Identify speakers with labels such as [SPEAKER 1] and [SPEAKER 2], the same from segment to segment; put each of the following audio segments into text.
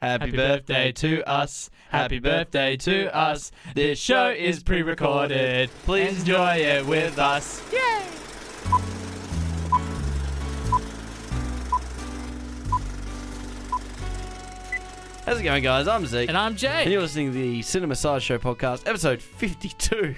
[SPEAKER 1] Happy birthday to us. Happy birthday to us. This show is pre recorded. Please enjoy it with us. How's it going, guys? I'm Zeke.
[SPEAKER 2] And I'm
[SPEAKER 1] And
[SPEAKER 2] Jay.
[SPEAKER 1] you're listening to the Cinema Size Show podcast, episode 52.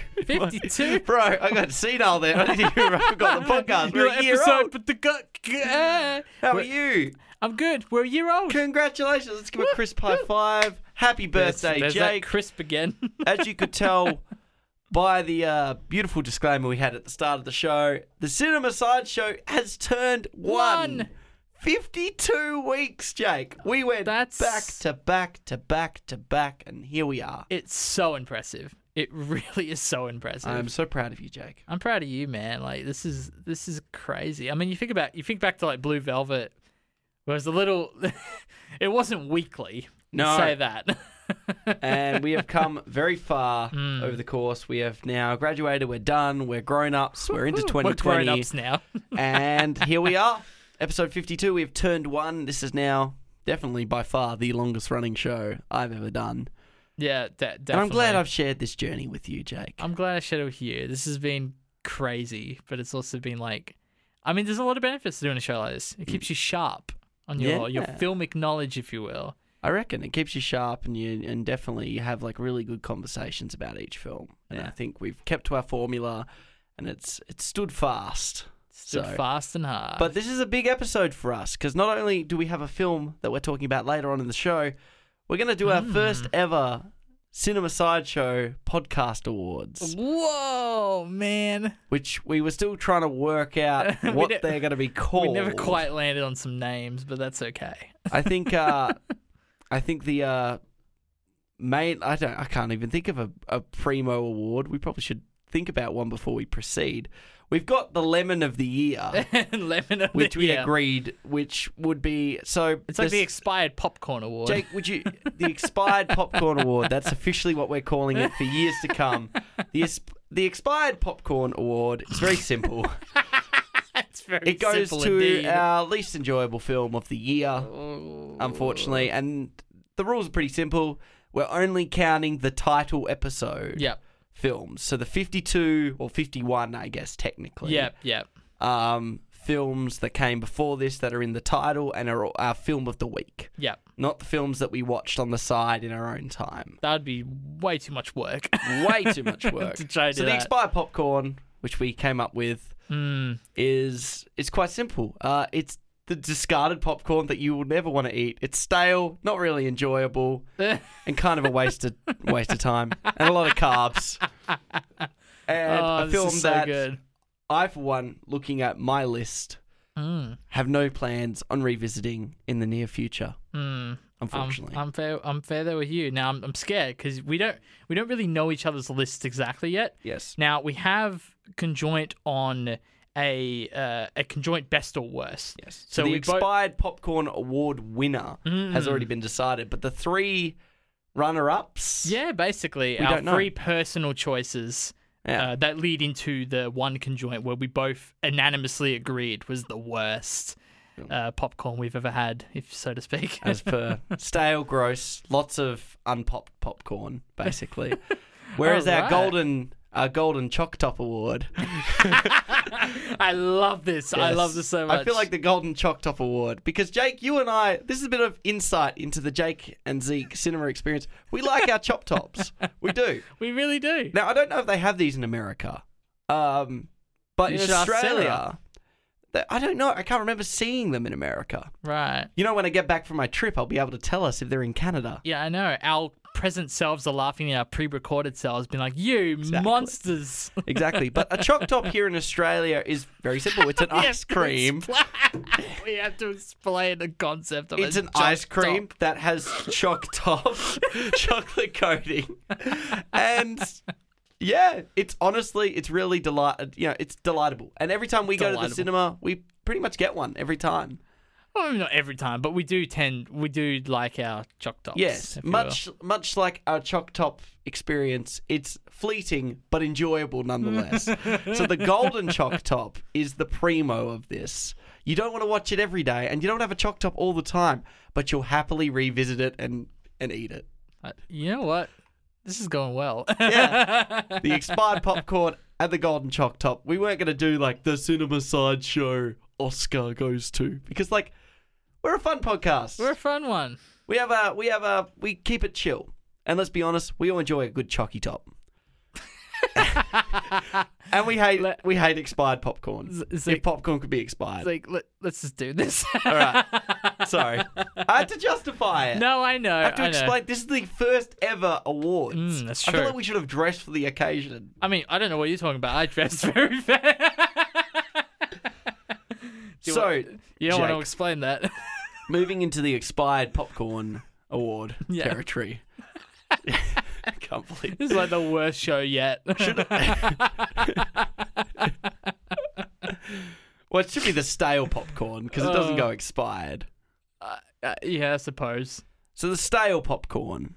[SPEAKER 2] 52?
[SPEAKER 1] Bro, I got senile there. I didn't even I forgot the podcast. We're a year old.
[SPEAKER 2] but the gu- gu- uh,
[SPEAKER 1] How are
[SPEAKER 2] we're-
[SPEAKER 1] you?
[SPEAKER 2] I'm good. We're a year old.
[SPEAKER 1] Congratulations. Let's give a crisp high five. Happy
[SPEAKER 2] There's-
[SPEAKER 1] birthday,
[SPEAKER 2] there's that
[SPEAKER 1] Jake.
[SPEAKER 2] crisp again.
[SPEAKER 1] As you could tell by the uh, beautiful disclaimer we had at the start of the show, the Cinema Sideshow has turned one.
[SPEAKER 2] One.
[SPEAKER 1] 52 weeks, Jake. We went
[SPEAKER 2] That's-
[SPEAKER 1] back to back to back to back, and here we are.
[SPEAKER 2] it's so impressive. It really is so impressive.
[SPEAKER 1] I'm so proud of you, Jake.
[SPEAKER 2] I'm proud of you, man. Like this is this is crazy. I mean, you think about you think back to like Blue Velvet, where it was a little. it wasn't weekly.
[SPEAKER 1] No.
[SPEAKER 2] say that.
[SPEAKER 1] and we have come very far over the course. We have now graduated, we're done, we're grown ups, we're into
[SPEAKER 2] We're
[SPEAKER 1] 2020.
[SPEAKER 2] grown ups now.
[SPEAKER 1] and here we are, episode 52. We've turned one. This is now definitely by far the longest running show I've ever done.
[SPEAKER 2] yeah, de- definitely.
[SPEAKER 1] And I'm glad I've shared this journey with you, Jake.
[SPEAKER 2] I'm glad I shared it with you. This has been crazy, but it's also been like, I mean, there's a lot of benefits to doing a show like this. It keeps you sharp on your your
[SPEAKER 1] Yeah.
[SPEAKER 2] filmic knowledge, if you will.
[SPEAKER 1] I reckon it keeps you sharp and you and definitely you have like really good conversations about each film. And
[SPEAKER 2] Yeah.
[SPEAKER 1] I think we've kept to our formula and it's it's stood fast.
[SPEAKER 2] Stood
[SPEAKER 1] So-
[SPEAKER 2] fast and hard.
[SPEAKER 1] But this is a big episode for us because not only do we have a film that we're talking about later on in the show, we're going to do
[SPEAKER 2] Hmm.
[SPEAKER 1] our first ever Cinema Sideshow Podcast Awards,
[SPEAKER 2] whoa, man,
[SPEAKER 1] which we were still trying to work out
[SPEAKER 2] We
[SPEAKER 1] what
[SPEAKER 2] ne-
[SPEAKER 1] they're going to be called.
[SPEAKER 2] we never quite landed on some names, but that's okay.
[SPEAKER 1] I think. Uh, I think the uh, main. I don't. I can't even think of a, a primo award. We probably should think about one before we proceed. We've got the Lemon of the Year,
[SPEAKER 2] Lemon of
[SPEAKER 1] which
[SPEAKER 2] the
[SPEAKER 1] we
[SPEAKER 2] year.
[SPEAKER 1] agreed, which would be so.
[SPEAKER 2] It's like
[SPEAKER 1] this-
[SPEAKER 2] the expired popcorn award.
[SPEAKER 1] Jake, would you the expired popcorn award? That's officially what we're calling it for years to come. The es- the expired popcorn award. It's very simple.
[SPEAKER 2] it's very
[SPEAKER 1] It goes
[SPEAKER 2] simple
[SPEAKER 1] to
[SPEAKER 2] indeed.
[SPEAKER 1] our least enjoyable film of the year, unfortunately, and the rules are pretty simple. We're only counting the title episode
[SPEAKER 2] Yep,
[SPEAKER 1] films, so the fifty-two or fifty-one, I guess technically.
[SPEAKER 2] yep, yep.
[SPEAKER 1] Um, films that came before this that are in the title and are our film of the week,
[SPEAKER 2] Yep,
[SPEAKER 1] not the films that we watched on the side in our own time.
[SPEAKER 2] that would be way too much work.
[SPEAKER 1] way too much work.
[SPEAKER 2] To try to
[SPEAKER 1] so
[SPEAKER 2] do
[SPEAKER 1] the
[SPEAKER 2] that.
[SPEAKER 1] expired popcorn, which we came up with,
[SPEAKER 2] Hmm.
[SPEAKER 1] is is quite simple. Uh, it's the discarded popcorn that you will never want to eat. It's stale, not really enjoyable, and kind of a waste of waste of time and a lot of carbs. And
[SPEAKER 2] oh,
[SPEAKER 1] a
[SPEAKER 2] this
[SPEAKER 1] film
[SPEAKER 2] is so
[SPEAKER 1] that
[SPEAKER 2] good.
[SPEAKER 1] I, for one, looking at my list,
[SPEAKER 2] Mm,
[SPEAKER 1] have no plans on revisiting in the near future.
[SPEAKER 2] mm. I'm,
[SPEAKER 1] Unfortunately,
[SPEAKER 2] I'm fair. I'm fair there with you. Now I'm, I'm scared because we don't we don't really know each other's lists exactly yet.
[SPEAKER 1] yes,
[SPEAKER 2] Now we have conjoint on a uh, a conjoint best or worst.
[SPEAKER 1] Yes. So,
[SPEAKER 2] So
[SPEAKER 1] the
[SPEAKER 2] we Mm. bo-
[SPEAKER 1] expired popcorn award winner has already been decided, but the three runner-ups,
[SPEAKER 2] Yeah, basically
[SPEAKER 1] We
[SPEAKER 2] our
[SPEAKER 1] don't know.
[SPEAKER 2] three personal choices
[SPEAKER 1] Yeah.
[SPEAKER 2] uh, that lead into the one conjoint where we both unanimously agreed was the worst uh, popcorn we've ever had, if so to speak.
[SPEAKER 1] as per stale, gross, lots of unpopped popcorn, basically. Whereas our
[SPEAKER 2] Alright.
[SPEAKER 1] golden, our golden choc top award,
[SPEAKER 2] I love this. I love
[SPEAKER 1] Yes.
[SPEAKER 2] this so much.
[SPEAKER 1] I feel like the golden choc top award because Jake, you and I, this is a bit of insight into the Jake and Zeke cinema experience. We like our chop tops, we do.
[SPEAKER 2] we really do.
[SPEAKER 1] Now I don't know if they have these in America, um, but
[SPEAKER 2] You
[SPEAKER 1] in
[SPEAKER 2] should ask Sarah.
[SPEAKER 1] Australia, th- I don't know. I can't remember seeing them in America.
[SPEAKER 2] Right.
[SPEAKER 1] You know, when I get back from my trip, I'll be able to tell us if they're in Canada.
[SPEAKER 2] Yeah, I know. Our present selves are laughing at our pre-recorded selves, being like, "You monsters!"
[SPEAKER 1] Exactly. But a choc top here in Australia is very simple. It's an
[SPEAKER 2] We have
[SPEAKER 1] ice
[SPEAKER 2] to
[SPEAKER 1] cream.
[SPEAKER 2] expla- we have to explain the concept of
[SPEAKER 1] It's
[SPEAKER 2] a
[SPEAKER 1] an
[SPEAKER 2] choc
[SPEAKER 1] ice cream
[SPEAKER 2] top.
[SPEAKER 1] that has choc top, chocolate coating, and yeah, it's honestly, it's really delight. You know, it's delightable. And every time we go to the
[SPEAKER 2] Delightable.
[SPEAKER 1] cinema, we pretty much get one every time.
[SPEAKER 2] Well, maybe not every time, but we do tend we do like our choc tops.
[SPEAKER 1] Yes,
[SPEAKER 2] if you
[SPEAKER 1] much much like our choc top experience, it's fleeting but enjoyable nonetheless. so the golden choc top is the primo of this. You don't want to watch it every day, and you don't have a choc top all the time, but you'll happily revisit it and and eat it.
[SPEAKER 2] I, Uh, you know what? This is going well.
[SPEAKER 1] Yeah. The expired popcorn and the golden choc top. We weren't gonna do like the cinema sideshow Oscar goes to because like we're a fun podcast.
[SPEAKER 2] We're a fun one.
[SPEAKER 1] We have a we have a we keep it chill. And let's be honest, we all enjoy a good chocky top. and we hate
[SPEAKER 2] Let-
[SPEAKER 1] we hate expired popcorn.
[SPEAKER 2] Z-
[SPEAKER 1] if
[SPEAKER 2] it's like,
[SPEAKER 1] popcorn could be
[SPEAKER 2] it's
[SPEAKER 1] expired.
[SPEAKER 2] like let, us just do this.
[SPEAKER 1] all right. Sorry. I had to justify it.
[SPEAKER 2] No, I know.
[SPEAKER 1] I have to
[SPEAKER 2] I know.
[SPEAKER 1] explain this is the first ever awards.
[SPEAKER 2] Mm, that's
[SPEAKER 1] I feel
[SPEAKER 2] true.
[SPEAKER 1] like we should have dressed for the occasion.
[SPEAKER 2] I mean, I don't know what you're talking about. I dressed very fair. Do you
[SPEAKER 1] so
[SPEAKER 2] want- you don't want to
[SPEAKER 1] Jake.
[SPEAKER 2] explain that.
[SPEAKER 1] moving into the expired popcorn award
[SPEAKER 2] Yeah.
[SPEAKER 1] territory. I can't believe
[SPEAKER 2] This is like the worst show yet.
[SPEAKER 1] Should Well, it should be the stale popcorn because it doesn't
[SPEAKER 2] Uh.
[SPEAKER 1] go expired.
[SPEAKER 2] uh, uh, yeah, I suppose.
[SPEAKER 1] So the stale popcorn.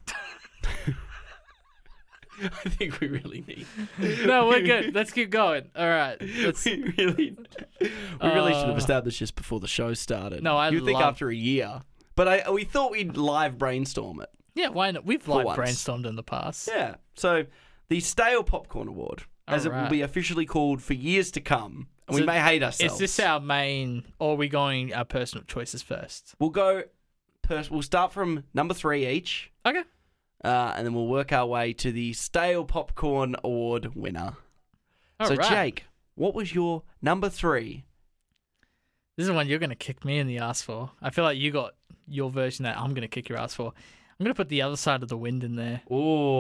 [SPEAKER 1] I think we really need.
[SPEAKER 2] No, we're good. Let's keep going. All right. Let's,
[SPEAKER 1] We really, we really should have
[SPEAKER 2] Uh.
[SPEAKER 1] established this before the show started.
[SPEAKER 2] No, I
[SPEAKER 1] You think
[SPEAKER 2] love-
[SPEAKER 1] after a year, but I we thought we'd live brainstorm it.
[SPEAKER 2] yeah, why not? We've
[SPEAKER 1] For
[SPEAKER 2] like
[SPEAKER 1] once.
[SPEAKER 2] brainstormed in the past.
[SPEAKER 1] Yeah. So the stale popcorn award, as it will
[SPEAKER 2] Alright.
[SPEAKER 1] be officially called for years to come, and we
[SPEAKER 2] So
[SPEAKER 1] may hate ourselves.
[SPEAKER 2] Is this our main, or are we going our personal choices first?
[SPEAKER 1] We'll go. Pers- we'll start from number three each.
[SPEAKER 2] Okay.
[SPEAKER 1] uh, and then we'll work our way to the Stale Popcorn Award winner.
[SPEAKER 2] All
[SPEAKER 1] so,
[SPEAKER 2] right.
[SPEAKER 1] Jake, what was your number three?
[SPEAKER 2] This is one you're going to kick me in the ass for. I feel like you got your version that I'm going to kick your ass for. I'm going to put the other side of the wind in there.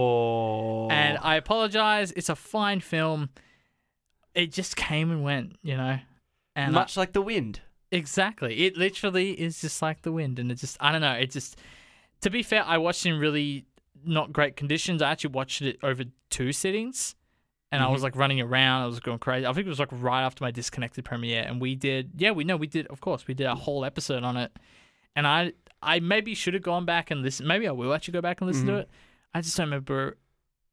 [SPEAKER 1] Oh,
[SPEAKER 2] And I apologize. It's a fine film. It just came and went, you know. And I-
[SPEAKER 1] much like the wind.
[SPEAKER 2] exactly, it literally is just like the wind, and it just I don't know. It just to be fair, I watched it in really not great conditions. I actually watched it over two sittings, and I was like running around. I was going crazy. I think it was like right after my disconnected premiere, and we did. Yeah, we know we did. Of course, we did a whole episode on it, and I I maybe should have gone back and listened. Maybe I will actually go back and listen to it. I just don't remember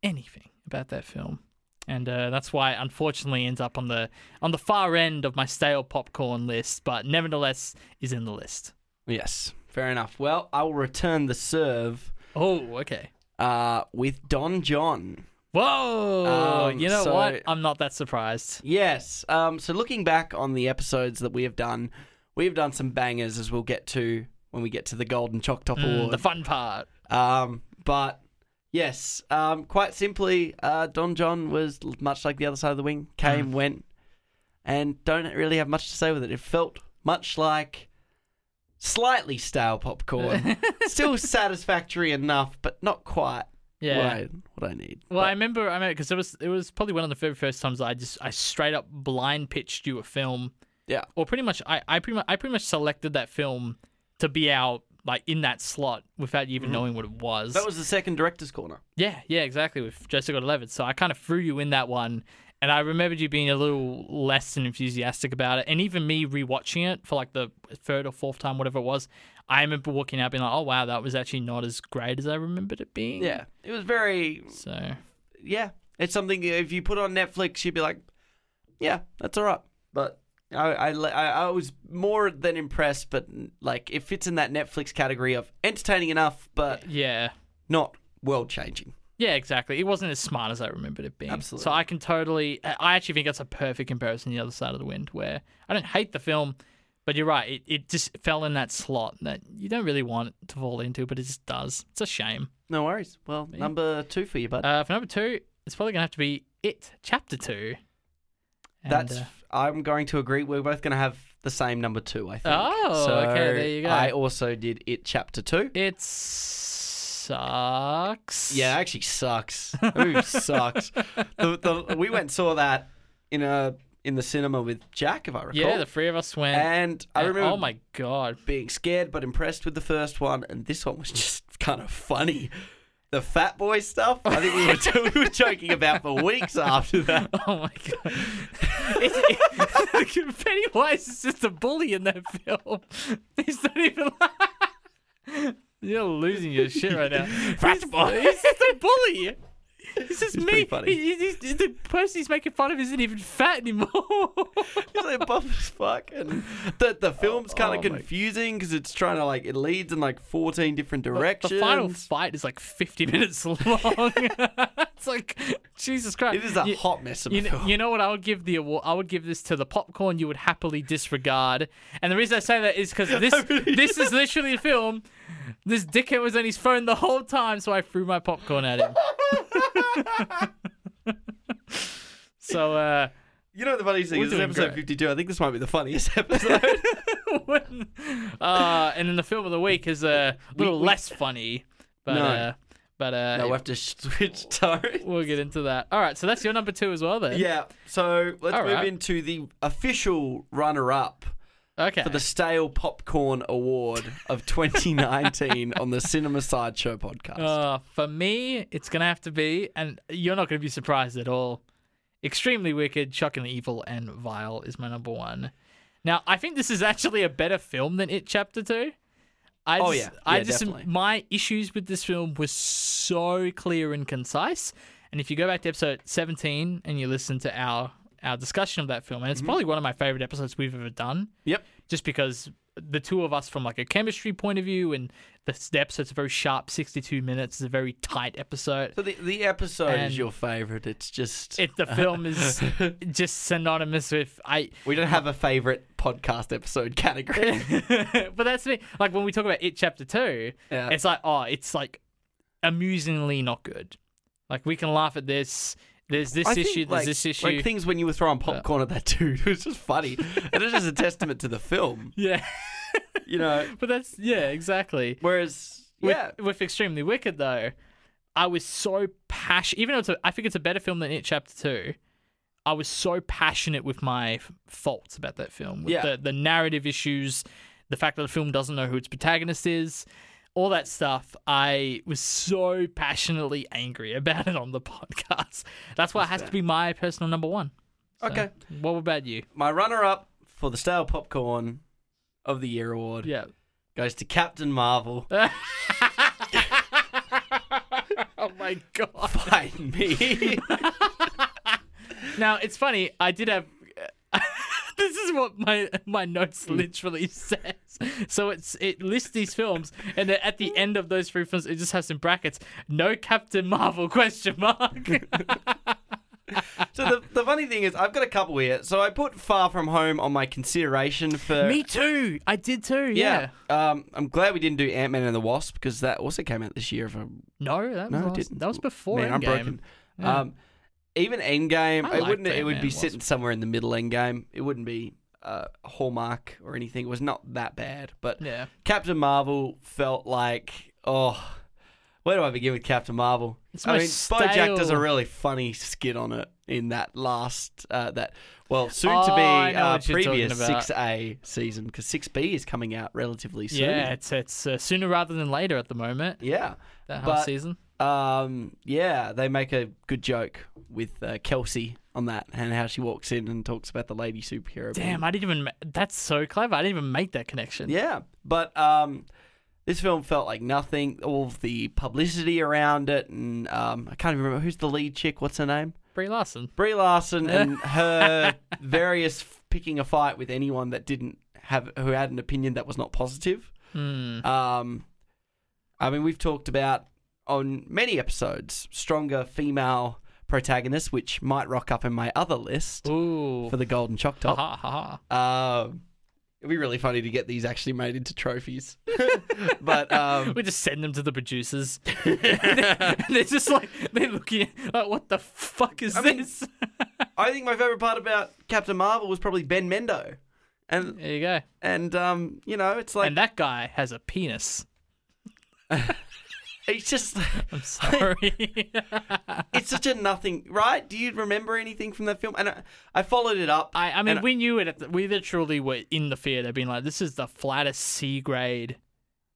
[SPEAKER 2] anything about that film. And uh, that's why, it unfortunately, ends up on the on the far end of my stale popcorn list, but nevertheless is in the list.
[SPEAKER 1] Yes, fair enough. Well, I will return the serve
[SPEAKER 2] Oh, okay.
[SPEAKER 1] uh, with Don John.
[SPEAKER 2] Whoa!
[SPEAKER 1] Um,
[SPEAKER 2] you know
[SPEAKER 1] so-
[SPEAKER 2] what? I'm not that surprised.
[SPEAKER 1] Yes. Um, so, looking back on the episodes that we have done, we have done some bangers, as we'll get to when we get to the Golden Chalk Top
[SPEAKER 2] Mm,
[SPEAKER 1] Award.
[SPEAKER 2] the fun part.
[SPEAKER 1] Um, but yes, um, quite simply, uh, Don John was l- much like the other side of the wing, came,
[SPEAKER 2] Mm.
[SPEAKER 1] went, and don't really have much to say with it. It felt much like slightly stale popcorn, still satisfactory enough, but not quite
[SPEAKER 2] Yeah.
[SPEAKER 1] what, I, what I need.
[SPEAKER 2] Well, I
[SPEAKER 1] But-
[SPEAKER 2] remember, I remember because it was it was probably one of the very first times that I just I straight up blind pitched you a film.
[SPEAKER 1] Yeah.
[SPEAKER 2] Or pretty much, I I pretty much I pretty much selected that film to be out like in that slot without you even knowing what it was.
[SPEAKER 1] Mm-hmm. that was the second director's corner.
[SPEAKER 2] Yeah, yeah, exactly. With Jessica Levitt, so I kind of threw you in that one, and I remembered you being a little less than enthusiastic about it. And even me rewatching it for like the third or fourth time, whatever it was, I remember walking out being like, "Oh wow, that was actually not as great as I remembered it being."
[SPEAKER 1] Yeah, it was very.
[SPEAKER 2] So
[SPEAKER 1] Yeah, it's something if you put on Netflix, you'd be like, yeah, that's all right. But I, I, li- I I was more than impressed, but like it fits in that Netflix category of entertaining enough, but
[SPEAKER 2] yeah,
[SPEAKER 1] not world changing.
[SPEAKER 2] yeah, exactly. It wasn't as smart as I remembered it being.
[SPEAKER 1] Absolutely.
[SPEAKER 2] So I can totally. I- I actually think that's a perfect comparison. to The other side of the wind, where I don't hate the film. But you're right. It, it just fell in that slot that you don't really want it to fall into, but it just does. It's a shame.
[SPEAKER 1] No worries. Well, number two for you, bud.
[SPEAKER 2] Uh, for number two, it's probably gonna have to be it chapter two. And,
[SPEAKER 1] that's.
[SPEAKER 2] uh,
[SPEAKER 1] I'm going to agree. We're both going to have the same number two, I think.
[SPEAKER 2] Oh,
[SPEAKER 1] So
[SPEAKER 2] okay, there you go.
[SPEAKER 1] I also did it chapter two.
[SPEAKER 2] it sucks.
[SPEAKER 1] Yeah, it actually sucks. That movie sucks. The, the, we went and saw that in a in the cinema with Jack, if I recall.
[SPEAKER 2] yeah. The three of us went.
[SPEAKER 1] and I
[SPEAKER 2] and-
[SPEAKER 1] remember
[SPEAKER 2] Oh my god.
[SPEAKER 1] being scared but impressed with the first one, and this one was just kind of funny. The fat boy stuff, I think we were, we were joking about for weeks after that.
[SPEAKER 2] Oh my god. It- it- Pennywise is just a bully in that film. He's not even. You're losing your shit right now.
[SPEAKER 1] Fat boy.
[SPEAKER 2] He's just a bully. He's This is
[SPEAKER 1] It's
[SPEAKER 2] me.
[SPEAKER 1] pretty funny.
[SPEAKER 2] He- he- he's- the person he's making fun of isn't even fat anymore.
[SPEAKER 1] He's like buff as fuck, and the the film's kind
[SPEAKER 2] oh
[SPEAKER 1] of
[SPEAKER 2] my-
[SPEAKER 1] confusing because it's trying to like it leads in like fourteen different
[SPEAKER 2] But
[SPEAKER 1] directions.
[SPEAKER 2] The final fight is like 50 minutes long. it's like Jesus Christ.
[SPEAKER 1] It is a
[SPEAKER 2] You-
[SPEAKER 1] hot mess of a
[SPEAKER 2] You know,
[SPEAKER 1] film.
[SPEAKER 2] you know what I would give the award? I would give this to the popcorn you would happily disregard. And the reason I say that is because this
[SPEAKER 1] Happily-
[SPEAKER 2] this is literally a film. This dickhead was on his phone the whole time, so I threw my popcorn at him. so uh,
[SPEAKER 1] You know the funniest thing
[SPEAKER 2] We're
[SPEAKER 1] is this
[SPEAKER 2] doing
[SPEAKER 1] episode
[SPEAKER 2] great.
[SPEAKER 1] 52. I think this might be the funniest episode.
[SPEAKER 2] when- uh, and then the film of the week is uh, a little
[SPEAKER 1] we-
[SPEAKER 2] less funny, but
[SPEAKER 1] No.
[SPEAKER 2] uh, but uh,
[SPEAKER 1] no, we have to switch tones.
[SPEAKER 2] we'll get into that. All right, so that's your number two as well, then.
[SPEAKER 1] Yeah, so let's
[SPEAKER 2] All
[SPEAKER 1] move
[SPEAKER 2] right.
[SPEAKER 1] into the official runner-up
[SPEAKER 2] Okay.
[SPEAKER 1] for the Stale Popcorn Award of 2019 on the Cinema Sideshow podcast.
[SPEAKER 2] Uh, for me, it's gonna have to be, and you're not gonna be surprised at all. Extremely wicked, shockingly evil, and vile is my number one. Now, I think this is actually a better film than It Chapter Two. I
[SPEAKER 1] Oh,
[SPEAKER 2] just,
[SPEAKER 1] yeah.
[SPEAKER 2] I
[SPEAKER 1] Yeah,
[SPEAKER 2] just
[SPEAKER 1] definitely.
[SPEAKER 2] my issues with this film were so clear and concise. And if you go back to episode 17 and you listen to our our discussion of that film,
[SPEAKER 1] Mm-hmm.
[SPEAKER 2] and it's probably one of my favorite episodes we've ever done
[SPEAKER 1] yep.
[SPEAKER 2] just because the two of us from like a chemistry point of view and the, the episode's a very sharp 62 minutes it's a very tight episode
[SPEAKER 1] So the, the episode
[SPEAKER 2] And-
[SPEAKER 1] is your favorite. It's just
[SPEAKER 2] it, the film is just synonymous with i
[SPEAKER 1] we don't have a favorite podcast episode category.
[SPEAKER 2] but that's me like when we talk about it chapter 2
[SPEAKER 1] Yeah.
[SPEAKER 2] it's like oh it's like amusingly not good like we can laugh at this there's this
[SPEAKER 1] I
[SPEAKER 2] issue
[SPEAKER 1] think,
[SPEAKER 2] there's
[SPEAKER 1] like-
[SPEAKER 2] this issue
[SPEAKER 1] Like things when you were throwing popcorn at that dude, it was just funny, and it's just a testament to the film,
[SPEAKER 2] yeah
[SPEAKER 1] you know.
[SPEAKER 2] but that's yeah exactly
[SPEAKER 1] Whereas,
[SPEAKER 2] with,
[SPEAKER 1] yeah,
[SPEAKER 2] with extremely wicked though i was so passionate even though it's a, i think it's a better film than it chapter 2 i was so passionate with my f- faults about that film with
[SPEAKER 1] Yeah.
[SPEAKER 2] the, the narrative issues the fact that the film doesn't know who its protagonist is all that stuff i was so passionately angry about it on the podcast that's why it has to be my personal number one So,
[SPEAKER 1] Okay.
[SPEAKER 2] what about you
[SPEAKER 1] my runner-up for the stale popcorn of the year award
[SPEAKER 2] yeah
[SPEAKER 1] goes to Captain Marvel.
[SPEAKER 2] oh my god
[SPEAKER 1] Fight me.
[SPEAKER 2] Now it's funny. I did have. this is what my my
[SPEAKER 1] Hmm.
[SPEAKER 2] notes literally says. So it's it lists these films, and then at the end of those three films, it just has in brackets no Captain Marvel question mark.
[SPEAKER 1] so the, the funny thing is, I've got a couple here. So I put Far From Home on my consideration for.
[SPEAKER 2] Me too. I did too. Yeah.
[SPEAKER 1] Yeah. Um, I'm glad we didn't do Ant Man and the Wasp because that also came out this year. If I'm,
[SPEAKER 2] No, that
[SPEAKER 1] No, it
[SPEAKER 2] was
[SPEAKER 1] didn't.
[SPEAKER 2] that was before
[SPEAKER 1] man, I'm
[SPEAKER 2] Endgame.
[SPEAKER 1] broken.
[SPEAKER 2] Yeah.
[SPEAKER 1] Um, even Endgame,
[SPEAKER 2] I
[SPEAKER 1] it
[SPEAKER 2] liked
[SPEAKER 1] wouldn't. It
[SPEAKER 2] Ant-Man
[SPEAKER 1] would be
[SPEAKER 2] and
[SPEAKER 1] sitting somewhere in the middle Endgame. It wouldn't be uh, Hallmark or anything. It was not that bad. But
[SPEAKER 2] Yeah.
[SPEAKER 1] Captain Marvel felt like, oh, where do I begin with Captain Marvel?
[SPEAKER 2] It's
[SPEAKER 1] I
[SPEAKER 2] my
[SPEAKER 1] mean, BoJack does a
[SPEAKER 2] style.
[SPEAKER 1] really funny skit on it in that last, uh, that well, soon to
[SPEAKER 2] Oh,
[SPEAKER 1] be
[SPEAKER 2] I know
[SPEAKER 1] uh,
[SPEAKER 2] what you're talking
[SPEAKER 1] previous
[SPEAKER 2] about.
[SPEAKER 1] six A season because six B is coming out relatively soon.
[SPEAKER 2] Yeah. It's it's uh, sooner rather than later at the moment.
[SPEAKER 1] yeah.
[SPEAKER 2] That
[SPEAKER 1] But-
[SPEAKER 2] half season.
[SPEAKER 1] Um, yeah, they make a good joke with uh, Kelsey on that and how she walks in and talks about the lady superhero. being-
[SPEAKER 2] Damn, I didn't even. Ma- that's so clever. I didn't even make that connection.
[SPEAKER 1] Yeah, but um, this film felt like nothing. All of the publicity around it, and um, I can't even remember who's the lead chick. What's her name?
[SPEAKER 2] Brie Larson.
[SPEAKER 1] Brie Larson and her various f- picking a fight with anyone that didn't have who had an opinion that was not positive.
[SPEAKER 2] Hmm.
[SPEAKER 1] Um, I mean, we've talked about on many episodes stronger female protagonists, which might rock up in my other list
[SPEAKER 2] Ooh.
[SPEAKER 1] Uh, for the Golden Choc
[SPEAKER 2] Ha
[SPEAKER 1] Top.
[SPEAKER 2] ha ha ha.
[SPEAKER 1] Um, it'd be really funny to get these actually made into trophies, but um,
[SPEAKER 2] We just send them to the producers. they're just like they're looking at, like, what the fuck is
[SPEAKER 1] I mean-
[SPEAKER 2] this?
[SPEAKER 1] I think my favorite part about Captain Marvel was probably Ben Mendo, and
[SPEAKER 2] there you go.
[SPEAKER 1] and um, you know, it's like
[SPEAKER 2] and that guy has a penis.
[SPEAKER 1] it's just
[SPEAKER 2] I'm sorry. I,
[SPEAKER 1] it's such a nothing, right? Do you remember anything from that film? And I, I followed it up.
[SPEAKER 2] I mean,
[SPEAKER 1] And-
[SPEAKER 2] we knew it. At the, we literally were in the theater, being like, "This is the flattest C grade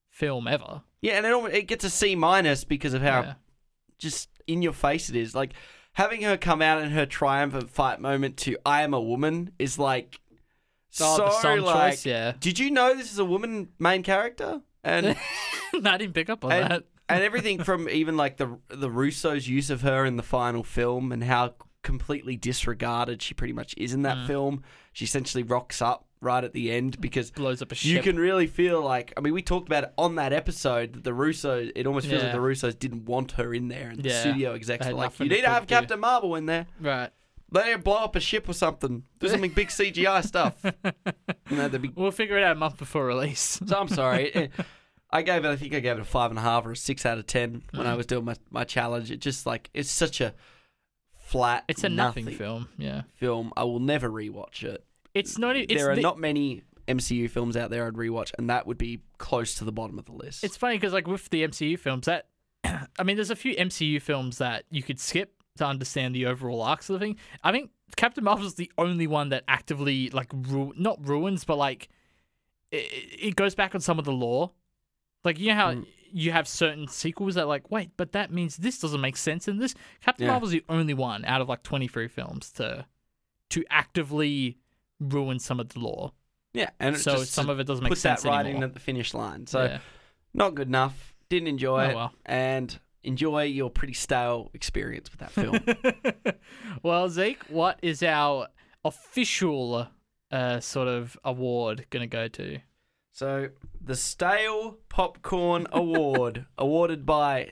[SPEAKER 2] film ever."
[SPEAKER 1] Yeah, and it, almo- it gets a C minus because of how
[SPEAKER 2] Yeah.
[SPEAKER 1] just in your face it is. Like having her come out in her triumphant fight moment to "I am a woman" is like
[SPEAKER 2] Oh,
[SPEAKER 1] so
[SPEAKER 2] the song
[SPEAKER 1] like.
[SPEAKER 2] choice, yeah.
[SPEAKER 1] Did you know this is a woman main character? And
[SPEAKER 2] no, I didn't pick up on
[SPEAKER 1] and,
[SPEAKER 2] that.
[SPEAKER 1] and everything from even like the the Russo's use of her in the final film and how completely disregarded she pretty much is in that
[SPEAKER 2] Mm.
[SPEAKER 1] film. She essentially rocks up right at the end because
[SPEAKER 2] blows up a Mm. ship.
[SPEAKER 1] you can really feel like I mean we talked about it on that episode that the Russos it almost feels like
[SPEAKER 2] Yeah.
[SPEAKER 1] the Russos didn't want her in there and the
[SPEAKER 2] Yeah.
[SPEAKER 1] studio execs
[SPEAKER 2] They had
[SPEAKER 1] were like
[SPEAKER 2] nothing
[SPEAKER 1] you
[SPEAKER 2] to
[SPEAKER 1] need to have
[SPEAKER 2] fucking do."
[SPEAKER 1] Captain Marvel in there.
[SPEAKER 2] right.
[SPEAKER 1] Let her blow up a ship or something. Do something big CGI stuff. You know, that'd be
[SPEAKER 2] We'll figure it out a month before release.
[SPEAKER 1] so I'm sorry. It- it- I gave it. I think I gave it a five and a half or a six out of ten when
[SPEAKER 2] Mm.
[SPEAKER 1] I was doing my, my challenge. It just like it's such a flat.
[SPEAKER 2] It's a nothing, film. Yeah.
[SPEAKER 1] film. I will never rewatch it.
[SPEAKER 2] It's not. e- It's
[SPEAKER 1] there are
[SPEAKER 2] the-
[SPEAKER 1] not many MCU films out there I'd rewatch, and that would be close to the bottom of the list.
[SPEAKER 2] It's funny because like with the MCU films, that I mean, there's a few MCU films that you could skip to understand the overall arcs of the thing. I think Captain Marvel's the only one that actively like ru- not ruins, but like it, it goes back on some of the lore. Like you know how
[SPEAKER 1] Mm.
[SPEAKER 2] you have certain sequels that like wait, but that means this doesn't make sense in this. Captain
[SPEAKER 1] Yeah.
[SPEAKER 2] Marvel's the only one out of like 23 films to to actively ruin some of the lore.
[SPEAKER 1] yeah, and it
[SPEAKER 2] so
[SPEAKER 1] just
[SPEAKER 2] some of it doesn't make
[SPEAKER 1] put
[SPEAKER 2] sense
[SPEAKER 1] that right in
[SPEAKER 2] anymore.
[SPEAKER 1] at the finish line. So
[SPEAKER 2] Yeah.
[SPEAKER 1] not good enough. Didn't enjoy
[SPEAKER 2] Oh,
[SPEAKER 1] it,
[SPEAKER 2] well.
[SPEAKER 1] and enjoy your pretty stale experience with that film.
[SPEAKER 2] well, Zeke, what is our official uh, sort of award going to go to?
[SPEAKER 1] So the Stale Popcorn Award, awarded by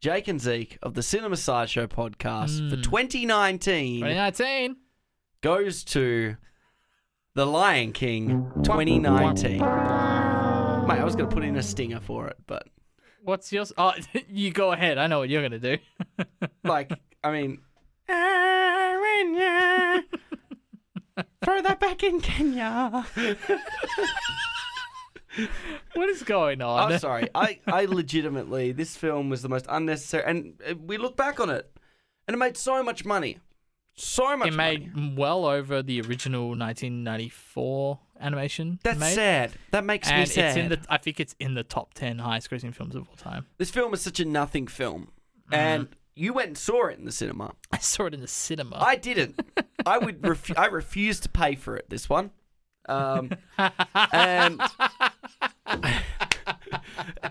[SPEAKER 1] Jake and Zeke of the Cinema Sideshow podcast for
[SPEAKER 2] Mm.
[SPEAKER 1] 2019,
[SPEAKER 2] 2019.
[SPEAKER 1] goes to The Lion King 2019. Mate, I was going to put in a stinger for it, but
[SPEAKER 2] What's yours? Oh, you go ahead. I know what you're going to do.
[SPEAKER 1] like, I mean. Aranya, throw that back in Kenya.
[SPEAKER 2] What is going on?
[SPEAKER 1] I'm Oh, sorry. I, I legitimately, this film was the most unnecessary. And uh, we look back on it, and it made so much money. So much
[SPEAKER 2] it made
[SPEAKER 1] money.
[SPEAKER 2] well over the original 1994 animation.
[SPEAKER 1] That's
[SPEAKER 2] made.
[SPEAKER 1] sad. That makes me
[SPEAKER 2] And
[SPEAKER 1] sad.
[SPEAKER 2] it's in the. I think it's in the top 10 highest grossing films of all time.
[SPEAKER 1] This film is such a nothing film.
[SPEAKER 2] Mm-hmm.
[SPEAKER 1] And you went and saw it in the cinema.
[SPEAKER 2] I saw it in the cinema.
[SPEAKER 1] I didn't. I would. Ref- I refused to pay for it. This one. Um, and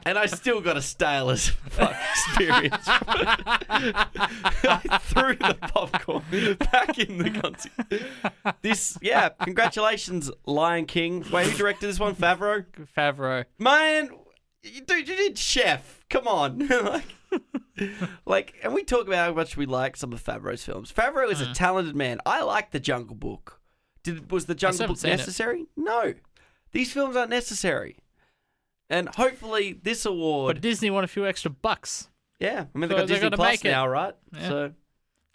[SPEAKER 1] and I still got a stale as fuck experience. I threw the popcorn back in the container. This, yeah. Congratulations, Lion King. Wait, who directed this one? Favreau.
[SPEAKER 2] Favreau.
[SPEAKER 1] Man, you- dude, you did Chef. Come on. like, like, and we talk about how much we like some of Favreau's films. Favreau
[SPEAKER 2] Mm.
[SPEAKER 1] is a talented man. I like The Jungle Book. Did was The Jungle
[SPEAKER 2] haven't
[SPEAKER 1] Book
[SPEAKER 2] seen it.
[SPEAKER 1] necessary? No. These films aren't necessary. And hopefully this award,
[SPEAKER 2] But Disney won a few extra bucks
[SPEAKER 1] yeah. I mean,
[SPEAKER 2] so
[SPEAKER 1] they've
[SPEAKER 2] they're
[SPEAKER 1] got Disney
[SPEAKER 2] gonna
[SPEAKER 1] Plus
[SPEAKER 2] make it.
[SPEAKER 1] now, right?
[SPEAKER 2] Yeah.
[SPEAKER 1] So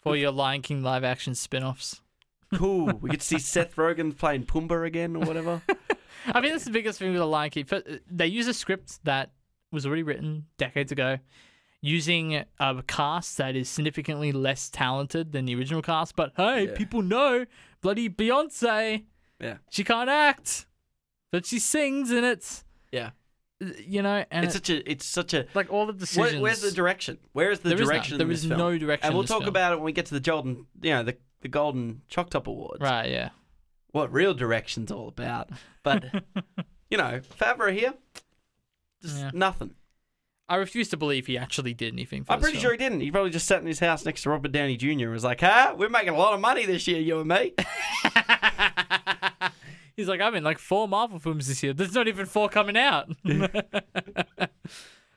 [SPEAKER 2] for your Lion King live action spin offs.
[SPEAKER 1] cool. We could see Seth Rogen playing Pumbaa again or whatever.
[SPEAKER 2] I mean, that's the biggest thing with the Lion King. Fir- They use a script that was already written decades ago, using a cast that is significantly less talented than the original cast. But hey,
[SPEAKER 1] Yeah.
[SPEAKER 2] people know bloody Beyonce.
[SPEAKER 1] Yeah.
[SPEAKER 2] she can't act, but she sings in it.
[SPEAKER 1] Yeah.
[SPEAKER 2] you know, and
[SPEAKER 1] it's
[SPEAKER 2] it-
[SPEAKER 1] such a, it's such a.
[SPEAKER 2] like all the
[SPEAKER 1] where-
[SPEAKER 2] decisions.
[SPEAKER 1] where's the direction? Where is the
[SPEAKER 2] There is none.
[SPEAKER 1] direction? in
[SPEAKER 2] There
[SPEAKER 1] this
[SPEAKER 2] is
[SPEAKER 1] film?
[SPEAKER 2] no direction.
[SPEAKER 1] and
[SPEAKER 2] in
[SPEAKER 1] we'll
[SPEAKER 2] this
[SPEAKER 1] talk
[SPEAKER 2] film.
[SPEAKER 1] about it when we get to the golden, you know, the the golden chalk top awards.
[SPEAKER 2] right. Yeah,
[SPEAKER 1] What real direction's all about. But you know, Favreau here, just
[SPEAKER 2] Yeah.
[SPEAKER 1] nothing.
[SPEAKER 2] I refuse to believe he actually did anything. For
[SPEAKER 1] I'm
[SPEAKER 2] this
[SPEAKER 1] pretty
[SPEAKER 2] film.
[SPEAKER 1] sure he didn't. He probably just sat in his house next to Robert Downey Jr. and was like, "Huh, we're making a lot of money this year, you and me."
[SPEAKER 2] He's like, I'm in like four Marvel films this year. There's not even four coming out.
[SPEAKER 1] he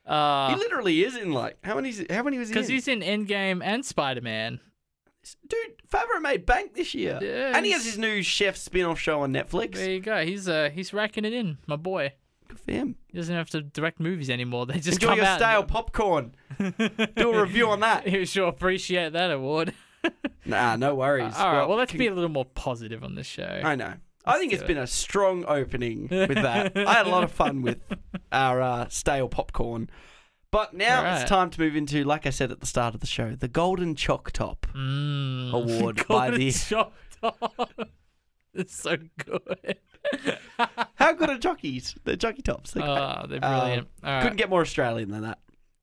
[SPEAKER 2] Because
[SPEAKER 1] literally is in like how many? How many was he? In?
[SPEAKER 2] he's in Endgame and Spider Man.
[SPEAKER 1] Dude, Favreau made bank this year,
[SPEAKER 2] Yeah,
[SPEAKER 1] and he has
[SPEAKER 2] he's-
[SPEAKER 1] his new chef spin-off show on Netflix.
[SPEAKER 2] There you go. He's uh, he's racking it in, my boy.
[SPEAKER 1] Good for him.
[SPEAKER 2] He doesn't have to direct movies anymore. They just
[SPEAKER 1] Enjoy
[SPEAKER 2] come
[SPEAKER 1] your
[SPEAKER 2] out.
[SPEAKER 1] stale popcorn. Do a review on that.
[SPEAKER 2] You sure appreciate that award.
[SPEAKER 1] Nah, no worries.
[SPEAKER 2] Uh, All right. Well, let's
[SPEAKER 1] con-
[SPEAKER 2] be a little more positive on this show.
[SPEAKER 1] I know. I think
[SPEAKER 2] do
[SPEAKER 1] it's
[SPEAKER 2] it.
[SPEAKER 1] been a strong opening with that. I had a lot of fun with our uh, stale popcorn. But now
[SPEAKER 2] Alright.
[SPEAKER 1] it's time to move into, like I said at the start of the show, the Golden Chalk Top
[SPEAKER 2] Mm.
[SPEAKER 1] Award by
[SPEAKER 2] God,
[SPEAKER 1] the.
[SPEAKER 2] it's chopped off. It's so good.
[SPEAKER 1] How good are jockeys? The jockey tops. They're great.
[SPEAKER 2] Oh, they're brilliant. All right.
[SPEAKER 1] Couldn't get more Australian than that.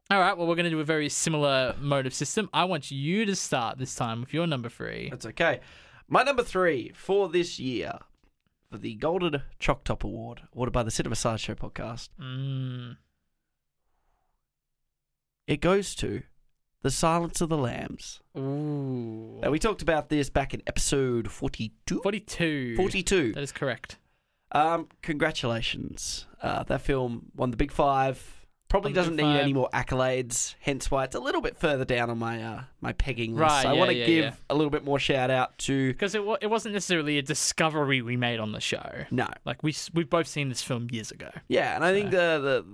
[SPEAKER 2] All right, well, we're going to do a very similar mode of system. I want you to start this time with your number three.
[SPEAKER 1] That's okay. My number three for this year, for the Golden Chalk Top Award, awarded by the Cinema Sideshow podcast,
[SPEAKER 2] Mm.
[SPEAKER 1] it goes to The Silence of the Lambs.
[SPEAKER 2] Ooh.
[SPEAKER 1] Now, we talked about this back in episode 42.
[SPEAKER 2] 42.
[SPEAKER 1] 42.
[SPEAKER 2] That is correct.
[SPEAKER 1] Um, congratulations. Uh, that film won the Big Five. Probably
[SPEAKER 2] Won the
[SPEAKER 1] doesn't
[SPEAKER 2] Big
[SPEAKER 1] need
[SPEAKER 2] Five.
[SPEAKER 1] any more accolades, hence why it's a little bit further down on my uh, my pegging list.
[SPEAKER 2] Right,
[SPEAKER 1] I
[SPEAKER 2] yeah,
[SPEAKER 1] want to
[SPEAKER 2] yeah,
[SPEAKER 1] give
[SPEAKER 2] yeah.
[SPEAKER 1] a little bit more shout out to.
[SPEAKER 2] Because it, wa- it wasn't necessarily a discovery we made on the show.
[SPEAKER 1] No.
[SPEAKER 2] Like, we, s- we've both seen this film years ago.
[SPEAKER 1] Yeah, and I think the, the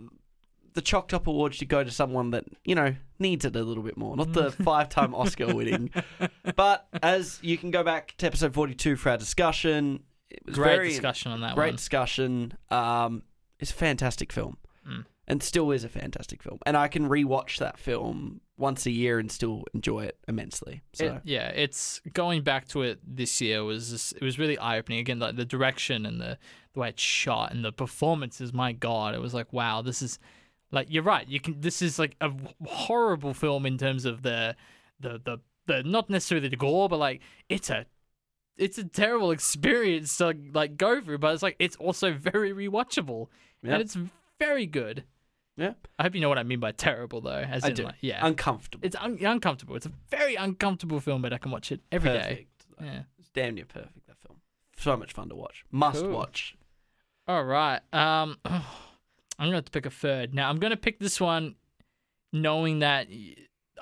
[SPEAKER 1] the chalked up award should go to someone that, you know, needs it a little bit more. Not
[SPEAKER 2] Mm.
[SPEAKER 1] the five time Oscar winning. But as you can go back to episode forty two for our discussion, it was
[SPEAKER 2] Great
[SPEAKER 1] very
[SPEAKER 2] discussion on that
[SPEAKER 1] great
[SPEAKER 2] one.
[SPEAKER 1] discussion. Um, it's a fantastic film,
[SPEAKER 2] Mm.
[SPEAKER 1] and still is a fantastic film. And I can rewatch that film once a year and still enjoy it immensely. So
[SPEAKER 2] It- yeah, it's going back to it this year was just, it was really eye opening. Again, like the direction and the, the way it's shot and the performances. My God, it was like wow, this is like you're right. You can this is like a horrible film in terms of the the the, the not necessarily the gore, but like it's a it's a terrible experience to like go through. But it's like it's also very rewatchable
[SPEAKER 1] Yeah.
[SPEAKER 2] and it's very good.
[SPEAKER 1] Yeah.
[SPEAKER 2] I hope you know what I mean by terrible though. As
[SPEAKER 1] I
[SPEAKER 2] in,
[SPEAKER 1] do.
[SPEAKER 2] like, yeah,
[SPEAKER 1] uncomfortable.
[SPEAKER 2] it's un- uncomfortable. It's a very uncomfortable film, but I can watch it every day.
[SPEAKER 1] perfect.
[SPEAKER 2] Yeah.
[SPEAKER 1] It's damn near perfect. That film. So much fun to watch. Must
[SPEAKER 2] Cool.
[SPEAKER 1] watch.
[SPEAKER 2] All right. Um, I'm gonna have to pick a third. Now I'm gonna pick this one, knowing that y-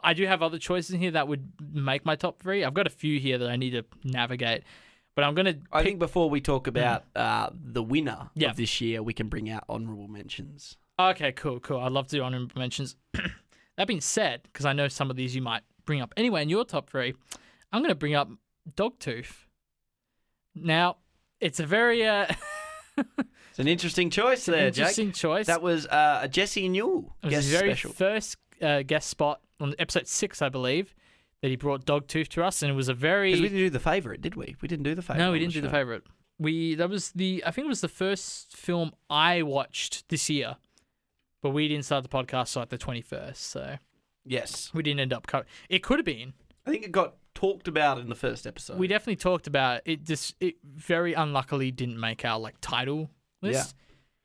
[SPEAKER 2] I do have other choices in here that would make my top three. I've got a few here that I need to navigate, but I'm gonna
[SPEAKER 1] I
[SPEAKER 2] pick.
[SPEAKER 1] think before we talk about uh, the winner
[SPEAKER 2] Mm. Yeah.
[SPEAKER 1] of this year, we can bring out honorable mentions.
[SPEAKER 2] Okay, cool, cool. I'd love to do honorable mentions. that being said, because I know some of these you might bring up anyway in your top three, I'm going to bring up Dogtooth. Now, it's a very uh,
[SPEAKER 1] It's an interesting choice there,
[SPEAKER 2] interesting
[SPEAKER 1] Jake.
[SPEAKER 2] choice.
[SPEAKER 1] That was uh, a Jesse Newell
[SPEAKER 2] It was
[SPEAKER 1] guest
[SPEAKER 2] his very
[SPEAKER 1] special.
[SPEAKER 2] first uh, guest spot on episode six, I believe, that he brought Dogtooth to us, and it was a very
[SPEAKER 1] 'Cause we didn't do the favorite, did we? We didn't do the favorite.
[SPEAKER 2] no, we
[SPEAKER 1] on
[SPEAKER 2] didn't do the
[SPEAKER 1] show.
[SPEAKER 2] favorite. We that was the I think it was the first film I watched this year, but we didn't start the podcast till like the twenty first, so
[SPEAKER 1] Yes,
[SPEAKER 2] we didn't end up. Co- it could have been.
[SPEAKER 1] I think it got talked about in the first episode.
[SPEAKER 2] We definitely talked about it. it. Just it very unluckily didn't make our like title list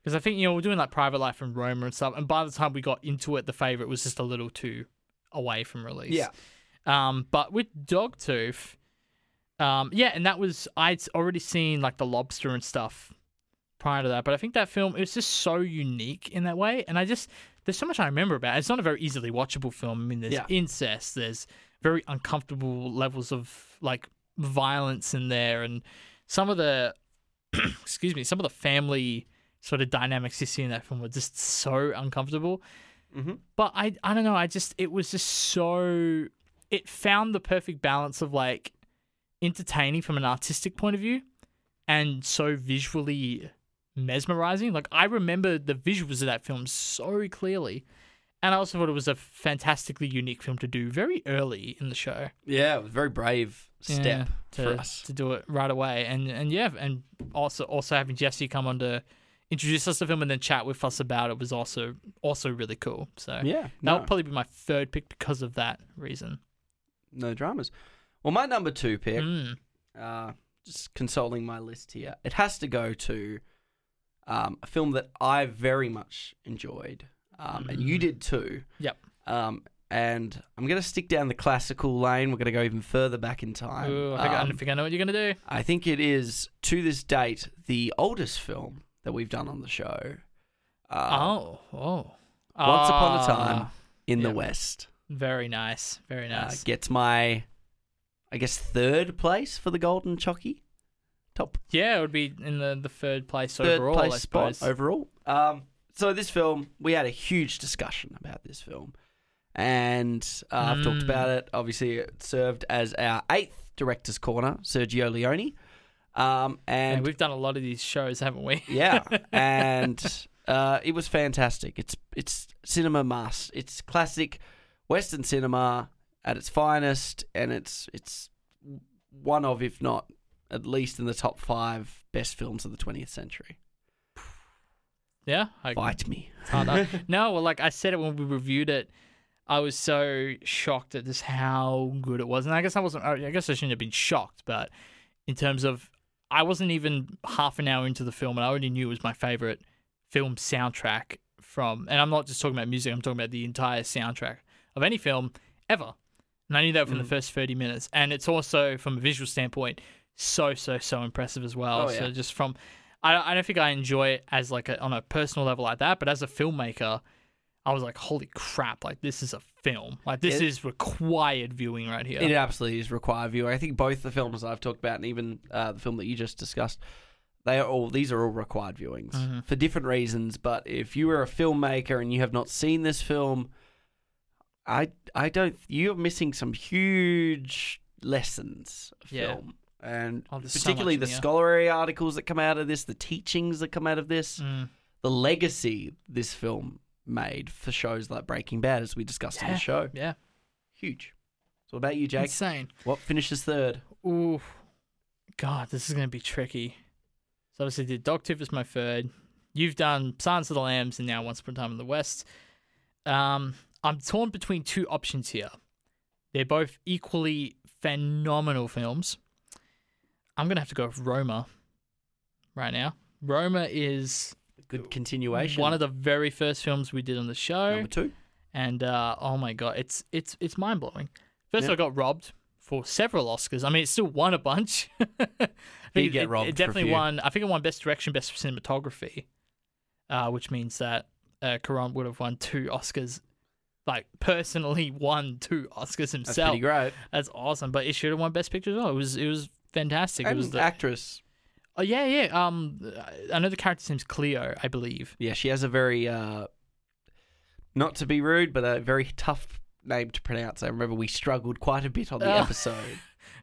[SPEAKER 2] because I think you know we're doing like Private Life and Roma and stuff, and by the time we got into it, the favorite was just a little too away from release.
[SPEAKER 1] yeah,
[SPEAKER 2] Um, but with Dogtooth, um, yeah, and that was I'd already seen like the Lobster and stuff prior to that, but I think that film it was just so unique in that way, and I just there's so much I remember about. it. It's not a very easily watchable film. I mean, there's
[SPEAKER 1] Yeah.
[SPEAKER 2] incest, there's very uncomfortable levels of like violence in there, and some of the excuse me, some of the family sort of dynamics you see in that film were just so uncomfortable
[SPEAKER 1] Mm-hmm.
[SPEAKER 2] but I I don't know. I just it was just so it found the perfect balance of like entertaining from an artistic point of view and so visually mesmerizing. Like I remember the visuals of that film so clearly. And I also thought it was a fantastically unique film to do very early in the show.
[SPEAKER 1] yeah, it was a very brave step
[SPEAKER 2] Yeah, to,
[SPEAKER 1] for us.
[SPEAKER 2] to do it right away. And and yeah, and also also having Jesse come on to introduce us to film and then chat with us about it was also also really cool. So
[SPEAKER 1] yeah,
[SPEAKER 2] that
[SPEAKER 1] no,
[SPEAKER 2] would probably be my third pick because of that reason.
[SPEAKER 1] no dramas. Well, my number two pick,
[SPEAKER 2] Mm.
[SPEAKER 1] uh, just consulting my list here, it has to go to um, a film that I very much enjoyed, um, and you
[SPEAKER 2] Mm.
[SPEAKER 1] did too.
[SPEAKER 2] Yep.
[SPEAKER 1] Um, and I'm going to stick down the classical lane. We're going to go even further back in time.
[SPEAKER 2] Ooh, I, think, I
[SPEAKER 1] Um,
[SPEAKER 2] think I know what you're gonna do.
[SPEAKER 1] I think it is to this date the oldest film that we've done on the show. Uh,
[SPEAKER 2] oh, oh.
[SPEAKER 1] Once Upon a
[SPEAKER 2] Ah,
[SPEAKER 1] Time in the
[SPEAKER 2] yeah.
[SPEAKER 1] West
[SPEAKER 2] Very nice. Very
[SPEAKER 1] uh,
[SPEAKER 2] nice.
[SPEAKER 1] gets my, I guess, third place for the Golden Chucky. Top
[SPEAKER 2] yeah, it would be in the, the third place
[SPEAKER 1] third
[SPEAKER 2] overall.
[SPEAKER 1] place
[SPEAKER 2] I
[SPEAKER 1] spot
[SPEAKER 2] suppose.
[SPEAKER 1] overall. Um, so this film, we had a huge discussion about this film, and uh, I've talked
[SPEAKER 2] Mm.
[SPEAKER 1] about it. Obviously, it served as our eighth director's corner, Sergio Leone, um,
[SPEAKER 2] and
[SPEAKER 1] and
[SPEAKER 2] we've done a lot of these shows, haven't we?
[SPEAKER 1] yeah, and uh, it was fantastic. It's it's cinema mass. It's classic Western cinema at its finest, and it's it's one of, if not at least in the top five best films of the 20th century.
[SPEAKER 2] Yeah. I,
[SPEAKER 1] Fight me.
[SPEAKER 2] it's hard to- no, well, like I said it when we reviewed it, I was so shocked at just how good it was, and I guess I wasn't. I guess I shouldn't have been shocked, but in terms of, I wasn't even half an hour into the film, and I already knew it was my favorite film soundtrack from. And I'm not just talking about music; I'm talking about the entire soundtrack of any film ever. And I knew that from
[SPEAKER 1] Mm.
[SPEAKER 2] the first 30 minutes. And it's also, from a visual standpoint, so, so, so impressive as
[SPEAKER 1] Oh,
[SPEAKER 2] well. So
[SPEAKER 1] yeah.
[SPEAKER 2] just from, I, I don't think I enjoy it as like a, on a personal level like that, but as a filmmaker, I was like, holy crap, like this is a film. Like this
[SPEAKER 1] It-
[SPEAKER 2] is required viewing right here.
[SPEAKER 1] It absolutely is require view. I think both the films I've talked about and even uh, the film that you just discussed, they are all these are all required viewings
[SPEAKER 2] Mhm.
[SPEAKER 1] for different reasons. But if you are a filmmaker and you have not seen this film, I I don't you're missing some huge lessons of
[SPEAKER 2] Yeah.
[SPEAKER 1] film. And
[SPEAKER 2] Oh, there's so much
[SPEAKER 1] particularly
[SPEAKER 2] in
[SPEAKER 1] the
[SPEAKER 2] here.
[SPEAKER 1] scholarly articles that come out of this, the teachings that come out of this,
[SPEAKER 2] Mm.
[SPEAKER 1] the legacy this film made for shows like Breaking Bad, as we discussed in
[SPEAKER 2] Yeah.
[SPEAKER 1] the show.
[SPEAKER 2] Yeah.
[SPEAKER 1] Huge. So, what about you, Jake?
[SPEAKER 2] Insane.
[SPEAKER 1] What finishes third?
[SPEAKER 2] Ooh, God, this is gonna be tricky. So obviously, did Dogtooth is my third. You've done Silence of the Lambs and now Once Upon a Time in the West. Um, I'm torn between two options here. They're both equally phenomenal films. I'm gonna have to go with Roma right now. Roma is
[SPEAKER 1] Good continuation.
[SPEAKER 2] one of the very first films we did on the show
[SPEAKER 1] number two.
[SPEAKER 2] and uh, oh my god, it's it's it's mind blowing. First,
[SPEAKER 1] Yeah.
[SPEAKER 2] I got robbed for several Oscars. I mean, it still won a bunch. I
[SPEAKER 1] Did
[SPEAKER 2] it-
[SPEAKER 1] get
[SPEAKER 2] it,
[SPEAKER 1] robbed for a
[SPEAKER 2] It definitely
[SPEAKER 1] few.
[SPEAKER 2] won. I think it won best direction, best cinematography, uh, which means that uh, Karan would have won two Oscars. Like personally, won two Oscars
[SPEAKER 1] That's
[SPEAKER 2] himself.
[SPEAKER 1] pretty great.
[SPEAKER 2] That's awesome. But it should have won best picture as well. It was it was fantastic.
[SPEAKER 1] And
[SPEAKER 2] it was the
[SPEAKER 1] actress.
[SPEAKER 2] oh yeah yeah. Um, I- I know the character's name's Cleo, I believe.
[SPEAKER 1] Yeah, she has a very, uh, not to be rude, but a very tough name to pronounce. I remember we struggled quite a bit on the
[SPEAKER 2] Oh.
[SPEAKER 1] episode.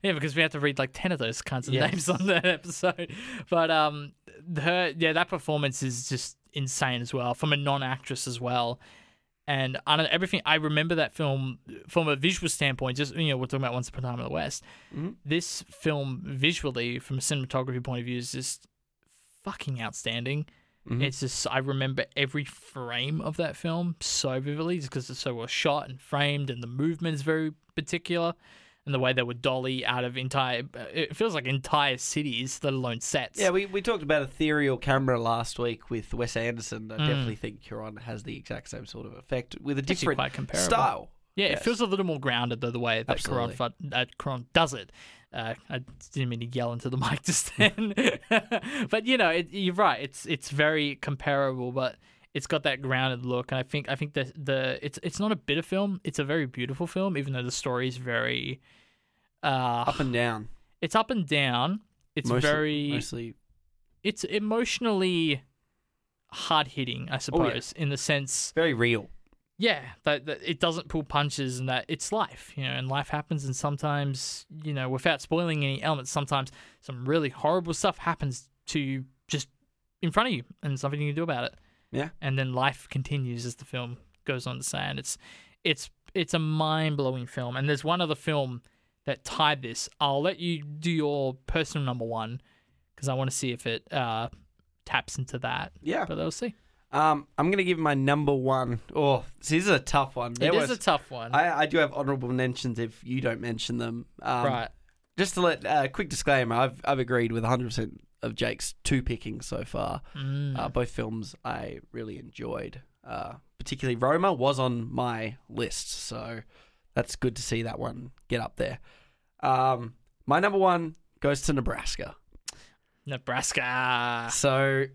[SPEAKER 2] Yeah, because we had to read like ten of those kinds of
[SPEAKER 1] Yes.
[SPEAKER 2] names on that episode. But um, her yeah, that performance is just insane as well from a non-actress as well. And I don't everything I remember that film from a visual standpoint. Just you know, we're talking about Once Upon a Time in the West.
[SPEAKER 1] Mhm.
[SPEAKER 2] This film visually, from a cinematography point of view, is just fucking outstanding.
[SPEAKER 1] Mhm.
[SPEAKER 2] It's just I remember every frame of that film so vividly, just because it's so well shot and framed, and the movement is very particular, and the way they would dolly out of entire. It feels like entire cities, let alone sets.
[SPEAKER 1] Yeah, we, we talked about ethereal camera last week with Wes Anderson. I
[SPEAKER 2] Mm.
[SPEAKER 1] definitely think Huron has the exact same sort of effect with a
[SPEAKER 2] It's actually
[SPEAKER 1] different
[SPEAKER 2] quite comparable.
[SPEAKER 1] style.
[SPEAKER 2] Yeah,
[SPEAKER 1] Yes.
[SPEAKER 2] it feels a little more grounded though the way that Kron,
[SPEAKER 1] Absolutely.
[SPEAKER 2] fu- that Kron does it. Uh, I didn't mean to yell into the mic just then, but you know, it, you're right. It's it's very comparable, but it's got that grounded look, and I think I think the the it's it's not a bitter film. It's a very beautiful film, even though the story is very, uh,
[SPEAKER 1] Up and down.
[SPEAKER 2] it's up and down. It's
[SPEAKER 1] mostly,
[SPEAKER 2] very
[SPEAKER 1] Mostly.
[SPEAKER 2] it's emotionally hard hitting,
[SPEAKER 1] Oh,
[SPEAKER 2] I
[SPEAKER 1] yeah.
[SPEAKER 2] suppose, in the sense
[SPEAKER 1] Very real.
[SPEAKER 2] yeah, that, that it doesn't pull punches and that it's life, you know, and life happens. And sometimes, you know, without spoiling any elements, sometimes some really horrible stuff happens to you just in front of you and there's nothing you can do about it.
[SPEAKER 1] Yeah.
[SPEAKER 2] And then life continues as the film goes on to say. And it's, it's, it's a mind blowing film. And there's one other film that tied this. I'll let you do your personal number one because I want to see if it uh, taps into that.
[SPEAKER 1] Yeah.
[SPEAKER 2] But we'll see.
[SPEAKER 1] Um, I'm going to give my number one. Oh, see, this is a tough one.
[SPEAKER 2] It
[SPEAKER 1] There
[SPEAKER 2] is
[SPEAKER 1] was,
[SPEAKER 2] a tough one.
[SPEAKER 1] I, I do have honourable mentions if you don't mention them. Um,
[SPEAKER 2] right.
[SPEAKER 1] Just to let uh, quick disclaimer, I've I've agreed with 100 percent of Jake's two pickings so far.
[SPEAKER 2] Mm.
[SPEAKER 1] Uh, both films I really enjoyed. Uh, particularly Roma was on my list, so that's good to see that one get up there. Um, my number one goes to Nebraska.
[SPEAKER 2] Nebraska.
[SPEAKER 1] So,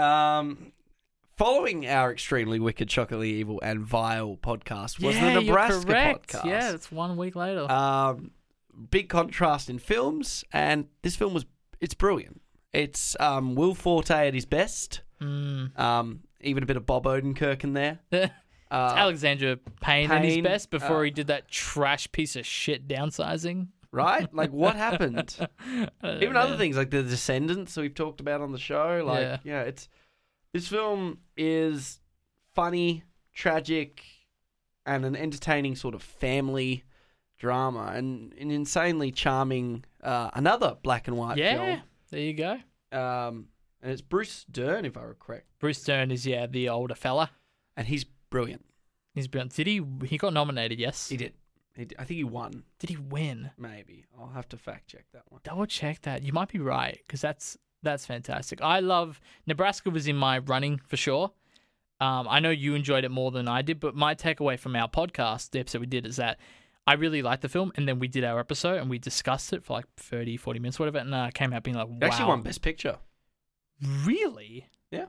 [SPEAKER 1] um, following our extremely wicked, shockingly evil, and vile podcast was the Nebraska podcast.
[SPEAKER 2] Yeah, that's one week later.
[SPEAKER 1] Um, big contrast in films, and this film was it's brilliant. It's um, Will Forte at his best.
[SPEAKER 2] mm.
[SPEAKER 1] Um, even a bit of Bob Odenkirk in there. Uh,
[SPEAKER 2] Oh. Alexandra Payne, at his
[SPEAKER 1] Payne,
[SPEAKER 2] best before
[SPEAKER 1] uh,
[SPEAKER 2] he did that trash piece of shit downsizing. Uh,
[SPEAKER 1] right? Like what happened?
[SPEAKER 2] I don't
[SPEAKER 1] even
[SPEAKER 2] know,
[SPEAKER 1] other
[SPEAKER 2] man.
[SPEAKER 1] things like the descendants that we've talked about on the show like yeah.
[SPEAKER 2] Yeah.
[SPEAKER 1] it's this film is funny tragic and an entertaining sort of family drama and an insanely charming uh, another black and white
[SPEAKER 2] Yeah, there you go.
[SPEAKER 1] film um, and it's bruce dern if i recall correct
[SPEAKER 2] Bruce Stern is yeah the older fella.
[SPEAKER 1] and he's brilliant
[SPEAKER 2] He's brilliant. Did he? He got nominated. Yes.
[SPEAKER 1] he did he, d- i think he won
[SPEAKER 2] Did he win?
[SPEAKER 1] maybe i'll have to fact check that one
[SPEAKER 2] Double check that. You might be right because that's that's fantastic. I love Nebraska was in my running for sure. Um, I know you enjoyed it more than I did, but my takeaway from our podcast, the episode we did, is that I really liked the film. And then we did our episode and we discussed it for like 30, 40 minutes, whatever. And I came out being like, wow.
[SPEAKER 1] It actually won Best Picture.
[SPEAKER 2] Really?
[SPEAKER 1] Yeah.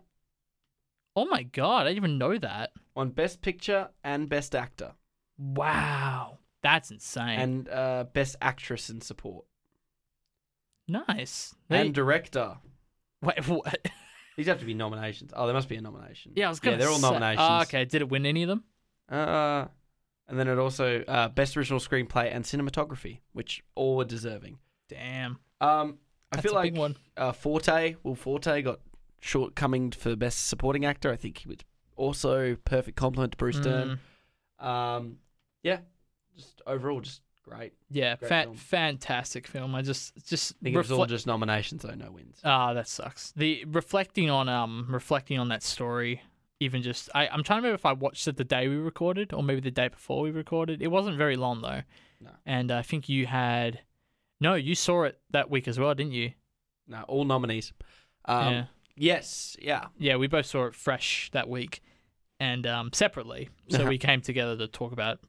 [SPEAKER 2] Oh my God. I didn't even know that.
[SPEAKER 1] Won Best Picture and Best Actor.
[SPEAKER 2] Wow. That's insane.
[SPEAKER 1] And uh, Best Actress in Support.
[SPEAKER 2] nice.
[SPEAKER 1] And
[SPEAKER 2] They-
[SPEAKER 1] Director.
[SPEAKER 2] wait, what?
[SPEAKER 1] These have to be nominations. Oh, there must be a nomination.
[SPEAKER 2] yeah, I was going
[SPEAKER 1] Yeah, they're all nominations.
[SPEAKER 2] okay. Did it win any of them?
[SPEAKER 1] Uh, and then it also uh, best original screenplay and cinematography, which all were deserving.
[SPEAKER 2] Damn.
[SPEAKER 1] Um, I
[SPEAKER 2] That's
[SPEAKER 1] feel
[SPEAKER 2] a
[SPEAKER 1] like
[SPEAKER 2] big one.
[SPEAKER 1] uh, Forte, Will Forte got shortcoming for best supporting actor. I think he was also perfect compliment to Bruce Dern.
[SPEAKER 2] Mm,
[SPEAKER 1] Um, yeah, just overall, just great.
[SPEAKER 2] yeah,
[SPEAKER 1] Great
[SPEAKER 2] fa-
[SPEAKER 1] film.
[SPEAKER 2] fantastic film. I just just
[SPEAKER 1] I think it was all
[SPEAKER 2] refle-
[SPEAKER 1] just nominations, though no wins.
[SPEAKER 2] Ah, that sucks. The reflecting on um reflecting on that story, even just I I'm trying to remember if I watched it the day we recorded or maybe the day before we recorded. It wasn't very long though.
[SPEAKER 1] No.
[SPEAKER 2] And I think you had no, you saw it that week as well, didn't you?
[SPEAKER 1] No, all nominees. Um,
[SPEAKER 2] yeah.
[SPEAKER 1] Yes, yeah.
[SPEAKER 2] Yeah, we both saw it fresh that week and um separately. So
[SPEAKER 1] Uh-huh.
[SPEAKER 2] we came together to talk about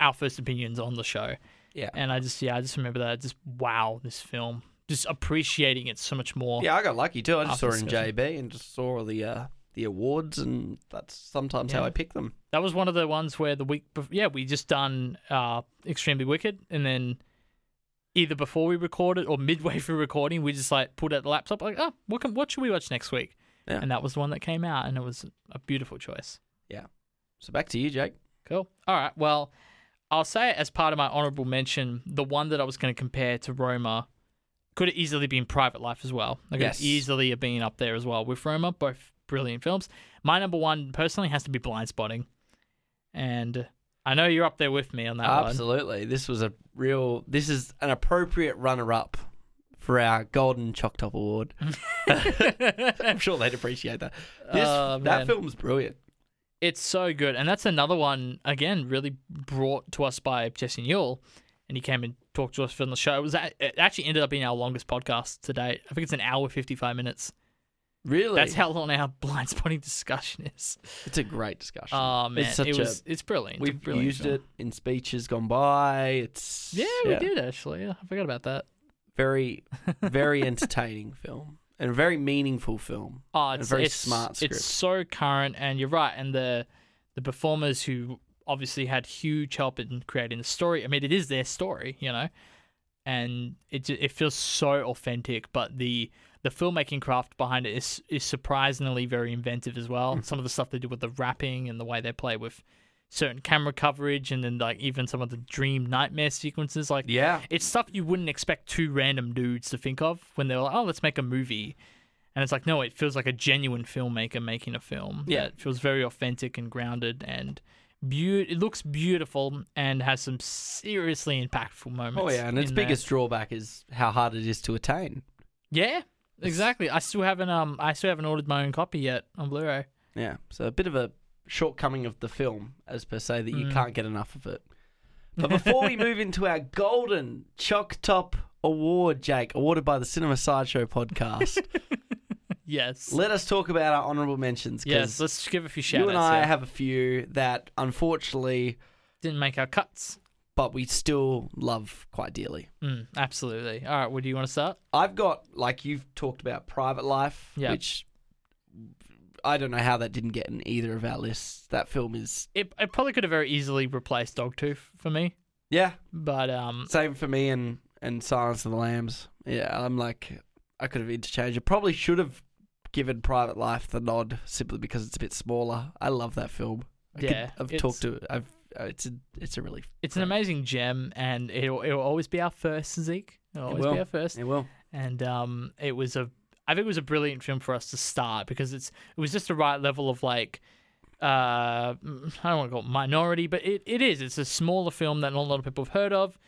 [SPEAKER 2] our first opinions on the show.
[SPEAKER 1] Yeah.
[SPEAKER 2] And I just yeah, I just remember that just wow, this film. Just appreciating it so much more.
[SPEAKER 1] Yeah, I got lucky too. I just
[SPEAKER 2] After
[SPEAKER 1] saw it in
[SPEAKER 2] discussion.
[SPEAKER 1] JB and just saw the uh, the awards, and that's sometimes how
[SPEAKER 2] Yeah.
[SPEAKER 1] I pick them.
[SPEAKER 2] That was one of the ones where the week, bef- yeah, we just done uh, extremely wicked, and then either before we recorded or midway through recording, we just like pulled out the laptop, like, oh, what can, what should we watch next week?
[SPEAKER 1] Yeah.
[SPEAKER 2] And that was the one that came out, and it was a beautiful choice.
[SPEAKER 1] So back to you, Jake.
[SPEAKER 2] Cool. All right. Well, I'll say it as part of my honorable mention, the one that I was going to compare to Roma could have easily been Private Life as well. I could
[SPEAKER 1] Yes.
[SPEAKER 2] have easily have been up there as well with Roma, both brilliant films. My number one personally has to be Blind Spotting. And I know you're up there with me on that one.
[SPEAKER 1] Absolutely. This was a real this is an appropriate runner up for our golden chalk top award. I'm sure they'd appreciate that. This,
[SPEAKER 2] Oh,
[SPEAKER 1] that
[SPEAKER 2] man.
[SPEAKER 1] film's brilliant.
[SPEAKER 2] It's so good. And that's another one, again, really brought to us by Jesse Newell. And he came and talked to us from the show. It, was, a- it actually ended up being our longest podcast to date. I think it's an hour, 55 minutes.
[SPEAKER 1] Really?
[SPEAKER 2] That's how long our blind spotting discussion is.
[SPEAKER 1] it's a great discussion.
[SPEAKER 2] Oh man,
[SPEAKER 1] it's such
[SPEAKER 2] it
[SPEAKER 1] a-
[SPEAKER 2] was it's brilliant. It's a
[SPEAKER 1] Uh, We've
[SPEAKER 2] brilliant
[SPEAKER 1] used
[SPEAKER 2] film.
[SPEAKER 1] it in speeches gone by. It's
[SPEAKER 2] Yeah, we did actually. Yeah, I forgot about that.
[SPEAKER 1] Very very entertaining film. And a very meaningful film.
[SPEAKER 2] Oh,
[SPEAKER 1] And
[SPEAKER 2] it's
[SPEAKER 1] very
[SPEAKER 2] it's,
[SPEAKER 1] smart script.
[SPEAKER 2] It's so current, and you're right. And the the performers who obviously had huge help in creating the story. I mean, it is their story, you know, and it ju- it feels so authentic. But the the filmmaking craft behind it is is surprisingly very inventive as
[SPEAKER 1] Hmm.
[SPEAKER 2] well. Some of the stuff they do with the wrapping and the way they play with certain camera coverage, and then like even some of the dream nightmare sequences, like
[SPEAKER 1] Yeah.
[SPEAKER 2] it's stuff you wouldn't expect two random dudes to think of when they're like, oh, let's make a movie. And it's like, no, it feels like a genuine filmmaker making a film.
[SPEAKER 1] Yeah.
[SPEAKER 2] It feels very authentic and grounded and beau- it looks beautiful and has some seriously impactful moments.
[SPEAKER 1] Oh yeah, and its
[SPEAKER 2] in there.
[SPEAKER 1] biggest drawback is how hard it is to attain.
[SPEAKER 2] Yeah, exactly. I still haven't um I still haven't ordered my own copy yet on Blu-ray.
[SPEAKER 1] Yeah. So a bit of a shortcoming of the film, as per se, that you
[SPEAKER 2] Mm.
[SPEAKER 1] can't get enough of it. But before we move into our golden Chalk Top Award, Jake, awarded by the Cinema Sideshow podcast,
[SPEAKER 2] Yes.
[SPEAKER 1] let us talk about our honorable mentions. 'cause
[SPEAKER 2] yes, let's give a few shout
[SPEAKER 1] you and I
[SPEAKER 2] outs.
[SPEAKER 1] have a few that unfortunately,
[SPEAKER 2] didn't make our cuts.
[SPEAKER 1] but we still love quite dearly.
[SPEAKER 2] Mm, absolutely. All right, what do you want to start?
[SPEAKER 1] I've got, like you've talked about, Private Life,
[SPEAKER 2] Yeah.
[SPEAKER 1] which I don't know how that didn't get in either of our lists. That film is,
[SPEAKER 2] It, it probably could have very easily replaced Dogtooth for me.
[SPEAKER 1] yeah,
[SPEAKER 2] But um,
[SPEAKER 1] Same for me and and Silence of the Lambs. Yeah, I'm like I could have interchanged. I probably should have given Private Life the nod simply because it's a bit smaller. I love that film. I could-
[SPEAKER 2] Yeah,
[SPEAKER 1] I've
[SPEAKER 2] it's-
[SPEAKER 1] talked to. I've uh, it's a it's a really
[SPEAKER 2] it's an amazing gem, and it'll it'll always be our first, Zeke. It'll
[SPEAKER 1] It
[SPEAKER 2] always
[SPEAKER 1] will.
[SPEAKER 2] be our first,
[SPEAKER 1] it will.
[SPEAKER 2] and um, it was a I think it was a brilliant film for us to start because it's it was just the right level of like uh mm, I don't want to call it minority, but it, it is. It's a smaller film that not a lot of people have heard of,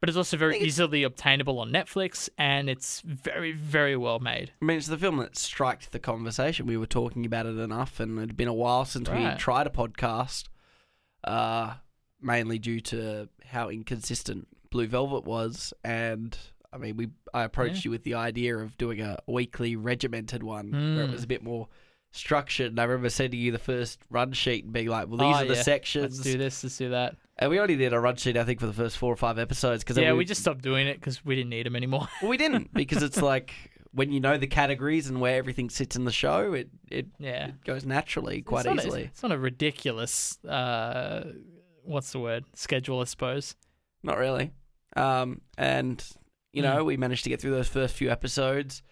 [SPEAKER 2] but it's also very
[SPEAKER 1] think it's-
[SPEAKER 2] easily obtainable on Netflix, and it's very very well made.
[SPEAKER 1] I mean, it's the film that struck the conversation. We were talking about it enough, and it'd been a while since we
[SPEAKER 2] Right.
[SPEAKER 1] tried a podcast, uh, mainly due to how inconsistent Blue Velvet was. And I mean, we I approached
[SPEAKER 2] Yeah.
[SPEAKER 1] you with the idea of doing a weekly regimented one where it
[SPEAKER 2] Mm.
[SPEAKER 1] was a bit more structured. And I remember sending you the first run sheet and being like, well, these
[SPEAKER 2] Oh,
[SPEAKER 1] are the
[SPEAKER 2] yeah. Let's
[SPEAKER 1] sections.
[SPEAKER 2] do this. Let's do that.
[SPEAKER 1] And we only did a run sheet, I think, for the first four or five episodes. Cause then
[SPEAKER 2] yeah, we, just stopped doing it because we didn't need them anymore.
[SPEAKER 1] Well, we didn't because it's like when you know the categories and where everything sits in the show, it, it,
[SPEAKER 2] yeah,
[SPEAKER 1] it goes naturally quite
[SPEAKER 2] it's not a-
[SPEAKER 1] easily.
[SPEAKER 2] it's not a ridiculous. Uh, what's the word? Schedule, I suppose.
[SPEAKER 1] Not really. Um, and you know, we managed to get through those first few episodes,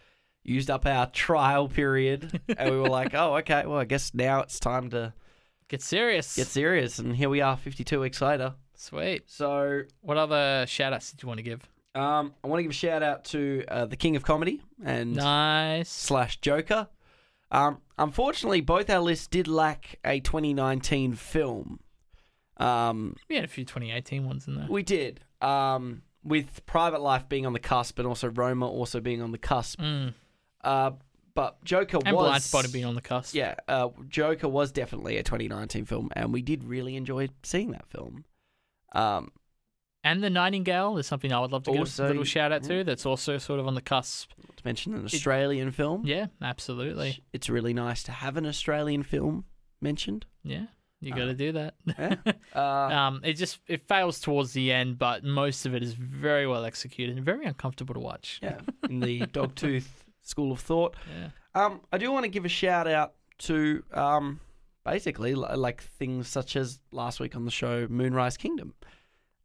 [SPEAKER 1] used up our trial period, and we were like, "Oh, okay. Well, I guess now it's time to
[SPEAKER 2] Get serious.
[SPEAKER 1] get serious." And here we are, 52 weeks later.
[SPEAKER 2] Sweet.
[SPEAKER 1] So,
[SPEAKER 2] What other shout outs did you want to give?
[SPEAKER 1] um, I want to give a shout out to uh, the King of Comedy and
[SPEAKER 2] Nice.
[SPEAKER 1] slash Joker. Um, unfortunately, both our lists did lack a 2019 film. Um,
[SPEAKER 2] We had a few 2018 ones in there.
[SPEAKER 1] We did. Um, with Private Life being on the cusp and also Roma also being on the cusp.
[SPEAKER 2] Mm.
[SPEAKER 1] Uh, but Joker
[SPEAKER 2] And
[SPEAKER 1] was.
[SPEAKER 2] Blind Spot had been on the cusp.
[SPEAKER 1] Yeah, uh, Joker was definitely a 2019 film, and we did really enjoy seeing that film. Um,
[SPEAKER 2] And the Nightingale is something I would love to give
[SPEAKER 1] Also- Mm.
[SPEAKER 2] a little shout out to. That's also sort of on the cusp.
[SPEAKER 1] not to mention an Australian film.
[SPEAKER 2] Yeah, absolutely.
[SPEAKER 1] It's really nice to have an Australian film mentioned.
[SPEAKER 2] Yeah, you
[SPEAKER 1] Uh,
[SPEAKER 2] got to do that.
[SPEAKER 1] Yeah. Uh,
[SPEAKER 2] um, it just it fails towards the end, but most of it is very well executed and very uncomfortable to watch.
[SPEAKER 1] yeah, in the Dogtooth School of Thought.
[SPEAKER 2] Yeah.
[SPEAKER 1] Um, I do want to give a shout out to um, basically li- like things such as last week on the show, Moonrise Kingdom.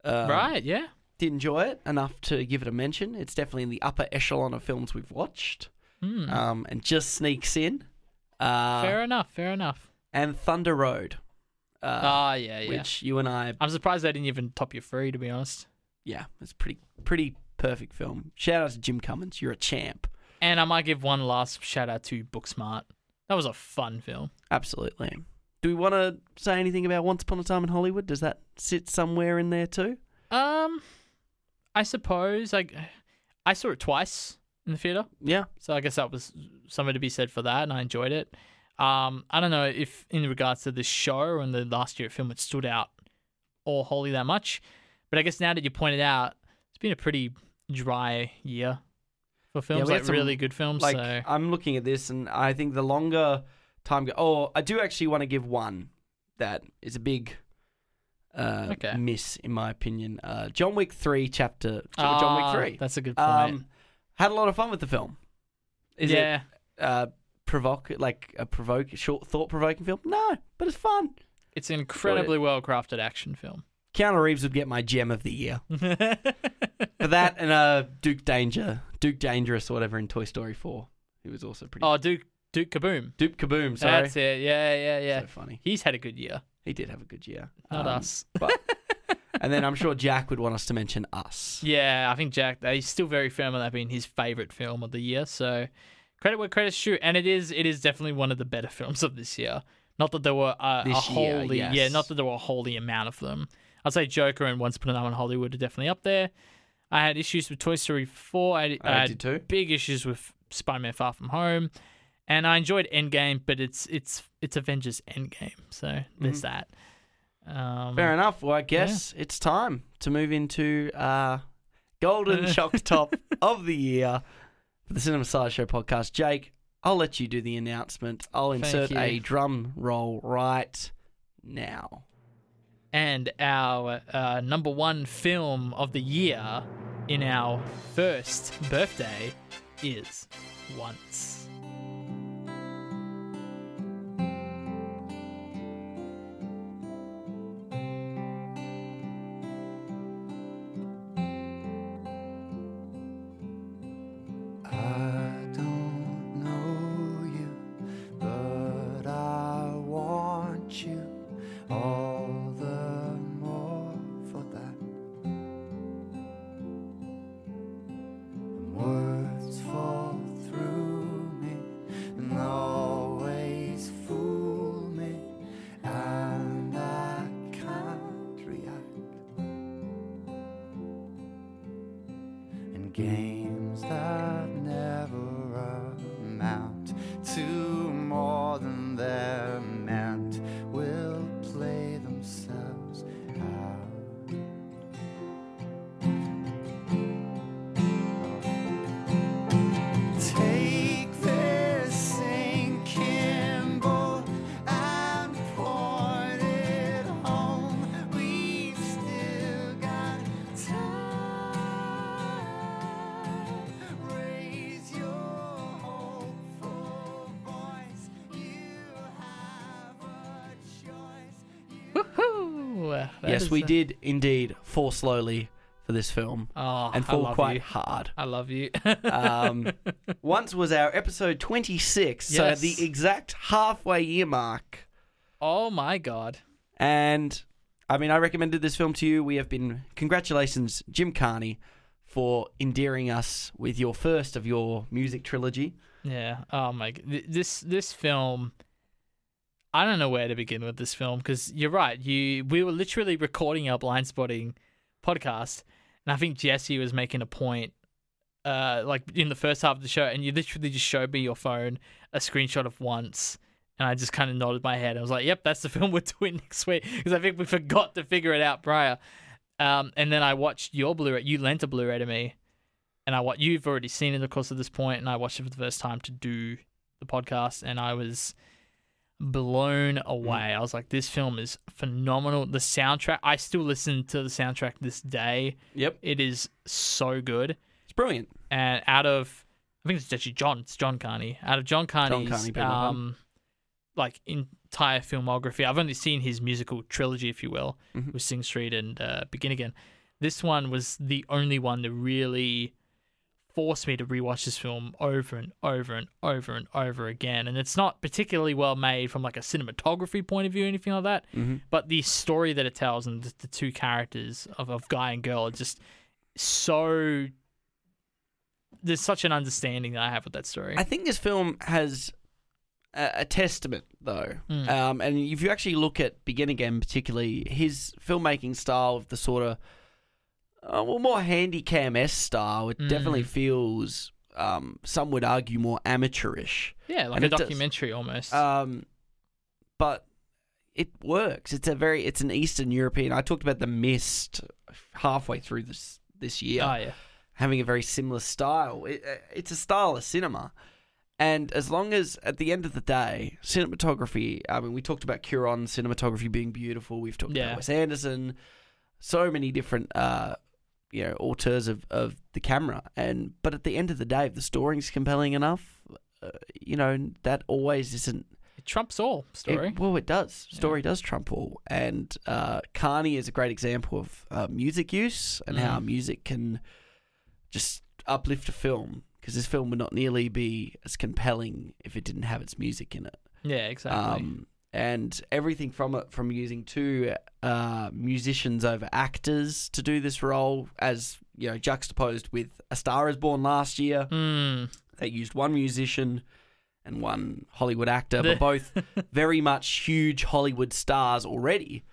[SPEAKER 1] Um,
[SPEAKER 2] right. Yeah.
[SPEAKER 1] Did enjoy it enough to give it a mention. It's definitely in the upper echelon of films we've watched,
[SPEAKER 2] Hmm.
[SPEAKER 1] um, and just sneaks in. Uh,
[SPEAKER 2] fair enough. Fair enough.
[SPEAKER 1] And Thunder Road, uh,
[SPEAKER 2] Ah, yeah, yeah.
[SPEAKER 1] which you and I,
[SPEAKER 2] I'm surprised they didn't even top your three, to be honest.
[SPEAKER 1] yeah, it's pretty pretty perfect film. Shout out to Jim Cummins, you're a champ.
[SPEAKER 2] And I might give one last shout out to Booksmart. That was a fun film.
[SPEAKER 1] Absolutely. Do we want to say anything about Once Upon a Time in Hollywood? Does that sit somewhere in there too?
[SPEAKER 2] Um, I suppose like I saw it twice in the theater,
[SPEAKER 1] Yeah.
[SPEAKER 2] so I guess that was something to be said for that, and I enjoyed it. Um, I don't know if in regards to this show and the last year film, it stood out or wholly that much, but I guess now that you pointed out, it's been a pretty dry year for films,
[SPEAKER 1] we had
[SPEAKER 2] like
[SPEAKER 1] some,
[SPEAKER 2] really good films.
[SPEAKER 1] Like
[SPEAKER 2] so
[SPEAKER 1] I'm looking at this, and I think the longer time. Go- oh, I do actually want to give one that is a big uh,
[SPEAKER 2] Okay.
[SPEAKER 1] miss, in my opinion. Uh, John Wick Three, Chapter
[SPEAKER 2] Ah,
[SPEAKER 1] John Wick Three.
[SPEAKER 2] That's a good point.
[SPEAKER 1] Um, had a lot of fun with the film. Is
[SPEAKER 2] yeah,
[SPEAKER 1] it uh, provoke like a provoke short thought provoking film? No, but it's fun.
[SPEAKER 2] it's an incredibly well crafted action film.
[SPEAKER 1] Keanu Reeves would get my gem of the year for that, and uh, Duke Danger, Duke Dangerous, or whatever in Toy Story Four. He was also pretty.
[SPEAKER 2] oh, Duke Duke Kaboom.
[SPEAKER 1] Duke Kaboom, sorry.
[SPEAKER 2] That's it. Yeah, yeah, yeah.
[SPEAKER 1] So funny.
[SPEAKER 2] He's had a good year.
[SPEAKER 1] He did have a good year.
[SPEAKER 2] Not
[SPEAKER 1] Um,
[SPEAKER 2] us.
[SPEAKER 1] And then I'm sure Jack would want us to mention us.
[SPEAKER 2] Yeah, I think Jack. uh, He's still very firm on that being his favorite film of the year. So credit where credit's due, and it is. It is definitely one of the better films of this year. Not that there were a, a
[SPEAKER 1] This year,
[SPEAKER 2] holy, yeah,
[SPEAKER 1] yes.
[SPEAKER 2] not that there were a holy amount of them. I'd say Joker and Once Upon a Time in Hollywood are definitely up there. I had issues with Toy Story four. I, I Mm. had
[SPEAKER 1] too.
[SPEAKER 2] big issues with Spider-Man: Far From Home, and I enjoyed Endgame, but it's it's it's Avengers Endgame, so there's that. Um,
[SPEAKER 1] Mm-hmm. Fair enough. Well, I guess it's time to move into uh, Golden Shock Top of the Year for the Cinema Sideshow podcast. Jake, I'll let you do the announcement. I'll
[SPEAKER 2] Thank
[SPEAKER 1] insert
[SPEAKER 2] you.
[SPEAKER 1] a drum roll right now.
[SPEAKER 2] and our uh, number one film of the year in our first birthday is Once.
[SPEAKER 3] I don't know you, but I want you all the more for that. And words fall through me and always fool me, and I can't react. and games that never amount to more than they're meant will play themselves out. Take this sinking
[SPEAKER 2] Yeah. that
[SPEAKER 1] yes,
[SPEAKER 2] is
[SPEAKER 1] we
[SPEAKER 2] a-
[SPEAKER 1] did indeed fall slowly for this film
[SPEAKER 2] Oh,
[SPEAKER 1] and
[SPEAKER 2] I
[SPEAKER 1] fall
[SPEAKER 2] love
[SPEAKER 1] quite
[SPEAKER 2] you.
[SPEAKER 1] hard.
[SPEAKER 2] I love you.
[SPEAKER 1] Um, once was our episode 26, so at
[SPEAKER 2] Yes.
[SPEAKER 1] the exact halfway year mark.
[SPEAKER 2] oh my god.
[SPEAKER 1] And I mean, I recommended this film to you. We have been congratulations, Jim Carney, for endearing us with your first of your music trilogy.
[SPEAKER 2] Yeah. Oh my. g- th- This this film. I don't know where to begin with this film because you're right. You we were literally recording our blind spotting podcast, and I think Jesse was making a point, uh, like in the first half of the show, and you literally just showed me your phone a screenshot of once, and I just kind of nodded my head. I was like, "Yep, that's the film we're doing next week," because I think we forgot to figure it out prior. Um, and then I watched your Blu-ray. You lent a Blu-ray to me, and I what you've already seen it of course at this point, and I watched it for the first time to do the podcast, and I was blown away. I was like, this film is phenomenal. The soundtrack, I still listen to the soundtrack this day.
[SPEAKER 1] Yep.
[SPEAKER 2] It is so good.
[SPEAKER 1] It's brilliant.
[SPEAKER 2] And out of, I think it's actually John. It's John Carney. Out of John Carney's
[SPEAKER 1] Carney, Peter Pan.
[SPEAKER 2] um, like entire filmography, I've only seen his musical trilogy, if you will,
[SPEAKER 1] Mhm.
[SPEAKER 2] with Sing Street and uh, Begin Again. This one was the only one that really forced me to rewatch this film over and over and over and over again. And it's not particularly well made from like a cinematography point of view or anything like that, but the story that it tells and the, the two characters of, of guy and girl are just so. There's such an understanding that I have with that story.
[SPEAKER 1] I think this film has a, a testament, though.
[SPEAKER 2] Mm.
[SPEAKER 1] Um, and if you actually look at Begin Again, particularly his filmmaking style of the sort of uh, well, more handy cam s style, it
[SPEAKER 2] Mm.
[SPEAKER 1] definitely feels. Um, some would argue more amateurish.
[SPEAKER 2] yeah, like
[SPEAKER 1] and
[SPEAKER 2] a
[SPEAKER 1] it does-
[SPEAKER 2] documentary almost.
[SPEAKER 1] Um, but it works. It's a very it's an Eastern European. I talked about the mist halfway through this this year
[SPEAKER 2] Oh, yeah.
[SPEAKER 1] having a very similar style. It, uh, it's a style of cinema. And as long as, at the end of the day, cinematography, I mean, we talked about Curon cinematography being beautiful. We've talked
[SPEAKER 2] Yeah.
[SPEAKER 1] about Wes Anderson, so many different, uh, you know, auteurs of, of the camera. And But at the end of the day, if the story's compelling enough, uh, you know, that always isn't
[SPEAKER 2] It trumps all
[SPEAKER 1] it-
[SPEAKER 2] story.
[SPEAKER 1] well, it does.
[SPEAKER 2] Yeah.
[SPEAKER 1] Story does trump all. And uh, Carney is a great example of uh, music use and how
[SPEAKER 2] Mhm.
[SPEAKER 1] music can just uplift a film. Because this film would not nearly be as compelling if it didn't have its music in it.
[SPEAKER 2] yeah, exactly.
[SPEAKER 1] Um, and everything from it, from using two uh, musicians over actors to do this role, as you know, juxtaposed with A Star Is Born last year,
[SPEAKER 2] Mm.
[SPEAKER 1] they used one musician and one Hollywood actor,
[SPEAKER 2] The-
[SPEAKER 1] but both very much huge Hollywood stars already.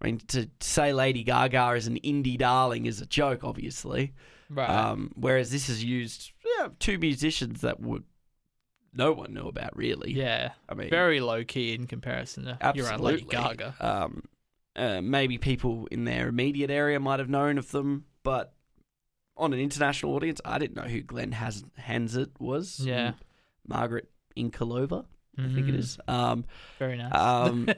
[SPEAKER 1] I mean, to say Lady Gaga is an indie darling is a joke, obviously.
[SPEAKER 2] Right.
[SPEAKER 1] Um, whereas this is used yeah, two musicians that would no one knew about really.
[SPEAKER 2] yeah.
[SPEAKER 1] I mean,
[SPEAKER 2] Very low key in comparison to
[SPEAKER 1] absolutely.
[SPEAKER 2] your Lady Gaga.
[SPEAKER 1] Um, uh, maybe people in their immediate area might have known of them, but on an international audience, I didn't know who Glenn Has- Hansard was.
[SPEAKER 2] Yeah.
[SPEAKER 1] and Margaret Inkalova, I think it
[SPEAKER 2] Mhm.
[SPEAKER 1] is. Um,
[SPEAKER 2] Very nice.
[SPEAKER 1] um,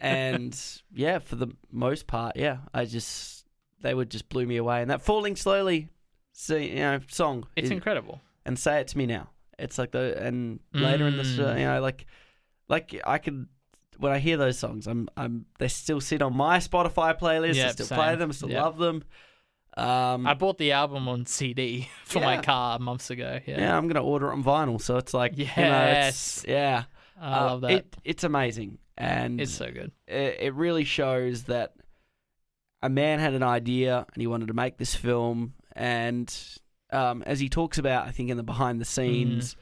[SPEAKER 1] and yeah, for the most part, yeah, I just they would just blew me away. And that falling slowly, see, you know, song,
[SPEAKER 2] it's
[SPEAKER 1] is-
[SPEAKER 2] incredible.
[SPEAKER 1] and say it to me now. It's like the and later in the show,
[SPEAKER 2] Mm.
[SPEAKER 1] you know, like like I can when I hear those songs, I'm I'm they still sit on my Spotify playlist. I
[SPEAKER 2] Yep,
[SPEAKER 1] still
[SPEAKER 2] same.
[SPEAKER 1] play them, I still
[SPEAKER 2] Yep.
[SPEAKER 1] love them. Um,
[SPEAKER 2] I bought the album on CD for my
[SPEAKER 1] Yeah.
[SPEAKER 2] car months ago. Yeah.
[SPEAKER 1] yeah, I'm gonna order it on vinyl, so it's like you know,
[SPEAKER 2] Yes.
[SPEAKER 1] it's, yeah,
[SPEAKER 2] I
[SPEAKER 1] Uh,
[SPEAKER 2] love that.
[SPEAKER 1] It, it's amazing, and
[SPEAKER 2] it's so good.
[SPEAKER 1] it, it really shows that a man had an idea and he wanted to make this film. And um, as he talks about, I think in the behind the scenes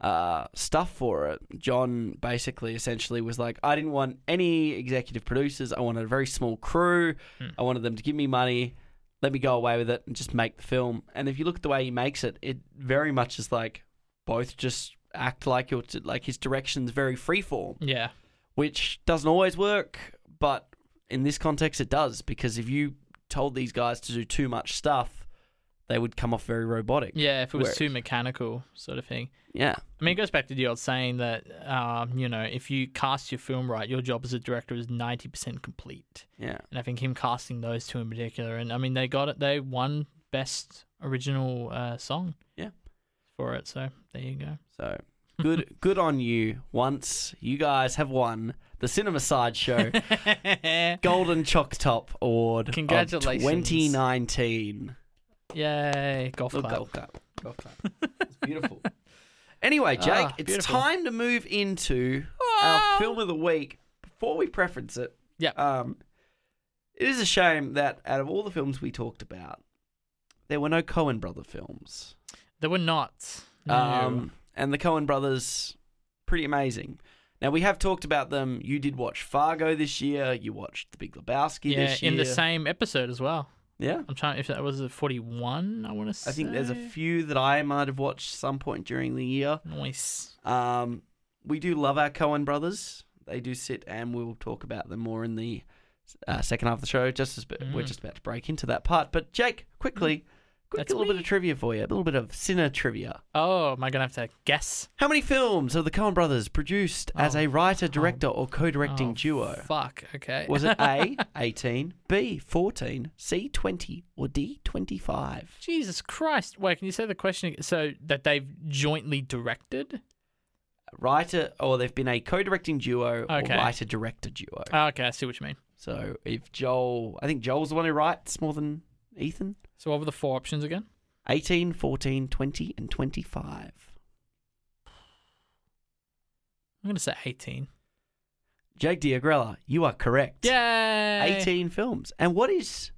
[SPEAKER 1] uh, stuff for it, John basically essentially was like, I didn't want any executive producers. I wanted a very small crew.
[SPEAKER 2] Hmm.
[SPEAKER 1] I wanted them to give me money. Let me go away with it and just make the film. And if you look at the way he makes it, it very much is like both just act like your like his direction's very freeform
[SPEAKER 2] Yeah.
[SPEAKER 1] which doesn't always work, but in this context it does because if you told these guys to do too much stuff, they would come off very robotic.
[SPEAKER 2] Yeah. If it was
[SPEAKER 1] Whereas-
[SPEAKER 2] too mechanical, sort of thing.
[SPEAKER 1] Yeah.
[SPEAKER 2] I mean, it goes back to the old saying that, um, you know, if you cast your film right, your job as a director is 90% complete.
[SPEAKER 1] Yeah.
[SPEAKER 2] And I think him casting those two in particular, and I mean, they got it. They won Best Original uh, Song.
[SPEAKER 1] Yeah.
[SPEAKER 2] For it. So there you go.
[SPEAKER 1] So good good on you. Once you guys have won the Cinema Sideshow Golden Choc Top Award of
[SPEAKER 2] Congratulations.
[SPEAKER 1] 2019.
[SPEAKER 2] Yay, golf
[SPEAKER 1] Look,
[SPEAKER 2] club.
[SPEAKER 1] golf clap. Golf clap. It's beautiful. Anyway, Jake,
[SPEAKER 2] Ah,
[SPEAKER 1] it's
[SPEAKER 2] beautiful.
[SPEAKER 1] time to move into
[SPEAKER 2] Wow.
[SPEAKER 1] our Uh, film of the week. Before we preference it,
[SPEAKER 2] Um, Yep.
[SPEAKER 1] um, it is a shame that out of all the films we talked about, there were no Cohen brother films.
[SPEAKER 2] They were not. No.
[SPEAKER 1] Um, and the Cohen brothers, pretty amazing. Now we have talked about them. You did watch Fargo this year. You watched The Big Lebowski
[SPEAKER 2] yeah,
[SPEAKER 1] this year.
[SPEAKER 2] in the same episode as well.
[SPEAKER 1] yeah.
[SPEAKER 2] I'm trying if that was a 41. I want to say.
[SPEAKER 1] I think there's a few that I might have watched some point during the year.
[SPEAKER 2] Nice.
[SPEAKER 1] Um, we do love our Cohen brothers. They do sit, and we'll talk about them more in the uh, second half of the show. Just as we're
[SPEAKER 2] Mm.
[SPEAKER 1] just about to break into that part, but Jake, quickly, quick
[SPEAKER 2] That's
[SPEAKER 1] a little bit
[SPEAKER 2] me.
[SPEAKER 1] of trivia for you, a little bit of cinema trivia.
[SPEAKER 2] Oh, am I gonna have to guess?
[SPEAKER 1] How many films have the Cohen brothers produced as
[SPEAKER 2] Oh,
[SPEAKER 1] a writer, director, or co-directing
[SPEAKER 2] Oh,
[SPEAKER 1] duo?
[SPEAKER 2] Fuck. Okay.
[SPEAKER 1] Was it A eighteen, B fourteen, C twenty, or D twenty five?
[SPEAKER 2] Jesus Christ. Wait, can you say the question? ag- So that they've jointly directed?
[SPEAKER 1] Writer, or they've been a co-directing duo
[SPEAKER 2] Okay.
[SPEAKER 1] or writer-director duo.
[SPEAKER 2] Oh, okay, I see what you mean.
[SPEAKER 1] So if Joel, I think Joel's the one who writes more than Ethan.
[SPEAKER 2] So what were the four options again?
[SPEAKER 1] 18, 14, 20, and 25.
[SPEAKER 2] I'm gonna say 18.
[SPEAKER 1] Jake Diagrella, you are correct.
[SPEAKER 2] Yay!
[SPEAKER 1] 18 films. And what is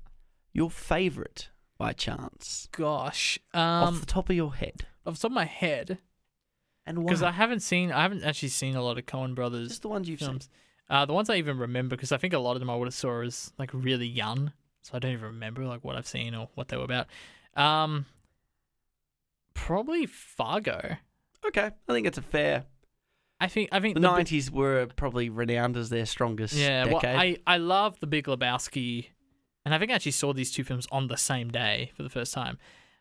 [SPEAKER 1] your favorite by chance?
[SPEAKER 2] Gosh. Um,
[SPEAKER 1] off the top of your head.
[SPEAKER 2] off the top of my head,
[SPEAKER 1] And why?
[SPEAKER 2] because I haven't seen, I haven't actually seen a lot of Coen Brothers
[SPEAKER 1] Just the ones you've seen.
[SPEAKER 2] films. Uh, the ones I even remember, because I think a lot of them I would have saw as like really young, so I don't even remember like what I've seen or what they were about. Um, probably Fargo.
[SPEAKER 1] Okay, I think it's a fair.
[SPEAKER 2] I think I think
[SPEAKER 1] The
[SPEAKER 2] the big-
[SPEAKER 1] 90s were probably renowned as their strongest
[SPEAKER 2] Yeah,
[SPEAKER 1] decade.
[SPEAKER 2] well, I I love the Big Lebowski, and I think I actually saw these two films on the same day for the first time.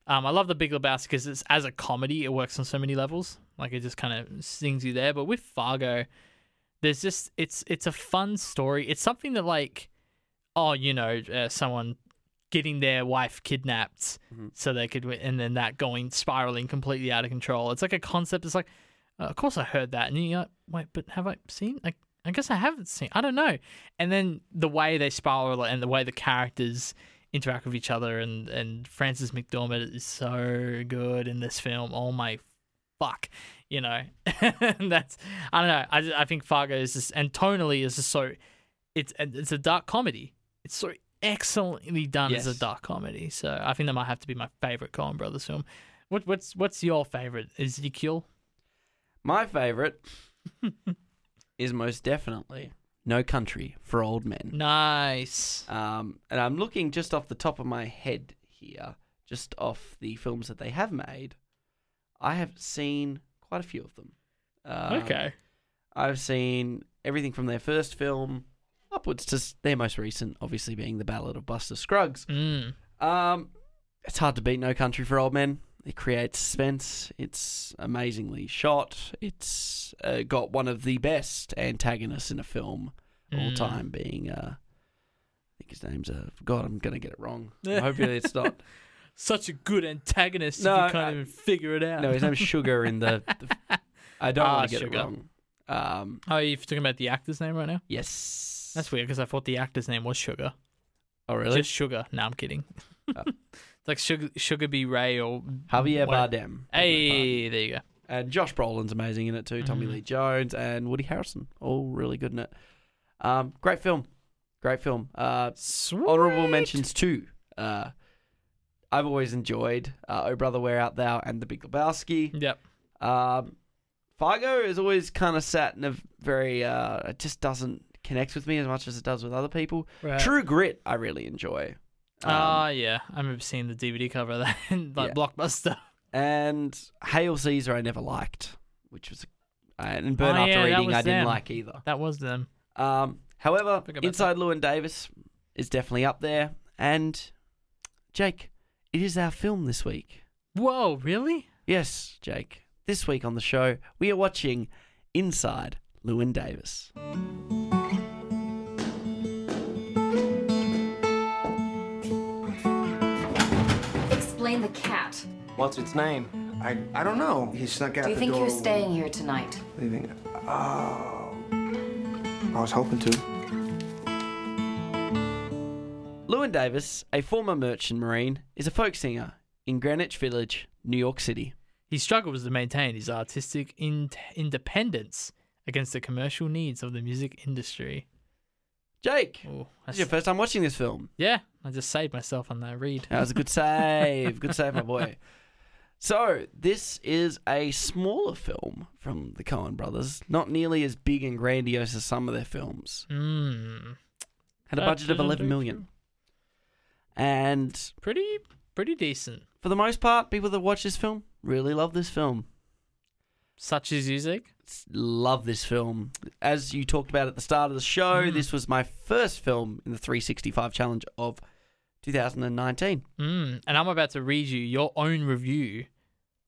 [SPEAKER 2] Um, I love the Big Lebowski because it's as a comedy, it works on so many levels. Like it just kind of stings you there. But with Fargo, there's just it's it's a fun story. It's something that like, oh, you know, uh, someone getting their wife kidnapped so they could, wi- and then that going spiraling completely out of control. It's like a concept. It's like, uh, of course I heard that, and you're like, wait, but have I seen? Like, I guess I haven't seen. I don't know. And then the way they spiral and the way the characters interact with each other, and and Francis McDormand is so good in this film. Oh my fuck, you know. And that's I don't know. I just- I think Fargo is just and tonally is just so. It's it's a dark comedy. It's so excellently done as
[SPEAKER 1] Yes.
[SPEAKER 2] a dark comedy. So I think that might have to be my favorite Coen Brothers film. What what's what's your favorite? Ezekiel?
[SPEAKER 1] My favorite is most definitely No Country for Old Men.
[SPEAKER 2] Nice.
[SPEAKER 1] Um, and I'm looking just off the top of my head here, just off the films that they have made. I have seen quite a few of them. Um,
[SPEAKER 2] okay.
[SPEAKER 1] I've seen everything from their first film upwards to s- their most recent, obviously being The Ballad of Buster Scruggs.
[SPEAKER 2] Mm.
[SPEAKER 1] Um, it's hard to beat No Country for Old Men. It creates suspense. It's amazingly shot. It's uh, got one of the best antagonists in a film all
[SPEAKER 2] Mm.
[SPEAKER 1] time, being uh, I think his name's uh, God. I'm gonna get it wrong. I'm hoping it's not.
[SPEAKER 2] Such a good antagonist
[SPEAKER 1] No,
[SPEAKER 2] if you can't
[SPEAKER 1] I-
[SPEAKER 2] even figure it out.
[SPEAKER 1] No, his name's Sugar in the. the I don't
[SPEAKER 2] Ah,
[SPEAKER 1] want to get
[SPEAKER 2] Sugar.
[SPEAKER 1] it wrong. Um,
[SPEAKER 2] Oh, you're talking about the actor's name right now?
[SPEAKER 1] yes.
[SPEAKER 2] That's weird because I thought the actor's name was Sugar.
[SPEAKER 1] Oh really?
[SPEAKER 2] Just Sugar. No, I'm kidding.
[SPEAKER 1] Oh.
[SPEAKER 2] like Sugar, Sugar B. Ray or.
[SPEAKER 1] Javier
[SPEAKER 2] what-
[SPEAKER 1] Bardem.
[SPEAKER 2] Hey, there you go.
[SPEAKER 1] And Josh Brolin's amazing in it too. Tommy
[SPEAKER 2] Mhm.
[SPEAKER 1] Lee Jones and Woody Harrison, all really good in it. Um, great film, great film. Uh,
[SPEAKER 2] Sweet.
[SPEAKER 1] honorable mentions too. Uh, I've always enjoyed uh, Oh Brother Where Art Thou and The Big Lebowski.
[SPEAKER 2] Yep.
[SPEAKER 1] Um, Fargo has always kind of sat in a very, uh, it just doesn't connect with me as much as it does with other people.
[SPEAKER 2] Right.
[SPEAKER 1] True Grit, I really enjoy. Um,
[SPEAKER 2] Ah, yeah. I remember seeing the DVD cover of that in like
[SPEAKER 1] Yeah.
[SPEAKER 2] Blockbuster.
[SPEAKER 1] and Hail Caesar, I never liked, which was, and Burn
[SPEAKER 2] Oh,
[SPEAKER 1] After
[SPEAKER 2] yeah, that
[SPEAKER 1] Reading,
[SPEAKER 2] was
[SPEAKER 1] I didn't
[SPEAKER 2] them.
[SPEAKER 1] like either.
[SPEAKER 2] That was them.
[SPEAKER 1] Um, however,
[SPEAKER 2] Think about
[SPEAKER 1] Inside Llewyn Davis is definitely up there. And Jake, it is our film this week.
[SPEAKER 2] Whoa, really?
[SPEAKER 1] Yes, Jake. This week on the show, we are watching Inside Llewyn Davis.
[SPEAKER 4] Explain the cat.
[SPEAKER 5] What's its name?
[SPEAKER 6] I, I don't know. He snuck out
[SPEAKER 4] Do you
[SPEAKER 6] the
[SPEAKER 4] think
[SPEAKER 6] door.
[SPEAKER 4] you're staying here tonight?
[SPEAKER 6] Leaving. Oh.
[SPEAKER 5] I was hoping to.
[SPEAKER 1] Lewin Davis, a former merchant marine, is a folk singer in Greenwich Village, New York City.
[SPEAKER 2] He struggles to maintain his artistic in- independence against the commercial needs of the music industry.
[SPEAKER 1] Jake,
[SPEAKER 2] Oh,
[SPEAKER 1] this is your first time watching this film.
[SPEAKER 2] yeah, I just saved myself on that read.
[SPEAKER 1] That was a good save. good save, my boy. So, this is a smaller film from the Coen brothers, not nearly as big and grandiose as some of their films.
[SPEAKER 2] Mm.
[SPEAKER 1] Had a
[SPEAKER 2] That
[SPEAKER 1] budget of
[SPEAKER 2] doesn't
[SPEAKER 1] 11
[SPEAKER 2] do
[SPEAKER 1] million. And
[SPEAKER 2] Pretty, pretty decent.
[SPEAKER 1] for the most part, people that watch this film really love this film.
[SPEAKER 2] Such as music.
[SPEAKER 1] S- Love this film. As you talked about at the start of the show,
[SPEAKER 2] Mm.
[SPEAKER 1] this was my first film in the 365 challenge of 2019.
[SPEAKER 2] Mm. And I'm about to read you your own review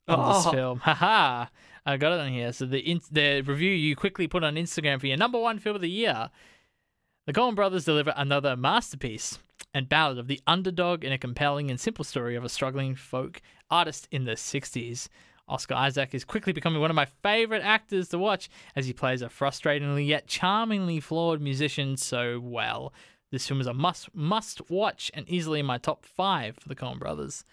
[SPEAKER 2] of this
[SPEAKER 1] Oh.
[SPEAKER 2] film. Haha. I got it on here. So the in- the review you quickly put on Instagram for your number one film of the year. The Coen brothers deliver another masterpiece and ballad of the underdog in a compelling and simple story of a struggling folk artist in the 60s. Oscar Isaac is quickly becoming one of my favorite actors to watch as he plays a frustratingly yet charmingly flawed musician so well. This film is a must must watch and easily in my top five for the Coen brothers.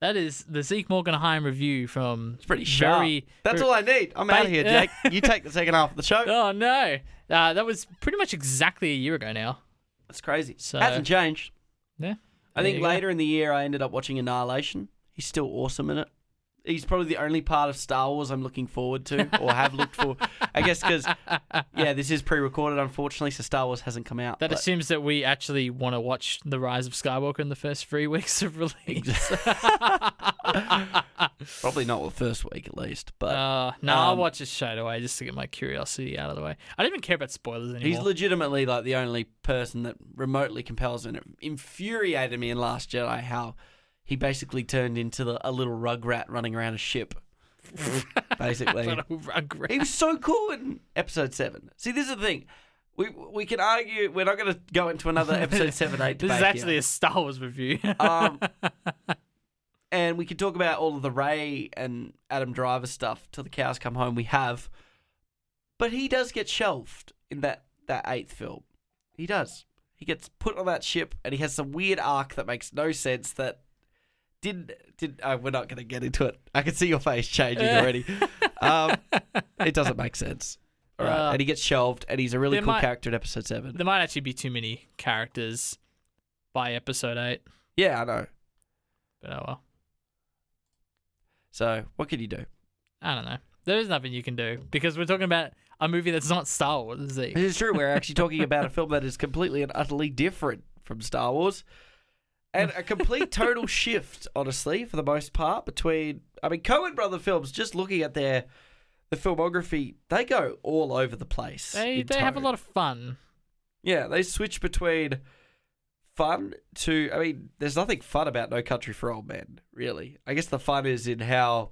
[SPEAKER 2] That is the Zeke Morgenheim review from
[SPEAKER 1] It's pretty sharp.
[SPEAKER 2] Very,
[SPEAKER 1] That's
[SPEAKER 2] very-
[SPEAKER 1] all I need. I'm out of here, Jake. you take the second half of the show.
[SPEAKER 2] Oh no, uh, that was pretty much exactly a year ago now.
[SPEAKER 1] That's crazy.
[SPEAKER 2] So-
[SPEAKER 1] Hasn't changed.
[SPEAKER 2] Yeah,
[SPEAKER 1] I
[SPEAKER 2] There
[SPEAKER 1] think
[SPEAKER 2] you go.
[SPEAKER 1] later in the year I ended up watching Annihilation. He's still awesome in it. He's probably the only part of Star Wars I'm looking forward to or have looked for. I guess because, yeah, this is pre recorded, unfortunately, so Star Wars hasn't come out.
[SPEAKER 2] That
[SPEAKER 1] but-
[SPEAKER 2] assumes that we actually want to watch The Rise of Skywalker in the first three weeks of release.
[SPEAKER 1] probably not the first week at least. But
[SPEAKER 2] Uh, no, I'll
[SPEAKER 1] Um,
[SPEAKER 2] watch it straight away just to get my curiosity out of the way. I don't even care about spoilers anymore.
[SPEAKER 1] he's legitimately like the only person that remotely compels me. And it infuriated me in Last Jedi how he basically turned into the, a little rug rat running around a ship. basically. He was so cool in episode seven. See, this is the thing. We we can argue. We're not going to go into another episode seven eight
[SPEAKER 2] this
[SPEAKER 1] debate.
[SPEAKER 2] is actually
[SPEAKER 1] here.
[SPEAKER 2] a Star Wars review.
[SPEAKER 1] Um, and we can talk about all of the Ray and Adam Driver stuff till the cows come home. We have, but he does get shelved in that that eighth film. He does. He gets put on that ship, and he has some weird arc that makes no sense. That did did. Oh, we're not going to get into it. I can see your face changing already. um, it doesn't make sense. All right,
[SPEAKER 2] Uh,
[SPEAKER 1] and he gets shelved, and he's a really
[SPEAKER 2] there
[SPEAKER 1] cool
[SPEAKER 2] might-
[SPEAKER 1] character in episode seven.
[SPEAKER 2] there might actually be too many characters by episode eight,
[SPEAKER 1] yeah, I know.
[SPEAKER 2] but oh well.
[SPEAKER 1] So what can you do?
[SPEAKER 2] I don't know. There is nothing you can do because we're talking about a movie that's not Star Wars. Z.
[SPEAKER 1] It is true. We're actually talking about a film that is completely and utterly different from Star Wars. And a complete total shift, honestly, for the most part, between I mean Cohen brother films, just looking at their the filmography, they go all over the place.
[SPEAKER 2] They
[SPEAKER 1] in
[SPEAKER 2] they have a
[SPEAKER 1] tone.
[SPEAKER 2] lot of fun.
[SPEAKER 1] Yeah, they switch between fun to I mean, there's nothing fun about No Country for Old Men, really. I guess the fun is in how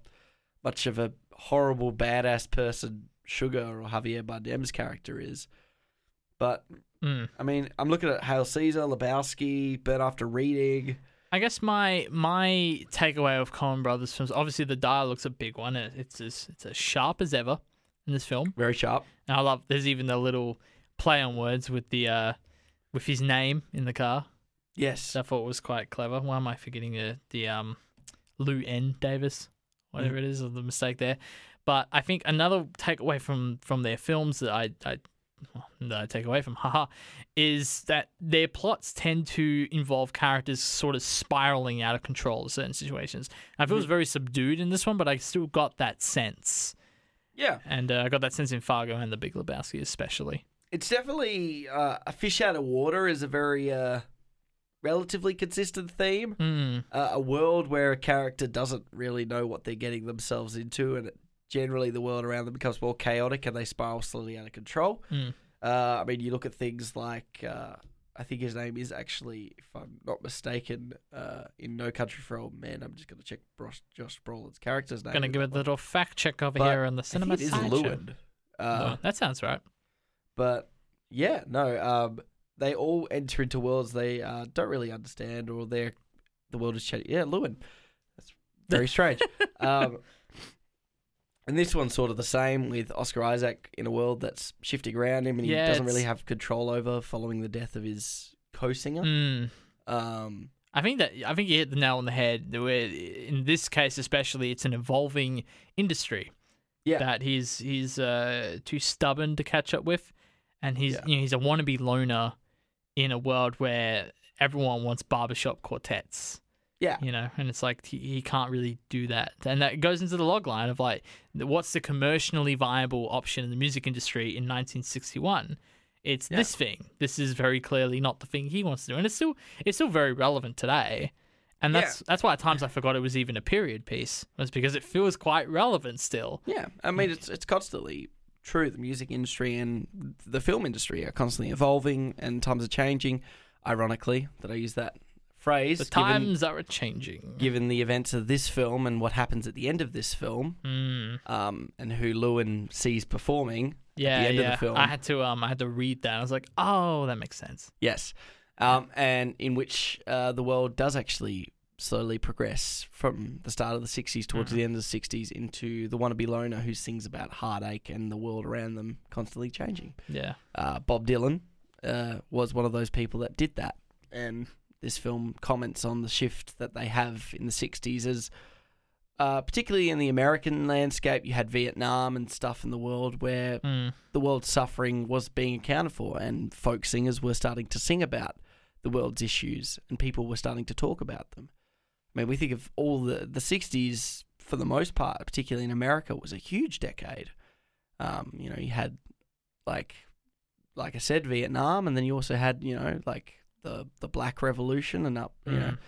[SPEAKER 1] much of a horrible badass person Sugar or Javier Bardem's character is. But
[SPEAKER 2] Mm.
[SPEAKER 1] I mean, I'm looking at Hail Caesar, Lebowski, Burn After Reading.
[SPEAKER 2] I guess my my takeaway of Coen Brothers films, obviously the dialogue's a big one. It- It's as it's as sharp as ever in this film.
[SPEAKER 1] Very sharp.
[SPEAKER 2] And I love there's even the little play on words with the uh with his name in the car.
[SPEAKER 1] Yes.
[SPEAKER 2] which I thought was quite clever. Why am I forgetting the the um Lou N Davis,
[SPEAKER 1] Mm.
[SPEAKER 2] whatever it is, or the mistake there. But I think another takeaway from from their films that I I well, that I take away from haha is that their plots tend to involve characters sort of spiraling out of control in certain situations. I
[SPEAKER 1] Mm.
[SPEAKER 2] feel it was very subdued in this one, but I still got that sense,
[SPEAKER 1] Yeah.
[SPEAKER 2] and uh, I got that sense in Fargo and The Big Lebowski especially.
[SPEAKER 1] It's definitely uh, a fish out of water is a very uh, relatively consistent theme.
[SPEAKER 2] Mm,
[SPEAKER 1] uh, a world where a character doesn't really know what they're getting themselves into, and it, generally the world around them becomes more chaotic and they spiral slowly out of control.
[SPEAKER 2] mm.
[SPEAKER 1] Uh, I mean, you look at things like uh, I think his name is actually, if I'm not mistaken, uh, in No Country for Old Men. I'm just going to check Bros- Josh Brolin's character's name.
[SPEAKER 2] Gonna give a little fact check over here on the
[SPEAKER 1] I
[SPEAKER 2] cinema.
[SPEAKER 1] think it is
[SPEAKER 2] Sideshow.
[SPEAKER 1] Lewin. Uh,
[SPEAKER 2] No, that sounds right.
[SPEAKER 1] But yeah, no, um, they all enter into worlds they uh, don't really understand, or they're the world is changing. Yeah, Lewin, that's very strange. um, And this one's sort of the same with Oscar Isaac in a world that's shifting around him and he
[SPEAKER 2] Yeah,
[SPEAKER 1] doesn't
[SPEAKER 2] it's-
[SPEAKER 1] really have control over following the death of his co singer.
[SPEAKER 2] Mm.
[SPEAKER 1] Um,
[SPEAKER 2] I think that I think you hit the nail on the head. Where in this case, especially, it's an evolving industry.
[SPEAKER 1] Yeah.
[SPEAKER 2] That he's he's uh, too stubborn to catch up with, and he's
[SPEAKER 1] Yeah.
[SPEAKER 2] you know he's a wannabe loner in a world where everyone wants barbershop quartets.
[SPEAKER 1] Yeah.
[SPEAKER 2] You know, and it's like he, he can't really do that, and that goes into the log line of like, what's the commercially viable option in the music industry in 1961? it's
[SPEAKER 1] Yeah.
[SPEAKER 2] this thing. This is very clearly not the thing he wants to do, and it's still it's still very relevant today. And
[SPEAKER 1] Yeah.
[SPEAKER 2] that's that's why at times I forgot it was even a period piece was because it feels quite relevant still.
[SPEAKER 1] Yeah, I mean it's it's constantly true. The music industry and the film industry are constantly evolving, and times are changing. Ironically, that I use that phrase.
[SPEAKER 2] The
[SPEAKER 1] given,
[SPEAKER 2] times are changing.
[SPEAKER 1] given the events of this film and what happens at the end of this film,
[SPEAKER 2] Mm.
[SPEAKER 1] um, and who Lewin sees performing.
[SPEAKER 2] Yeah,
[SPEAKER 1] end of the
[SPEAKER 2] yeah.
[SPEAKER 1] film.
[SPEAKER 2] I had to um I had to read that. I was like, oh, that makes sense.
[SPEAKER 1] Yes, um, and in which uh, the world does actually slowly progress from the start of the 60s towards the end of the 60s into the wannabe loner who sings about heartache and the world around them constantly changing.
[SPEAKER 2] Yeah,
[SPEAKER 1] uh, Bob Dylan uh, was one of those people that did that. And this film comments on the shift that they have in the 60s as. Uh, particularly in the American landscape, you had Vietnam and stuff in the world where
[SPEAKER 2] mm.
[SPEAKER 1] the world's suffering was being accounted for, and folk singers were starting to sing about the world's issues, and people were starting to talk about them. I mean, we think of all the the '60s for the most part, particularly in America, was a huge decade. Um, you know, you had like, like I said, Vietnam, and then you also had you know like the the Black Revolution and up, you know,
[SPEAKER 2] Mm.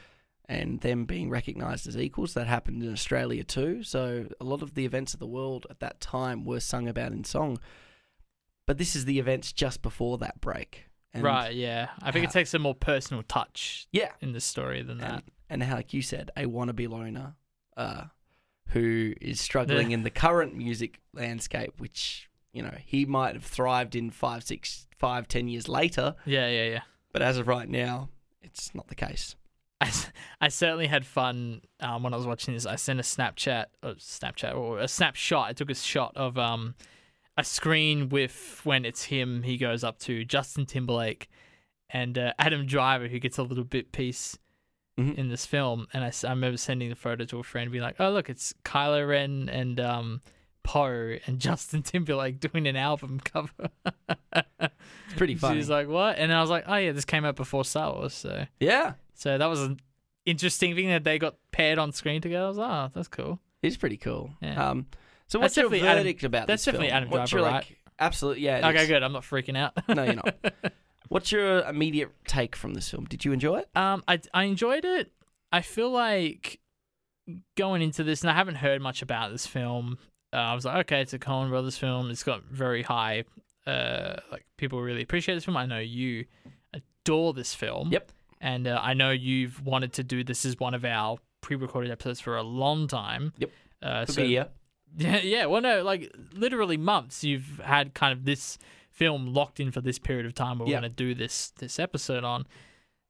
[SPEAKER 1] and them being recognised as equals. That happened in Australia too. So a lot of the events of the world at that time were sung about in song. But this is the events just before that break. And,
[SPEAKER 2] right. Yeah, I think it
[SPEAKER 1] how-
[SPEAKER 2] takes a more personal touch
[SPEAKER 1] Yeah.
[SPEAKER 2] in the story
[SPEAKER 1] And,
[SPEAKER 2] than that.
[SPEAKER 1] and how, like you said, a wannabe loner uh, who is struggling in the current music landscape, which, you know, he might have thrived in five, six, five, ten years later.
[SPEAKER 2] Yeah, yeah, yeah.
[SPEAKER 1] But as of right now, it's not the case.
[SPEAKER 2] I, s- I certainly had fun um, when I was watching this. I sent a Snapchat, or Snapchat, or a snapshot. I took a shot of um, a screen with when it's him. He goes up to Justin Timberlake and uh, Adam Driver, who gets a little bit piece
[SPEAKER 1] Mhm.
[SPEAKER 2] in this film. And I, s- I remember sending the photo to a friend, being like, "Oh look, it's Kylo Ren and um, Poe and Justin Timberlake doing an album cover."
[SPEAKER 1] It's pretty funny.
[SPEAKER 2] She's like, "What?" And I was like, "Oh yeah, this came out before Star Wars, so."
[SPEAKER 1] yeah,
[SPEAKER 2] So that was an interesting thing that they got paired on screen together. I was like, oh, that's cool.
[SPEAKER 1] it's pretty cool.
[SPEAKER 2] Yeah.
[SPEAKER 1] Um, so
[SPEAKER 2] That's
[SPEAKER 1] what's your
[SPEAKER 2] definitely Adam-
[SPEAKER 1] verdict about
[SPEAKER 2] that's
[SPEAKER 1] this
[SPEAKER 2] definitely
[SPEAKER 1] film?
[SPEAKER 2] Adam
[SPEAKER 1] What's
[SPEAKER 2] Driver,
[SPEAKER 1] your, Like, absolutely, yeah. it
[SPEAKER 2] okay,
[SPEAKER 1] is.
[SPEAKER 2] good. I'm not freaking out.
[SPEAKER 1] No, you're not. What's your immediate take from this film? Did you enjoy it?
[SPEAKER 2] um, I I enjoyed it. I feel like going into this, and I haven't heard much about this film. Uh, I was like, okay, it's a Coen Brothers film. It's got very high, uh, like people really appreciate this film. I know you adore this film.
[SPEAKER 1] Yep.
[SPEAKER 2] And uh, I know you've wanted to do this as one of our pre-recorded episodes for a long time.
[SPEAKER 1] Yep.
[SPEAKER 2] Uh,
[SPEAKER 1] Took
[SPEAKER 2] so
[SPEAKER 1] a year.
[SPEAKER 2] Yeah, yeah. Well, no, like literally months. You've had kind of this film locked in for this period of time. We're
[SPEAKER 1] Yeah.
[SPEAKER 2] going to do this this episode on.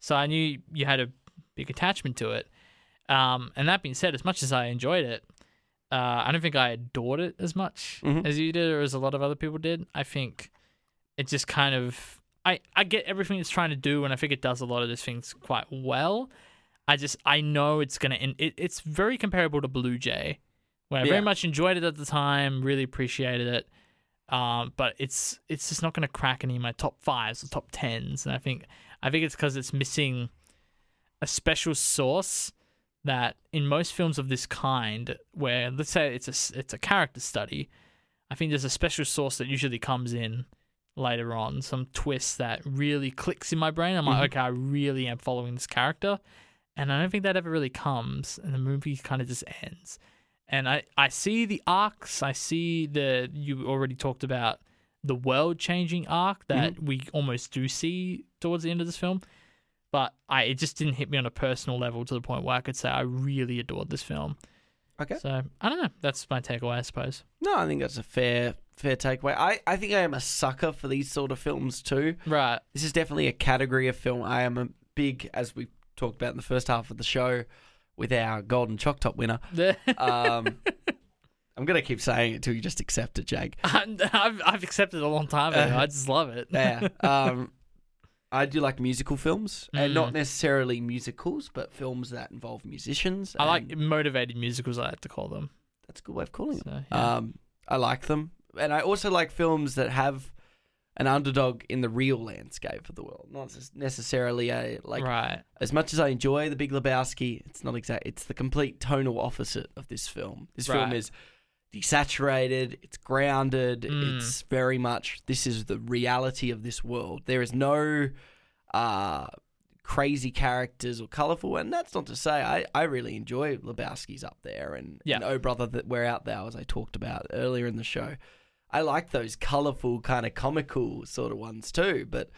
[SPEAKER 2] So I knew you had a big attachment to it. Um, and that being said, as much as I enjoyed it, uh, I don't think I adored it as much
[SPEAKER 1] Mhm.
[SPEAKER 2] as you did, or as a lot of other people did. I think it just kind of I I get everything it's trying to do, and I think it does a lot of those things quite well. I just I know it's gonna end. It, it's very comparable to Blue Jay, where I
[SPEAKER 1] Yeah.
[SPEAKER 2] very much enjoyed it at the time, really appreciated it. Um, but it's it's just not gonna crack any of my top fives or top tens, and I think I think it's because it's missing a special source that in most films of this kind, where let's say it's a s- it's a character study, I think there's a special source that usually comes in later on, some twist that really clicks in my brain. I'm like, okay, I really am following this character, and I don't think that ever really comes, and the movie kind of just ends. And I I see the arcs, I see the you already talked about the world changing arc that we almost do see towards the end of this film but I it just didn't hit me on a personal level to the point where I could say I really adored this film.
[SPEAKER 1] Okay.
[SPEAKER 2] So I don't know. That's my takeaway, I suppose.
[SPEAKER 1] No, I think that's a fair fair takeaway. I, I think I am a sucker for these sort of films too.
[SPEAKER 2] Right.
[SPEAKER 1] This is definitely a category of film. I am a big, as we talked about in Uh, the first half of the show, with our Golden Chalk Top winner. Um, I'm gonna keep saying it until you just accept it, Jag.
[SPEAKER 2] I've, I've accepted it a long time ago. I just love it.
[SPEAKER 1] Uh, Yeah. Um, I do like musical films, and
[SPEAKER 2] Mm.
[SPEAKER 1] not necessarily musicals, but films that involve musicians.
[SPEAKER 2] I like
[SPEAKER 1] and
[SPEAKER 2] motivated musicals. I like to call them.
[SPEAKER 1] that's a good way of calling them.
[SPEAKER 2] So, yeah.
[SPEAKER 1] Um, I like them, and I also like films that have an underdog in the real landscape of the world, not just necessarily a like.
[SPEAKER 2] right.
[SPEAKER 1] As much as I enjoy The Big Lebowski, it's not exact. It's the complete tonal opposite of this film. This film
[SPEAKER 2] Right.
[SPEAKER 1] is desaturated. It's grounded.
[SPEAKER 2] Mm.
[SPEAKER 1] It's very much this is the reality of this world. There is no uh, crazy characters or colorful. And that's not to say I, I really enjoy Lebowski's up there and,
[SPEAKER 2] Yeah.
[SPEAKER 1] and Oh Brother that We're Out Thou as I talked about earlier in the show. I like those colorful kind of comical sort of ones too. But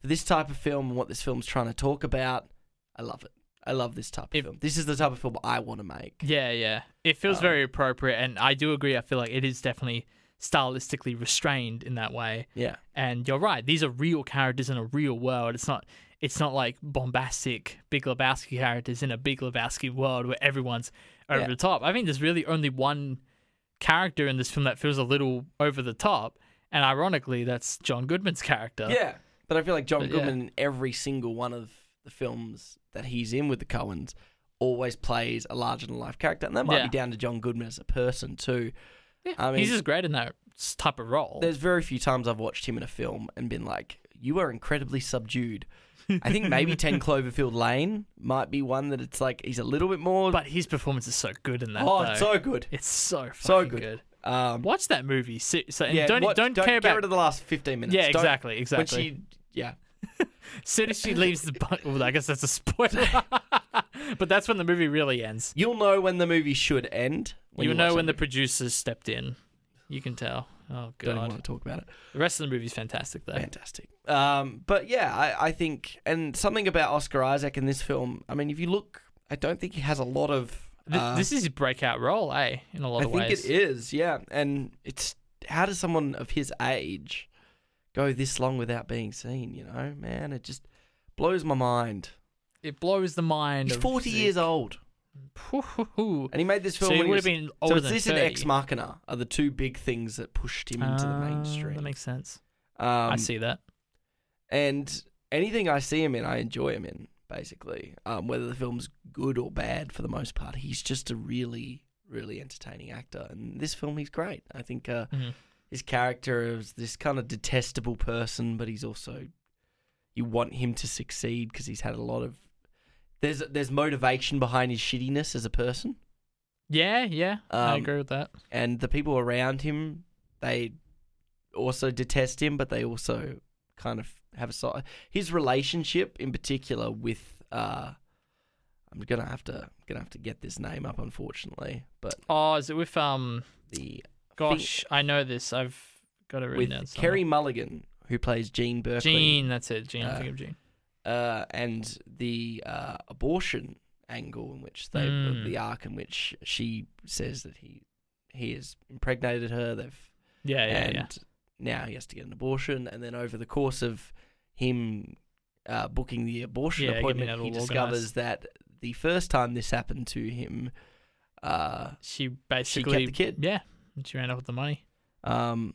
[SPEAKER 1] for this type of film and what this film's trying to talk about, I love it. I love this type of
[SPEAKER 2] If-
[SPEAKER 1] film. This is the type of film I want to make.
[SPEAKER 2] Yeah, yeah. It feels
[SPEAKER 1] Um,
[SPEAKER 2] very appropriate, and I do agree. I feel like it is definitely stylistically restrained in that way.
[SPEAKER 1] Yeah.
[SPEAKER 2] And you're right; these are real characters in a real world. It's not. It's not like bombastic Big Lebowski characters in a Big Lebowski world where everyone's over
[SPEAKER 1] Yeah.
[SPEAKER 2] the top. I think there's really only one character in this film that feels a little over the top, and ironically, that's John Goodman's character.
[SPEAKER 1] Yeah. But I feel like John
[SPEAKER 2] But, yeah.
[SPEAKER 1] Goodman in every single one of the films that he's in with the Coens always plays a larger than life character. And that might
[SPEAKER 2] Yeah.
[SPEAKER 1] be down to John Goodman as a person too.
[SPEAKER 2] Yeah,
[SPEAKER 1] I mean-
[SPEAKER 2] he's just great in that s- type of role.
[SPEAKER 1] There's very few times I've watched him in a film and been like, You are incredibly subdued. I think maybe Ten Cloverfield Lane might be one that it's like he's a little bit more
[SPEAKER 2] But his performance is so good in that.
[SPEAKER 1] Oh,
[SPEAKER 2] though.
[SPEAKER 1] it's so good.
[SPEAKER 2] It's so
[SPEAKER 1] So
[SPEAKER 2] fucking
[SPEAKER 1] good.
[SPEAKER 2] good.
[SPEAKER 1] Um
[SPEAKER 2] Watch that movie. So, so, and
[SPEAKER 1] yeah,
[SPEAKER 2] don't, e,
[SPEAKER 1] watch-
[SPEAKER 2] don't care
[SPEAKER 1] get
[SPEAKER 2] about.
[SPEAKER 1] rid of the last fifteen minutes.
[SPEAKER 2] yeah,
[SPEAKER 1] Don't-
[SPEAKER 2] exactly,
[SPEAKER 1] When
[SPEAKER 2] exactly.
[SPEAKER 1] she yeah.
[SPEAKER 2] As soon as she leaves the, bu- well, I guess that's a spoiler. but that's when the movie really ends.
[SPEAKER 1] You'll know when the movie should end.
[SPEAKER 2] you
[SPEAKER 1] watch
[SPEAKER 2] know
[SPEAKER 1] that
[SPEAKER 2] when the
[SPEAKER 1] movie.
[SPEAKER 2] producers stepped in. You can tell. Oh
[SPEAKER 1] don't even want to
[SPEAKER 2] god. Uh,
[SPEAKER 1] talk about it.
[SPEAKER 2] The rest of the movie's fantastic though.
[SPEAKER 1] Fantastic. Um, but yeah, I, I think, and something about Oscar Isaac in this film. I mean, if you look, I don't think he has a lot of.
[SPEAKER 2] Th-
[SPEAKER 1] uh,
[SPEAKER 2] this is his breakout role, eh? In a lot
[SPEAKER 1] I
[SPEAKER 2] of
[SPEAKER 1] think
[SPEAKER 2] ways.
[SPEAKER 1] it is. Yeah, and it's how does someone of his age go this long without being seen? You know, man, it just blows my mind.
[SPEAKER 2] It blows the mind.
[SPEAKER 1] He's forty years old,
[SPEAKER 2] old.
[SPEAKER 1] and he made this
[SPEAKER 2] So
[SPEAKER 1] film.
[SPEAKER 2] he
[SPEAKER 1] when
[SPEAKER 2] would have
[SPEAKER 1] was-
[SPEAKER 2] been older
[SPEAKER 1] so
[SPEAKER 2] than
[SPEAKER 1] this
[SPEAKER 2] 30.
[SPEAKER 1] and Ex Machina are the two big things that pushed him into the
[SPEAKER 2] Ah,
[SPEAKER 1] mainstream.
[SPEAKER 2] That makes sense.
[SPEAKER 1] um,
[SPEAKER 2] I see that.
[SPEAKER 1] and anything I see him in, I enjoy him in. Basically, um, whether the film's good or bad, for the most part, he's just a really, really entertaining actor. And this film, he's great. I think uh,
[SPEAKER 2] Mhm.
[SPEAKER 1] his character is this kind of detestable person, but he's also you want him to succeed because he's had a lot of there's there's motivation behind his shittiness as a person,
[SPEAKER 2] Yeah, yeah. I
[SPEAKER 1] Um,
[SPEAKER 2] agree with that.
[SPEAKER 1] and the people around him they also detest him, but they also kind of have a side. His relationship, in particular, with uh, I'm gonna have to gonna have to get this name up, unfortunately, but
[SPEAKER 2] Oh, is it with um?
[SPEAKER 1] the
[SPEAKER 2] Gosh, I know this. I've got it written down.
[SPEAKER 1] with
[SPEAKER 2] somewhere.
[SPEAKER 1] Kerry Mulligan who plays Gene Berkeley,
[SPEAKER 2] Gene, that's it. Gene, I'm
[SPEAKER 1] Uh,
[SPEAKER 2] thinking of Gene.
[SPEAKER 1] uh, and the uh, abortion angle in which they
[SPEAKER 2] Mm.
[SPEAKER 1] the arc in which she says that he he has impregnated her. They've
[SPEAKER 2] Yeah, yeah,
[SPEAKER 1] and
[SPEAKER 2] yeah.
[SPEAKER 1] now he has to get an abortion. And then over the course of him uh, booking the abortion
[SPEAKER 2] Yeah, getting
[SPEAKER 1] appointment,
[SPEAKER 2] that
[SPEAKER 1] he
[SPEAKER 2] all
[SPEAKER 1] discovers
[SPEAKER 2] organised.
[SPEAKER 1] that the first time this happened to him, uh,
[SPEAKER 2] She basically
[SPEAKER 1] the kid.
[SPEAKER 2] Yeah, and she ran off with the money.
[SPEAKER 1] um,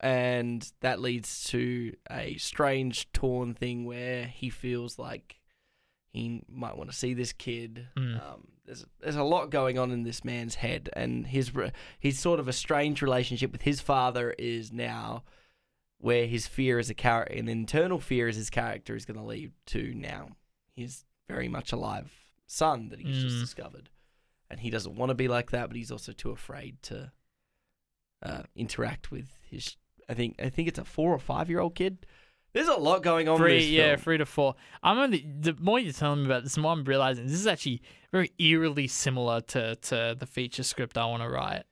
[SPEAKER 1] and that leads to a strange, torn thing where he feels like he might want to see this kid.
[SPEAKER 2] Mm.
[SPEAKER 1] Um, there's there's a lot going on in this man's head, and his re- his sort of a strange relationship with his father is now where his fear as a character, an internal fear as his character is going to lead to now his very much alive son that he's just
[SPEAKER 2] Mm.
[SPEAKER 1] discovered, and he doesn't want to be like that, but he's also too afraid to uh, interact with his. I think I think it's a four or five year old kid. There's a lot going on. in
[SPEAKER 2] Three,
[SPEAKER 1] this
[SPEAKER 2] yeah,
[SPEAKER 1] film.
[SPEAKER 2] three to four. I'm only the more you're telling me about this, the more I'm realizing this is actually very eerily similar to to the feature script I want to write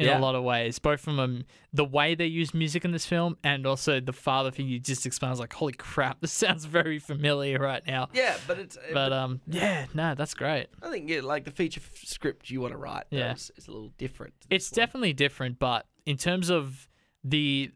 [SPEAKER 2] in
[SPEAKER 1] Yeah.
[SPEAKER 2] a lot of ways, both from um, the way they use music in this film and also the father thing you just explained. I was like, holy crap, this sounds very familiar right now.
[SPEAKER 1] yeah, but it's
[SPEAKER 2] But um, yeah, no, that's great.
[SPEAKER 1] I think yeah, like the feature f- script you want to write, though,
[SPEAKER 2] Yeah.
[SPEAKER 1] is, is a little different. to this
[SPEAKER 2] It's
[SPEAKER 1] one.
[SPEAKER 2] definitely different, but in terms of the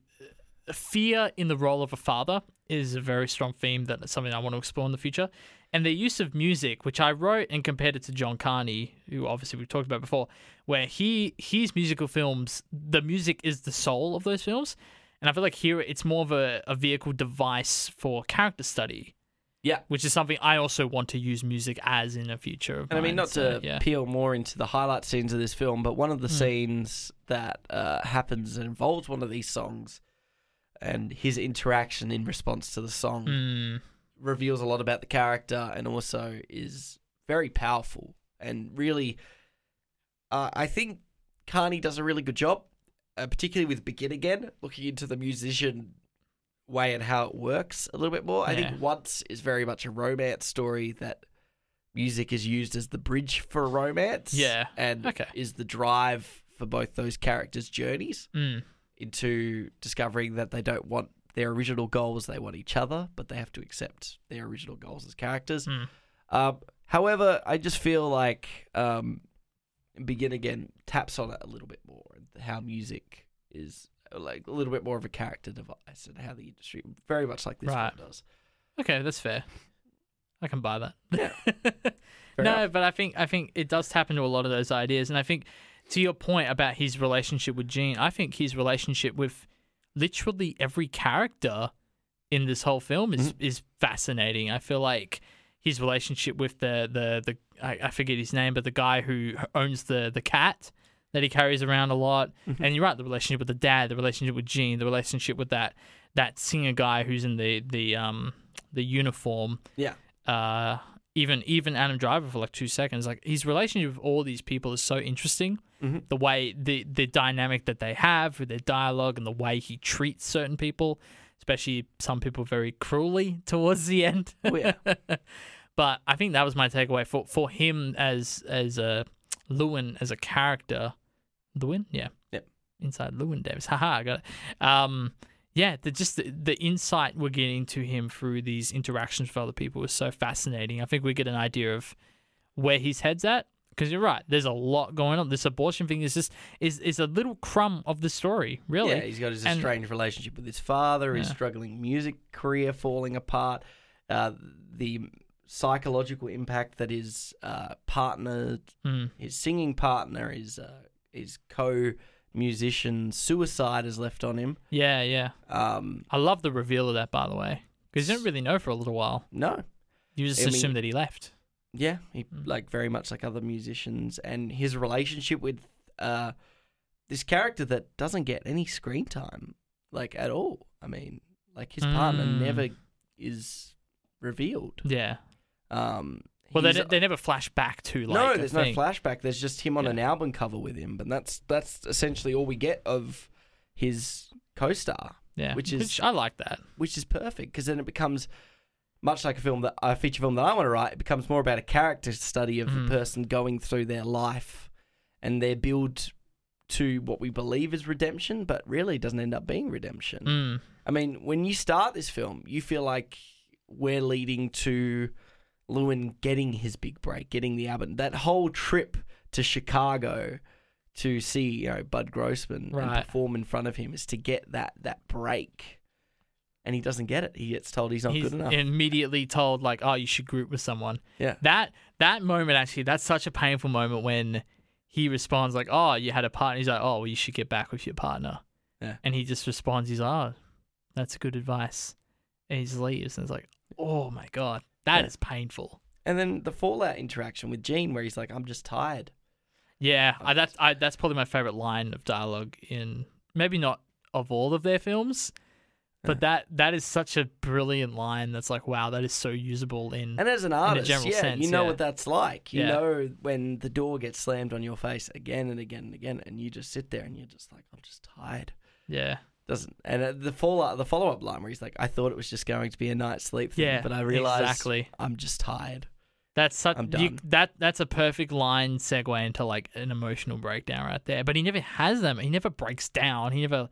[SPEAKER 2] uh, fear in the role of a father is a very strong theme that is something I want to explore in the future. And their use of music, which I wrote and compared it to John Carney, who obviously we've talked about before, where he his musical films, the music is the soul of those films. And I feel like here it's more of a, a vehicle device for character study,
[SPEAKER 1] Yeah.
[SPEAKER 2] which is something I also want to use music as in a future. Of
[SPEAKER 1] And I mean,
[SPEAKER 2] mine,
[SPEAKER 1] not
[SPEAKER 2] so,
[SPEAKER 1] to
[SPEAKER 2] yeah. Hmm.
[SPEAKER 1] peel more into the highlight scenes of this film, but one of the scenes that uh, happens and involves one of these songs and his interaction in response to the song
[SPEAKER 2] Mm,
[SPEAKER 1] reveals a lot about the character and also is very powerful and really uh, i think carney does a really good job uh, particularly with begin again looking into the musician way and how it works a little bit more i
[SPEAKER 2] Yeah.
[SPEAKER 1] think once is very much a romance story that music is used as the bridge for romance
[SPEAKER 2] Yeah.
[SPEAKER 1] and
[SPEAKER 2] Okay.
[SPEAKER 1] is the drive for both those characters journeys
[SPEAKER 2] mm,
[SPEAKER 1] into discovering that they don't want their original goals, they want each other, but they have to accept their original goals as characters.
[SPEAKER 2] Mm.
[SPEAKER 1] Um, however, I just feel like um, Begin Again taps on it a little bit more, and how music is like a little bit more of a character device and how the industry, very much like this
[SPEAKER 2] Right.
[SPEAKER 1] film does.
[SPEAKER 2] okay, that's fair. I can buy that.
[SPEAKER 1] Yeah. Fair
[SPEAKER 2] no,
[SPEAKER 1] enough.
[SPEAKER 2] but I think I think it does tap into a lot of those ideas, and I think to your point about his relationship with Gene, I think his relationship with literally every character in this whole film is
[SPEAKER 1] Mm-hmm.
[SPEAKER 2] is fascinating. I feel like his relationship with the the the I, I forget his name, but the guy who owns the the cat that he carries around a lot,
[SPEAKER 1] Mm-hmm.
[SPEAKER 2] and you're right, the relationship with the dad, the relationship with Gene, the relationship with that that singer guy who's in the the um the uniform
[SPEAKER 1] Yeah.
[SPEAKER 2] uh, even even Adam Driver for like two seconds. Like his relationship with all these people is so interesting.
[SPEAKER 1] Mhm.
[SPEAKER 2] The way the the dynamic that they have with their dialogue and the way he treats certain people, especially some people very cruelly towards the end.
[SPEAKER 1] Oh, yeah.
[SPEAKER 2] but I think that was my takeaway for for him as as a Lewin as a character. Lewin, yeah.
[SPEAKER 1] Yep.
[SPEAKER 2] Inside Lewin Davis. Haha, I got it. Um, yeah, the, just the, the insight we're getting to him through these interactions with other people is so fascinating. I think we get an idea of where his head's at. Because you're right, there's a lot going on. This abortion thing is just is is a little crumb of the story, really.
[SPEAKER 1] Yeah, he's got his
[SPEAKER 2] And-
[SPEAKER 1] estranged relationship with his father, his
[SPEAKER 2] Yeah.
[SPEAKER 1] struggling music career falling apart, uh, the psychological impact that his uh, partner,
[SPEAKER 2] Mm.
[SPEAKER 1] his singing partner, his, uh, his co musician suicide has left on him.
[SPEAKER 2] yeah, yeah.
[SPEAKER 1] Um,
[SPEAKER 2] I love the reveal of that, by the way, because you don't really know for a little while.
[SPEAKER 1] no.
[SPEAKER 2] You just
[SPEAKER 1] I mean-
[SPEAKER 2] assume that he left.
[SPEAKER 1] Yeah, he
[SPEAKER 2] Hmm.
[SPEAKER 1] like very much like other musicians, and his relationship with uh, this character that doesn't get any screen time, like at all. I mean, like his partner
[SPEAKER 2] Mm.
[SPEAKER 1] never is revealed.
[SPEAKER 2] Yeah.
[SPEAKER 1] Um,
[SPEAKER 2] Well, they,
[SPEAKER 1] he's-
[SPEAKER 2] they never flash back to like.
[SPEAKER 1] no,
[SPEAKER 2] a
[SPEAKER 1] there's
[SPEAKER 2] thing.
[SPEAKER 1] no flashback. There's just him on
[SPEAKER 2] Yeah.
[SPEAKER 1] an album cover with him, but that's that's essentially all we get of his co-star,
[SPEAKER 2] Yeah,
[SPEAKER 1] which is-
[SPEAKER 2] I like that.
[SPEAKER 1] which is perfect because then it becomes much like a film that a feature film that I want to write. It becomes more about a character study of
[SPEAKER 2] Mm.
[SPEAKER 1] the person going through their life and their build to what we believe is redemption, but really doesn't end up being redemption.
[SPEAKER 2] Mm.
[SPEAKER 1] I mean, when you start this film, you feel like we're leading to Lewin getting his big break, getting the album. That whole trip to Chicago to see, you know, Bud Grossman
[SPEAKER 2] Right.
[SPEAKER 1] and perform in front of him is to get that that break. And he doesn't get it. He gets told he's not
[SPEAKER 2] He's
[SPEAKER 1] good enough.
[SPEAKER 2] immediately told like, "Oh, you should group with someone."
[SPEAKER 1] Yeah.
[SPEAKER 2] That that moment actually, that's such a painful moment when he responds like, "Oh, you had a partner." He's like, "Oh, well, you should get back with your partner."
[SPEAKER 1] Yeah.
[SPEAKER 2] And he just responds, "He's like, oh, that's good advice," and he just leaves. And it's like, "Oh my god, that is
[SPEAKER 1] Yeah.
[SPEAKER 2] painful."
[SPEAKER 1] And then the fallout interaction with Gene where he's like, I'm just tired.
[SPEAKER 2] Yeah, I, that's I, that's probably my favorite line of dialogue in maybe not of all of their films, but that that is such a brilliant line. That's like, wow, that is so usable in.
[SPEAKER 1] And as an artist,
[SPEAKER 2] general
[SPEAKER 1] yeah,
[SPEAKER 2] sense,
[SPEAKER 1] you know
[SPEAKER 2] yeah.
[SPEAKER 1] what that's like. You
[SPEAKER 2] Yeah.
[SPEAKER 1] know when the door gets slammed on your face again and again and again, and you just sit there and you're just like, I'm just tired.
[SPEAKER 2] yeah,
[SPEAKER 1] Doesn't and uh, the fallout, the follow up line where he's like, I thought it was just going to be a night's sleep, thing,
[SPEAKER 2] Yeah,
[SPEAKER 1] but I realized
[SPEAKER 2] exactly.
[SPEAKER 1] I'm just tired.
[SPEAKER 2] that's such
[SPEAKER 1] I'm
[SPEAKER 2] you,
[SPEAKER 1] done.
[SPEAKER 2] that that's a perfect line segue into like an emotional breakdown right there. But he never has them. He never breaks down. He never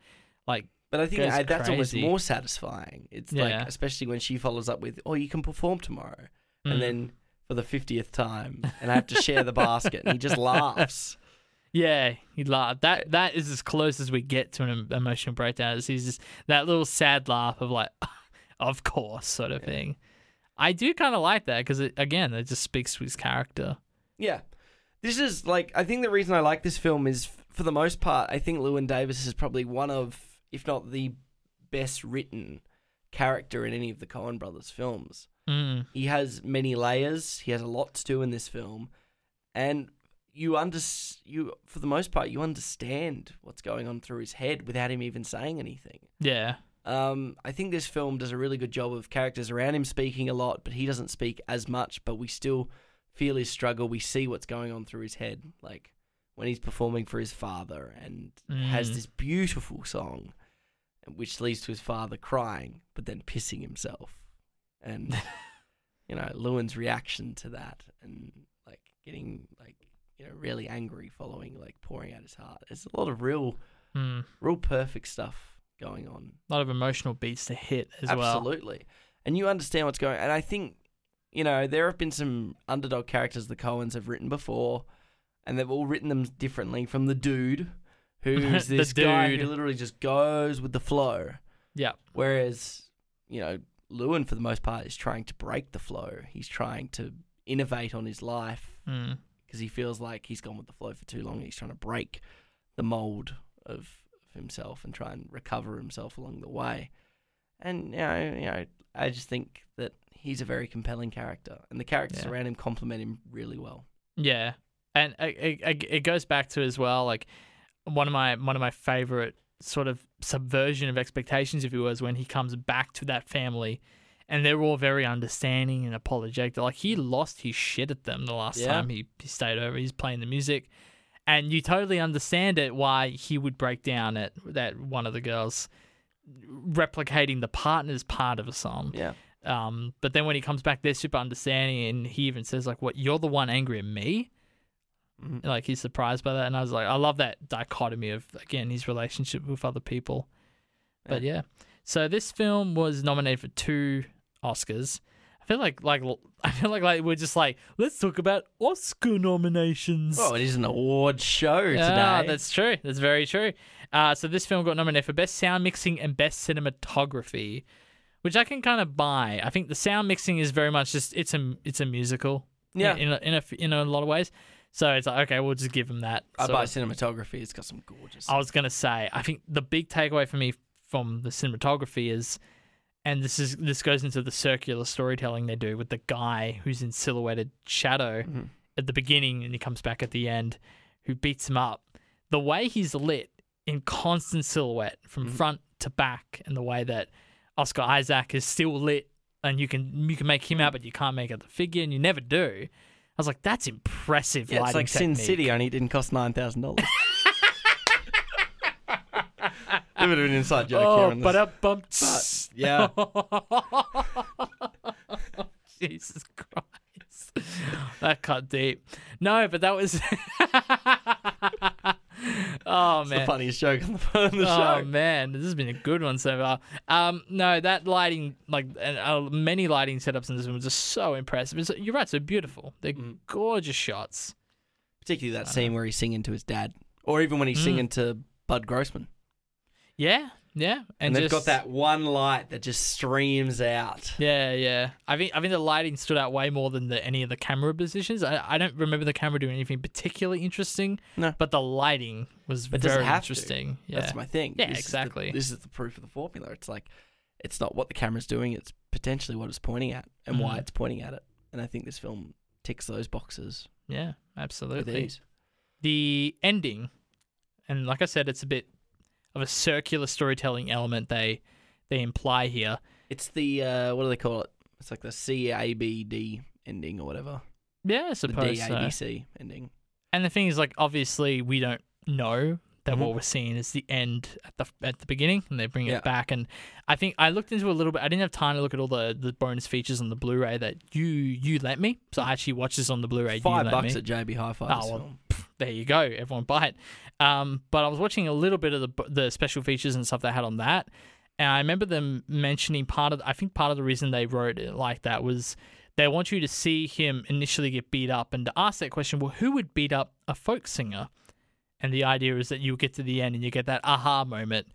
[SPEAKER 2] like
[SPEAKER 1] But I think
[SPEAKER 2] Goes
[SPEAKER 1] I, that's almost
[SPEAKER 2] crazy.
[SPEAKER 1] more satisfying. It's
[SPEAKER 2] Yeah.
[SPEAKER 1] like, especially when she follows up with, "Oh, you can perform tomorrow,"
[SPEAKER 2] Mm.
[SPEAKER 1] and then for the fiftieth time, and I have to share the basket, and he just laughs.
[SPEAKER 2] Yeah, he laughed. That that is as close as we get to an em- emotional breakdown. Is he's just that little sad laugh of like, of course, sort of thing. I do kind of like that because it, again, it just speaks to his character.
[SPEAKER 1] Yeah. This is like I think the reason I like this film is f- for the most part I think Llewyn Davis is probably one of if not the best written character in any of the Coen brothers films.
[SPEAKER 2] Mm.
[SPEAKER 1] He has many layers, he has a lot to do in this film and you under you for the most part you understand what's going on through his head without him even saying anything.
[SPEAKER 2] Yeah,
[SPEAKER 1] Um, I think this film does a really good job of characters around him speaking a lot, but he doesn't speak as much. But we still feel his struggle. We see what's going on through his head, like when he's performing for his father and has
[SPEAKER 2] Mm.
[SPEAKER 1] this beautiful song, which leads to his father crying, but then pissing himself, and you know Lewin's reaction to that, and like getting like you know really angry, following like pouring out his heart. There's a lot of real,
[SPEAKER 2] mm.
[SPEAKER 1] real perfect stuff going on
[SPEAKER 2] a lot of emotional beats to hit as well.
[SPEAKER 1] Absolutely. And you understand what's going And I think, you know, there have been some underdog characters the Coens have written before, and they've all written them differently from the dude, who's
[SPEAKER 2] The
[SPEAKER 1] this guy who
[SPEAKER 2] dude.
[SPEAKER 1] literally just goes with the flow.
[SPEAKER 2] Yeah.
[SPEAKER 1] Whereas, you know, Lewin, for the most part, is trying to break the flow. He's trying to innovate on his life
[SPEAKER 2] Mm.
[SPEAKER 1] because he feels like he's gone with the flow for too long. He's trying to break the mold of, of himself and try and recover himself along the way. And you know, you know, I just think that he's a very compelling character, and the characters
[SPEAKER 2] Yeah.
[SPEAKER 1] around him complement him really well.
[SPEAKER 2] Yeah, and it, it- it, it goes back to as well like one of my one of my favorite sort of subversion of expectations, if you will, is when he comes back to that family, and they're all very understanding and apologetic. Like he lost his shit at them the last
[SPEAKER 1] Yeah.
[SPEAKER 2] time he, he stayed over. He's playing the music, and you totally understand it why he would break down at that one of the girls replicating the partner's part of a song.
[SPEAKER 1] Yeah,
[SPEAKER 2] Um, but then when he comes back, they're super understanding, and he even says like, "What? You're the one angry at me."
[SPEAKER 1] Mhm.
[SPEAKER 2] Like he's surprised by that, and I was like, I love that dichotomy of again his relationship with other people. But yeah, so this film was nominated for two Oscars. I feel like like I feel like like we're just like let's talk about Oscar nominations.
[SPEAKER 1] well, Oh, it is an award show today.
[SPEAKER 2] Ah, that's true. That's very true. Uh, so this film got nominated for best sound mixing and best cinematography, which I can kind of buy. I think the sound mixing is very much just it's a it's a musical.
[SPEAKER 1] Yeah.
[SPEAKER 2] In in a, in a, in a lot of ways. So it's like okay, we'll just give them that.
[SPEAKER 1] I
[SPEAKER 2] So Oh,
[SPEAKER 1] buy cinematography. It's got some gorgeous.
[SPEAKER 2] I was gonna say I think the big takeaway for me from the cinematography is. And this is this goes into the circular storytelling they do with the guy who's in silhouetted shadow
[SPEAKER 1] Mm-hmm.
[SPEAKER 2] at the beginning and he comes back at the end who beats him up. The way he's lit in constant silhouette from
[SPEAKER 1] Mm-hmm.
[SPEAKER 2] front to back and the way that Oscar Isaac is still lit and you can you can make him
[SPEAKER 1] Mm-hmm.
[SPEAKER 2] out but you can't make out the figure and you never do. I was like, that's impressive
[SPEAKER 1] yeah, it's
[SPEAKER 2] lighting
[SPEAKER 1] like Sin
[SPEAKER 2] technique.
[SPEAKER 1] City, only it didn't cost nine thousand dollars. A bit of an inside joke here.
[SPEAKER 2] Oh,
[SPEAKER 1] on this.
[SPEAKER 2] but up
[SPEAKER 1] But,
[SPEAKER 2] bumps.
[SPEAKER 1] yeah.
[SPEAKER 2] Jesus Christ. That cut deep. No, but that was Oh
[SPEAKER 1] It's the
[SPEAKER 2] man.
[SPEAKER 1] funniest joke on the, on the
[SPEAKER 2] Oh
[SPEAKER 1] show.
[SPEAKER 2] man, this has been a good one so far. Um, no, that lighting, like and, uh, many lighting setups in this one, was just so impressive. It's, you're right, so beautiful. They're
[SPEAKER 1] Mm.
[SPEAKER 2] gorgeous shots.
[SPEAKER 1] Particularly that scene where he's singing to his dad, or even when
[SPEAKER 2] Mm.
[SPEAKER 1] he's singing to Bud Grossman.
[SPEAKER 2] Yeah, yeah, and,
[SPEAKER 1] And, they've got
[SPEAKER 2] just-
[SPEAKER 1] that one light that just streams out.
[SPEAKER 2] Yeah, yeah. I think I think the lighting stood out way more than the, any of the camera positions. I, I don't remember the camera doing anything particularly interesting.
[SPEAKER 1] No.
[SPEAKER 2] but the lighting was
[SPEAKER 1] But does it
[SPEAKER 2] very
[SPEAKER 1] have to?
[SPEAKER 2] interesting. Yeah,
[SPEAKER 1] That's my thing.
[SPEAKER 2] Yeah,
[SPEAKER 1] This is the-
[SPEAKER 2] exactly.
[SPEAKER 1] this is the proof of the formula. It's like, it's not what the camera's doing; it's potentially what it's pointing at and why
[SPEAKER 2] Mhm.
[SPEAKER 1] it's pointing at it. And I think this film ticks those boxes
[SPEAKER 2] yeah,
[SPEAKER 1] with
[SPEAKER 2] absolutely.
[SPEAKER 1] ease.
[SPEAKER 2] the ending and like i said it's a bit of a circular storytelling element they they imply here
[SPEAKER 1] It's the uh, what do they call it? It's like the C A B D ending or whatever.
[SPEAKER 2] yeah i
[SPEAKER 1] The
[SPEAKER 2] suppose
[SPEAKER 1] D
[SPEAKER 2] so.
[SPEAKER 1] A B C ending.
[SPEAKER 2] and the thing is like obviously we don't know that
[SPEAKER 1] Mhm.
[SPEAKER 2] what we're seeing is the end at the at the beginning and they bring
[SPEAKER 1] Yeah.
[SPEAKER 2] it back and i think i looked into a little bit i didn't have time to look at all the the bonus features on the blu-ray that you you lent me so i actually watched this on the blu-ray you
[SPEAKER 1] Five
[SPEAKER 2] lent
[SPEAKER 1] bucks
[SPEAKER 2] me.
[SPEAKER 1] at JB Hi-Fi.
[SPEAKER 2] Oh,
[SPEAKER 1] this
[SPEAKER 2] well,
[SPEAKER 1] film.
[SPEAKER 2] there you go, everyone buy it. Um, but I was watching a little bit of the the special features and stuff they had on that, and I remember them mentioning part of. I think part of the reason they wrote it like that was they want you to see him initially get beat up and to ask that question. Well, who would beat up a folk singer? And the idea is that you get to the end and you get that aha moment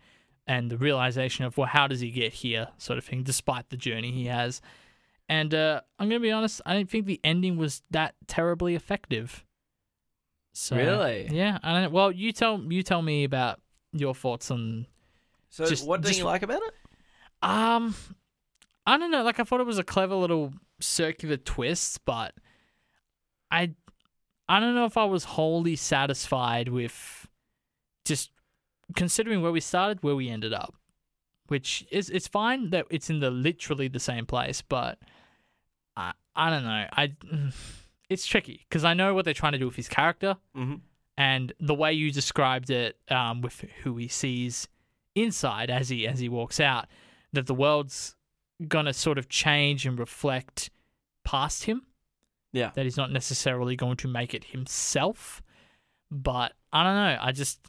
[SPEAKER 2] and the realization of, well, how does he get here, sort of thing, despite the journey he has. And uh, I'm going to be honest, I don't think the ending was that terribly effective. So,
[SPEAKER 1] Really?
[SPEAKER 2] Yeah. I don't, well, you tell you tell me about your thoughts on
[SPEAKER 1] So
[SPEAKER 2] Just-
[SPEAKER 1] what do
[SPEAKER 2] just-
[SPEAKER 1] you like about it?
[SPEAKER 2] um, I don't know. Like I thought it was a clever little circular twist, but I, I don't know if I was wholly satisfied with just considering where we started, where we ended up. Which is it's fine that it's in the literally the same place, but I I don't know. I it's tricky because I know what they're trying to do with his character
[SPEAKER 1] Mm-hmm.
[SPEAKER 2] and the way you described it um, with who he sees inside as he as he walks out that the world's gonna sort of change and reflect past him
[SPEAKER 1] Yeah.
[SPEAKER 2] that he's not necessarily going to make it himself but i don't know i just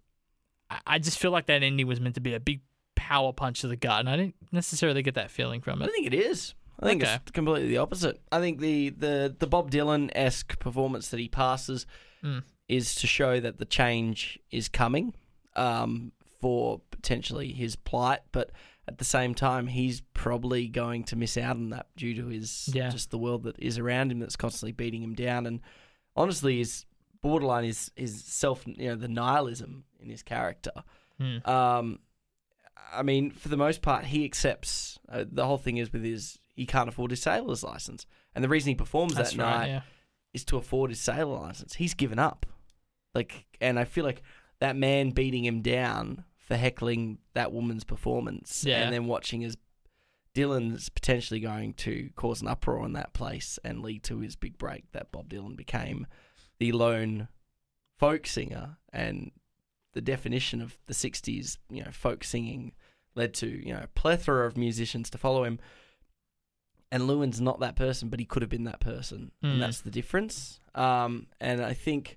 [SPEAKER 2] I- i just feel like that ending was meant to be a big power punch to the gut and i didn't necessarily get that feeling from
[SPEAKER 1] I
[SPEAKER 2] it
[SPEAKER 1] don't think it is. I think
[SPEAKER 2] Okay.
[SPEAKER 1] it's completely the opposite. I think the the, the Bob Dylan esque performance that he passes
[SPEAKER 2] Mm.
[SPEAKER 1] is to show that the change is coming um, for potentially his plight, but at the same time, he's probably going to miss out on that due to his
[SPEAKER 2] Yeah.
[SPEAKER 1] just the world that is around him that's constantly beating him down, and honestly, is borderline is his self you know the nihilism in his character.
[SPEAKER 2] Hmm.
[SPEAKER 1] Um, I mean, for the most part, he accepts. Uh, the whole thing is with his he can't afford his sailor's license, and the reason he performs
[SPEAKER 2] that's
[SPEAKER 1] that
[SPEAKER 2] right
[SPEAKER 1] night
[SPEAKER 2] yeah
[SPEAKER 1] is to afford his sailor license. He's given up. Like, and I feel like that man beating him down for heckling that woman's performance,
[SPEAKER 2] Yeah.
[SPEAKER 1] and then watching as Dylan's potentially going to cause an uproar in that place and lead to his big break that Bob Dylan became the lone folk singer and the definition of the 60s, you know, folk singing led to, you know, a plethora of musicians to follow him. And Lewin's not that person, but he could have been that person.
[SPEAKER 2] Mm.
[SPEAKER 1] And that's the difference. Um, and I think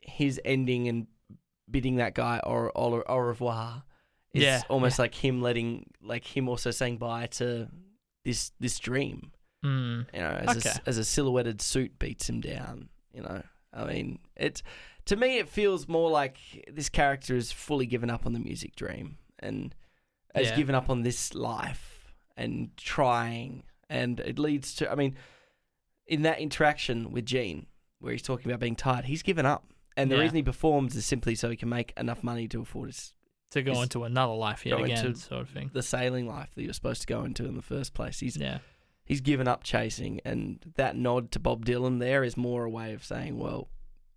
[SPEAKER 1] his ending and bidding that guy au, au, au revoir is
[SPEAKER 2] Yeah,
[SPEAKER 1] almost like him letting, like him also saying bye to this this dream,
[SPEAKER 2] Mm.
[SPEAKER 1] you know, as,
[SPEAKER 2] Okay.
[SPEAKER 1] a, as a silhouetted suit beats him down, you know. I mean, it to me it feels more like this character is fully given up on the music dream and has
[SPEAKER 2] Yeah.
[SPEAKER 1] given up on this life and trying, and it leads to. I mean, in that interaction with Gene, where he's talking about being tired, he's given up, and the
[SPEAKER 2] Yeah.
[SPEAKER 1] reason he performs is simply so he can make enough money to afford his
[SPEAKER 2] to go
[SPEAKER 1] Is-
[SPEAKER 2] into another life yet
[SPEAKER 1] go
[SPEAKER 2] again
[SPEAKER 1] into-
[SPEAKER 2] sort of thing
[SPEAKER 1] the sailing life that you're supposed to go into in the first place. He's
[SPEAKER 2] yeah
[SPEAKER 1] he's given up chasing, and that nod to Bob Dylan there is more a way of saying, well,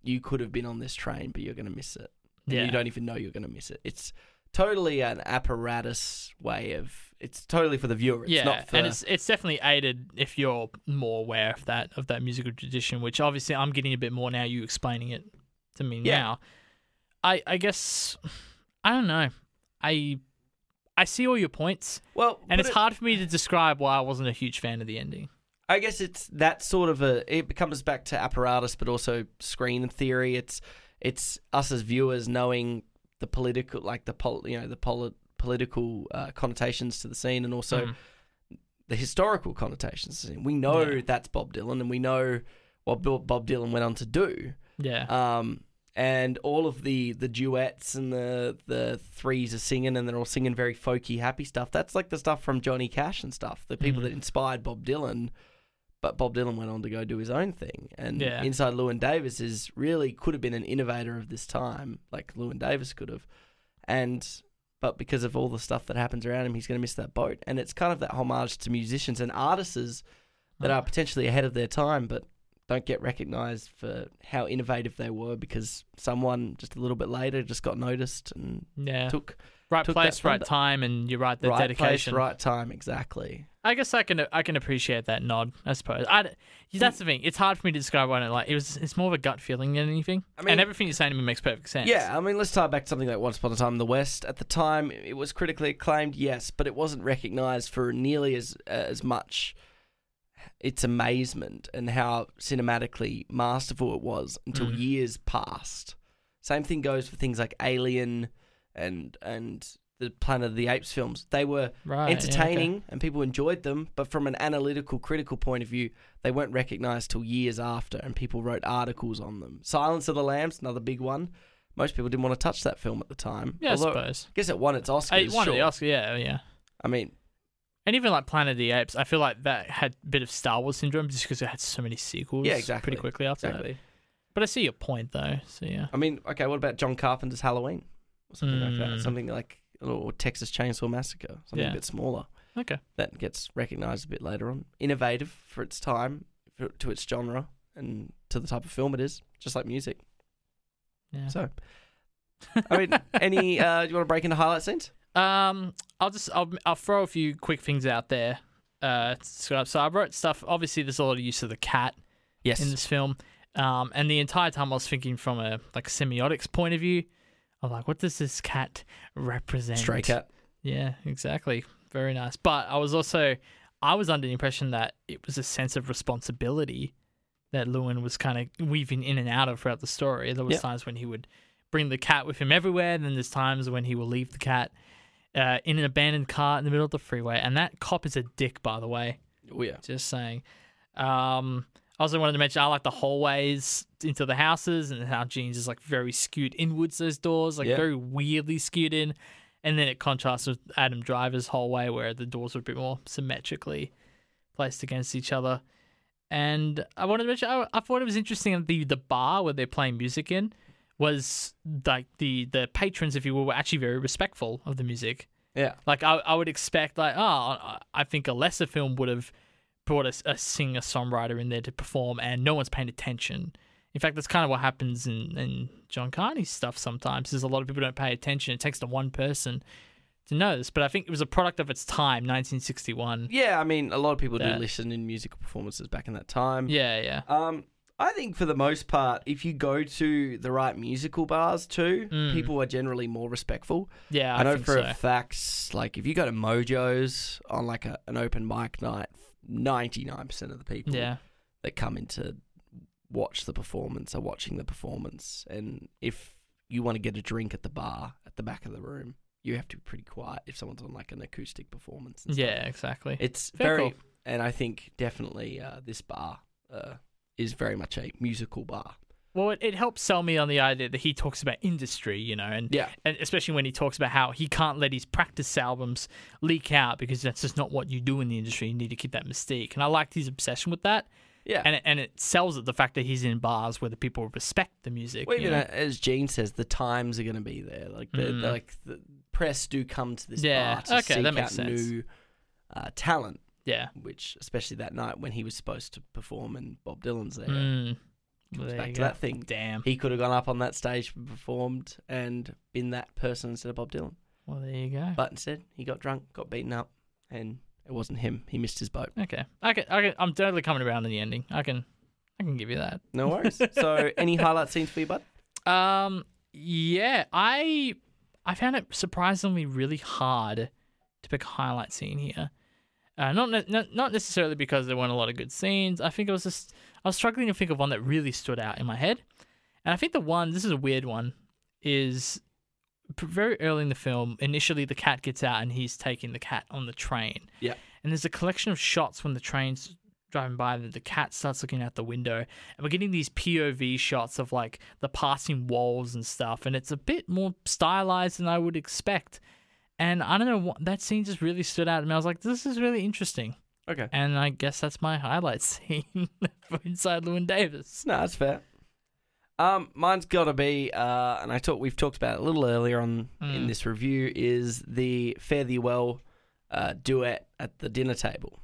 [SPEAKER 1] you could have been on this train, but you're going to miss it. And
[SPEAKER 2] yeah
[SPEAKER 1] You don't even know you're going to miss it. It's totally an apparatus way of. It's totally for the viewer. It's
[SPEAKER 2] yeah,
[SPEAKER 1] not for.
[SPEAKER 2] and it's it's definitely aided if you're more aware of that of that musical tradition, which obviously I'm getting a bit more now. You explaining it to me
[SPEAKER 1] Yeah.
[SPEAKER 2] now, I I guess I don't know. I I see all your points,
[SPEAKER 1] well,
[SPEAKER 2] and
[SPEAKER 1] put
[SPEAKER 2] it's
[SPEAKER 1] it-
[SPEAKER 2] hard for me to describe why I wasn't a huge fan of the ending.
[SPEAKER 1] I guess it's that sort of a. It comes back to apparatus, but also screen theory. It's it's us as viewers knowing the political, like the pol, you know, the poli- political uh, connotations to the scene, and also
[SPEAKER 2] Mm.
[SPEAKER 1] the historical connotations. to the scene. We know
[SPEAKER 2] Yeah.
[SPEAKER 1] that's Bob Dylan, and we know what Bill- Bob Dylan went on to do.
[SPEAKER 2] yeah,
[SPEAKER 1] Um, and all of the the duets and the the threes are singing, and they're all singing very folky, happy stuff. That's like the stuff from Johnny Cash and stuff. The people
[SPEAKER 2] Mhm.
[SPEAKER 1] that inspired Bob Dylan, but Bob Dylan went on to go do his own thing. And
[SPEAKER 2] Yeah.
[SPEAKER 1] inside Lewin Davis is really could have been an innovator of this time, like Lewin Davis could have, and. But because of all the stuff that happens around him, he's going to miss that boat. And it's kind of that homage to musicians and artists that
[SPEAKER 2] Mm.
[SPEAKER 1] are potentially ahead of their time, but don't get recognised for how innovative they were because someone just a little bit later just got noticed and
[SPEAKER 2] yeah,
[SPEAKER 1] took
[SPEAKER 2] right
[SPEAKER 1] took that
[SPEAKER 2] place,
[SPEAKER 1] from
[SPEAKER 2] right
[SPEAKER 1] the-
[SPEAKER 2] time, and you're right. The
[SPEAKER 1] right
[SPEAKER 2] dedication,
[SPEAKER 1] place, right time, exactly.
[SPEAKER 2] I guess I can I can appreciate that nod. I suppose I d- that's the thing. It's hard for me to describe what I like. It was it's more of a gut feeling than anything.
[SPEAKER 1] I mean-
[SPEAKER 2] and everything you're saying to me makes perfect sense.
[SPEAKER 1] Yeah, I mean, let's tie back to something like Once Upon a Time in the West. At the time, it was critically acclaimed, yes, but it wasn't recognised for nearly as as much its amazement and how cinematically masterful it was until
[SPEAKER 2] Mm.
[SPEAKER 1] years passed. Same thing goes for things like Alien and and the Planet of the Apes films. They were
[SPEAKER 2] right. Oh, yeah, okay.
[SPEAKER 1] entertaining and people enjoyed them, but from an analytical, critical point of view, they weren't recognized till years after, and people wrote articles on them. Silence of the Lambs, another big one. most people didn't want to touch that film at the time.
[SPEAKER 2] Yeah,
[SPEAKER 1] Although,
[SPEAKER 2] I suppose.
[SPEAKER 1] guess it won its Oscars.
[SPEAKER 2] It won the
[SPEAKER 1] sure.
[SPEAKER 2] Oscar, yeah, yeah.
[SPEAKER 1] I mean,
[SPEAKER 2] And even like Planet of the Apes, I feel like that had a bit of Star Wars syndrome just because it had so many sequels.
[SPEAKER 1] Yeah, exactly.
[SPEAKER 2] Pretty quickly after
[SPEAKER 1] exactly.
[SPEAKER 2] that. But I see your point though. So yeah,
[SPEAKER 1] I mean, okay, what about John Carpenter's Halloween or something like that?
[SPEAKER 2] Mm.
[SPEAKER 1] Something like or Texas Chainsaw Massacre, something
[SPEAKER 2] Yeah.
[SPEAKER 1] a bit smaller
[SPEAKER 2] okay.
[SPEAKER 1] that gets recognized a bit later on. Innovative for its time, for, to its genre, and to the type of film it is, just like music.
[SPEAKER 2] Yeah.
[SPEAKER 1] So, I mean, any? Uh, do you want to break into highlight scenes?
[SPEAKER 2] Um, I'll just I'll, I'll throw a few quick things out there. Uh, so so I wrote stuff. Obviously, there's a lot of use of the cat
[SPEAKER 1] Yes.
[SPEAKER 2] in this film. Um, and the entire time I was thinking from a like semiotics point of view, I'm like, what does this cat represent?
[SPEAKER 1] Stray Cat.
[SPEAKER 2] Yeah, exactly. Very nice. But I was also I was under the impression that it was a sense of responsibility that Lewin was kind of weaving in and out of throughout the story. There was
[SPEAKER 1] Yeah.
[SPEAKER 2] times when he would bring the cat with him everywhere, and then there's times when he will leave the cat uh, in an abandoned car in the middle of the freeway. And that cop is a dick, by the way.
[SPEAKER 1] Oh yeah.
[SPEAKER 2] Just saying. Um, I also wanted to mention I like the hallways into the houses and how Jeans is like very skewed inwards those doors, like
[SPEAKER 1] Yeah.
[SPEAKER 2] very weirdly skewed in. And then it contrasts with Adam Driver's hallway where the doors are a bit more symmetrically placed against each other. And I wanted to mention I, I thought it was interesting that the the bar where they're playing music in was like the the patrons, if you will, were actually very respectful of the music.
[SPEAKER 1] Yeah.
[SPEAKER 2] Like I, I would expect, like, oh, I- I think a lesser film would have brought a, a singer songwriter in there to perform, and no one's paying attention. In fact, that's kind of what happens in, in John Carney's stuff sometimes. Is a lot of people don't pay attention. It takes the one person to notice. But I think it was a product of its time, 1961.
[SPEAKER 1] Yeah, I mean, a lot of people
[SPEAKER 2] Yeah.
[SPEAKER 1] do listen in musical performances back in that time.
[SPEAKER 2] Yeah, yeah.
[SPEAKER 1] Um, I think for the most part, if you go to the right musical bars too,
[SPEAKER 2] Mm.
[SPEAKER 1] people are generally more respectful.
[SPEAKER 2] Yeah, I,
[SPEAKER 1] I, know
[SPEAKER 2] think
[SPEAKER 1] for
[SPEAKER 2] so.
[SPEAKER 1] a fact, like if you go to Mojo's on like a, an open mic night, ninety nine percent of the people
[SPEAKER 2] yeah.
[SPEAKER 1] that come in to watch the performance are watching the performance. And if you want to get a drink at the bar at the back of the room, you have to be pretty quiet if someone's on like an acoustic performance. And stuff.
[SPEAKER 2] Yeah, exactly.
[SPEAKER 1] It's
[SPEAKER 2] Very
[SPEAKER 1] very,
[SPEAKER 2] cool.
[SPEAKER 1] and I think definitely uh, this bar uh, is very much a musical bar.
[SPEAKER 2] Well, it, it helps sell me on the idea that he talks about industry, you know, and
[SPEAKER 1] Yeah.
[SPEAKER 2] and especially when he talks about how he can't let his practice albums leak out because that's just not what you do in the industry. You need to keep that mystique, and I liked his obsession with that,
[SPEAKER 1] Yeah.
[SPEAKER 2] and it, and it sells it the fact that he's in bars where the people respect the music.
[SPEAKER 1] well,
[SPEAKER 2] you
[SPEAKER 1] even
[SPEAKER 2] know?
[SPEAKER 1] a- as Gene says, the times are going to be there. Like the,
[SPEAKER 2] Mm.
[SPEAKER 1] the like the press do come to this
[SPEAKER 2] Yeah,
[SPEAKER 1] bar to
[SPEAKER 2] okay,
[SPEAKER 1] seek
[SPEAKER 2] that makes
[SPEAKER 1] out
[SPEAKER 2] sense.
[SPEAKER 1] new uh, talent,
[SPEAKER 2] yeah.
[SPEAKER 1] which especially that night when he was supposed to perform and Bob Dylan's there.
[SPEAKER 2] Mm.
[SPEAKER 1] Comes
[SPEAKER 2] There
[SPEAKER 1] back
[SPEAKER 2] you
[SPEAKER 1] to
[SPEAKER 2] go.
[SPEAKER 1] that thing.
[SPEAKER 2] Damn.
[SPEAKER 1] He could have gone up on that stage, performed, and been that person instead of Bob Dylan.
[SPEAKER 2] Well, there you go.
[SPEAKER 1] But instead, he got drunk, got beaten up, and it wasn't him. He missed his boat.
[SPEAKER 2] okay, I can, I can, I'm totally coming around on the ending. I can, I can give you that.
[SPEAKER 1] No worries. so, any highlight scenes for you, bud?
[SPEAKER 2] Um, yeah, I I found it surprisingly really hard to pick a highlight scene here. Uh, not, ne- not not necessarily because there weren't a lot of good scenes. I think it was just I was struggling to think of one that really stood out in my head, and I think the one this is a weird one is p- very early in the film. Initially, the cat gets out and he's taking the cat on the train.
[SPEAKER 1] Yeah.
[SPEAKER 2] and there's a collection of shots when the train's driving by and the cat starts looking out the window and we're getting these pov shots of like the passing walls and stuff and it's a bit more stylized than i would expect and i don't know what that scene just really stood out to me i was like this is really interesting
[SPEAKER 1] Okay.
[SPEAKER 2] and i guess that's my highlight scene for inside lewin davis
[SPEAKER 1] No, that's fair. Um, mine's got to be, uh, and I talked. We've talked about it a little earlier on in
[SPEAKER 2] Mm.
[SPEAKER 1] this review. Is the fare thee well uh, duet at the dinner table,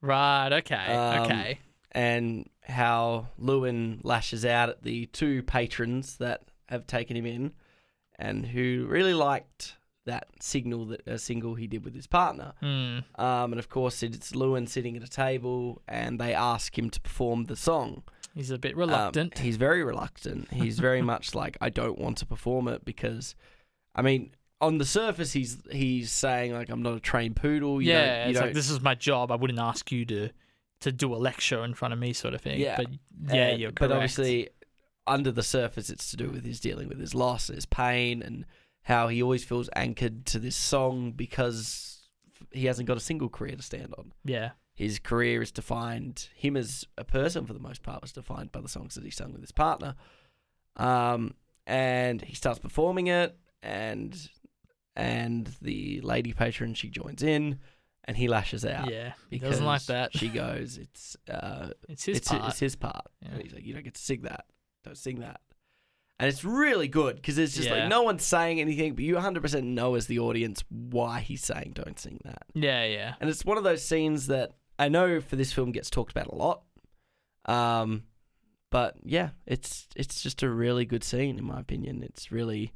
[SPEAKER 2] right okay
[SPEAKER 1] Um,
[SPEAKER 2] okay
[SPEAKER 1] and how Lewin lashes out at the two patrons that have taken him in, and who really liked that signal that uh, single he did with his partner.
[SPEAKER 2] Hmm.
[SPEAKER 1] Um, and of course, it's Lewin sitting at a table, and they ask him to perform the song.
[SPEAKER 2] he's a bit
[SPEAKER 1] Um,
[SPEAKER 2] reluctant
[SPEAKER 1] he's very reluctant. He's very much like I don't want to perform it because, I mean, on the surface he's he's saying like I'm not a trained poodle. You
[SPEAKER 2] yeah
[SPEAKER 1] don't, you
[SPEAKER 2] it's like
[SPEAKER 1] don't-
[SPEAKER 2] this is my job i wouldn't ask you to to do a lecture in front of me sort of thing
[SPEAKER 1] Yeah.
[SPEAKER 2] but yeah
[SPEAKER 1] and-
[SPEAKER 2] you're correct
[SPEAKER 1] Uh, But obviously, under the surface, it's to do with his dealing with his loss, and his pain, and how he always feels anchored to this song because he hasn't got a single career to stand on.
[SPEAKER 2] yeah
[SPEAKER 1] His career is defined. Him as a person, for the most part, was defined by the songs that he sung with his partner. Um, and he starts performing it, and and the lady patron she joins in, and he lashes out.
[SPEAKER 2] yeah, he doesn't like
[SPEAKER 1] uh, because
[SPEAKER 2] that.
[SPEAKER 1] She goes, "It's uh,
[SPEAKER 2] it's his
[SPEAKER 1] it's, hi-
[SPEAKER 2] part.
[SPEAKER 1] it's his part. And
[SPEAKER 2] Yeah.
[SPEAKER 1] he's like, you don't get to sing that. Don't sing that. And it's really good because it's just
[SPEAKER 2] Yeah.
[SPEAKER 1] like no one's saying anything, but you 100% know as the audience why he's saying don't sing that.
[SPEAKER 2] yeah, yeah,
[SPEAKER 1] And it's one of those scenes that I know for this film gets talked about a lot. Um, but yeah, it's it's just a really good scene in my opinion. It's really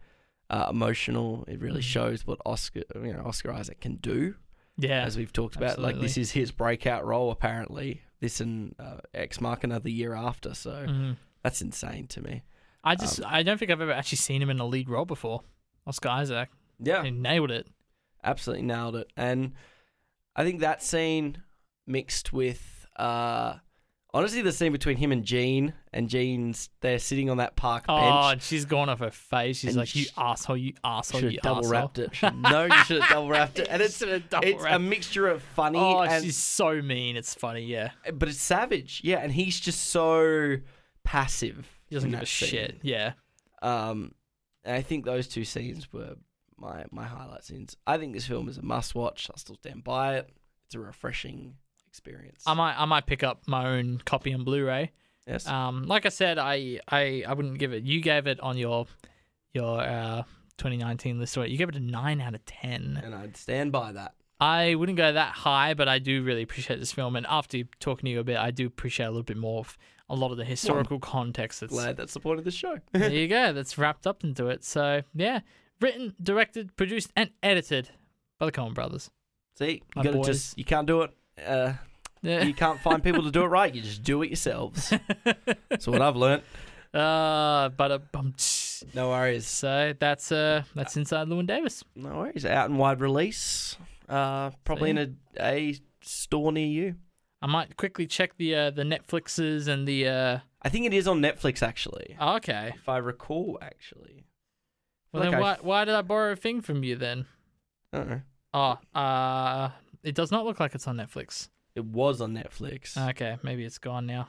[SPEAKER 1] uh, emotional. It really
[SPEAKER 2] Mhm.
[SPEAKER 1] shows what Oscar you know Oscar Isaac can do
[SPEAKER 2] yeah.
[SPEAKER 1] as we've talked about. Like this
[SPEAKER 2] absolutely.
[SPEAKER 1] is his breakout role, apparently. This and uh, Ex Machina the year after, so
[SPEAKER 2] Mhm.
[SPEAKER 1] that's insane to me.
[SPEAKER 2] I just,
[SPEAKER 1] um,
[SPEAKER 2] I don't think I've ever actually seen him in a lead role before. Oscar Isaac,
[SPEAKER 1] Yeah,
[SPEAKER 2] he nailed it.
[SPEAKER 1] absolutely nailed it. And I think that scene mixed with uh, honestly the scene between him and Jean, and Jean's they're sitting on that park
[SPEAKER 2] Oh,
[SPEAKER 1] bench.
[SPEAKER 2] and she's gone off her face. She's
[SPEAKER 1] And
[SPEAKER 2] like, "You
[SPEAKER 1] sh-
[SPEAKER 2] asshole! You asshole!
[SPEAKER 1] Should
[SPEAKER 2] you
[SPEAKER 1] have double
[SPEAKER 2] asshole.
[SPEAKER 1] wrapped it. Should- no, you should have double wrapped it. And it's
[SPEAKER 2] Should've double
[SPEAKER 1] it's a
[SPEAKER 2] wrapped.
[SPEAKER 1] mixture of funny
[SPEAKER 2] Oh,
[SPEAKER 1] and
[SPEAKER 2] she's so mean. It's funny. Yeah,
[SPEAKER 1] but it's savage. Yeah, and he's just so passive.
[SPEAKER 2] he doesn't
[SPEAKER 1] in
[SPEAKER 2] give a
[SPEAKER 1] that scene.
[SPEAKER 2] shit. Yeah,
[SPEAKER 1] Um, and I think those two scenes were my my highlight scenes. I think this film is a must watch. I still stand by it. It's a refreshing experience.
[SPEAKER 2] I might, I might pick up my own copy on Blu-ray.
[SPEAKER 1] yes,
[SPEAKER 2] Um, like I said, I, I, I wouldn't give it. You gave it on your, your uh, 2019 list. Right? You gave it a nine out of ten.
[SPEAKER 1] and I'd stand by that.
[SPEAKER 2] I wouldn't go that high, but I do really appreciate this film. And after talking to you a bit, I do appreciate a little bit more of a lot of the historical context that's
[SPEAKER 1] Glad that supported the show.
[SPEAKER 2] there you go. That's wrapped up into it. So yeah, written, directed, produced, and edited by the Coen Brothers.
[SPEAKER 1] See, you
[SPEAKER 2] My
[SPEAKER 1] gotta
[SPEAKER 2] boys.
[SPEAKER 1] just you can't do it. Uh,
[SPEAKER 2] Yeah.
[SPEAKER 1] you can't find people to do it right. You just do it yourselves. That's what I've learnt.
[SPEAKER 2] uh, but a
[SPEAKER 1] No worries.
[SPEAKER 2] So that's uh, that's inside Lewin Davis.
[SPEAKER 1] No worries. Out and wide release. Uh, probably
[SPEAKER 2] See?
[SPEAKER 1] in a a store near you.
[SPEAKER 2] I might quickly check the uh, the Netflixes and the. Uh...
[SPEAKER 1] I think it is on Netflix actually,
[SPEAKER 2] oh, okay.
[SPEAKER 1] if I recall. Actually,
[SPEAKER 2] Well,
[SPEAKER 1] Like
[SPEAKER 2] then
[SPEAKER 1] I-
[SPEAKER 2] why why did I borrow a thing from you then?
[SPEAKER 1] I don't know.
[SPEAKER 2] Oh, uh, it does not look like it's on Netflix.
[SPEAKER 1] It was on Netflix.
[SPEAKER 2] Okay, maybe it's gone now. Uh,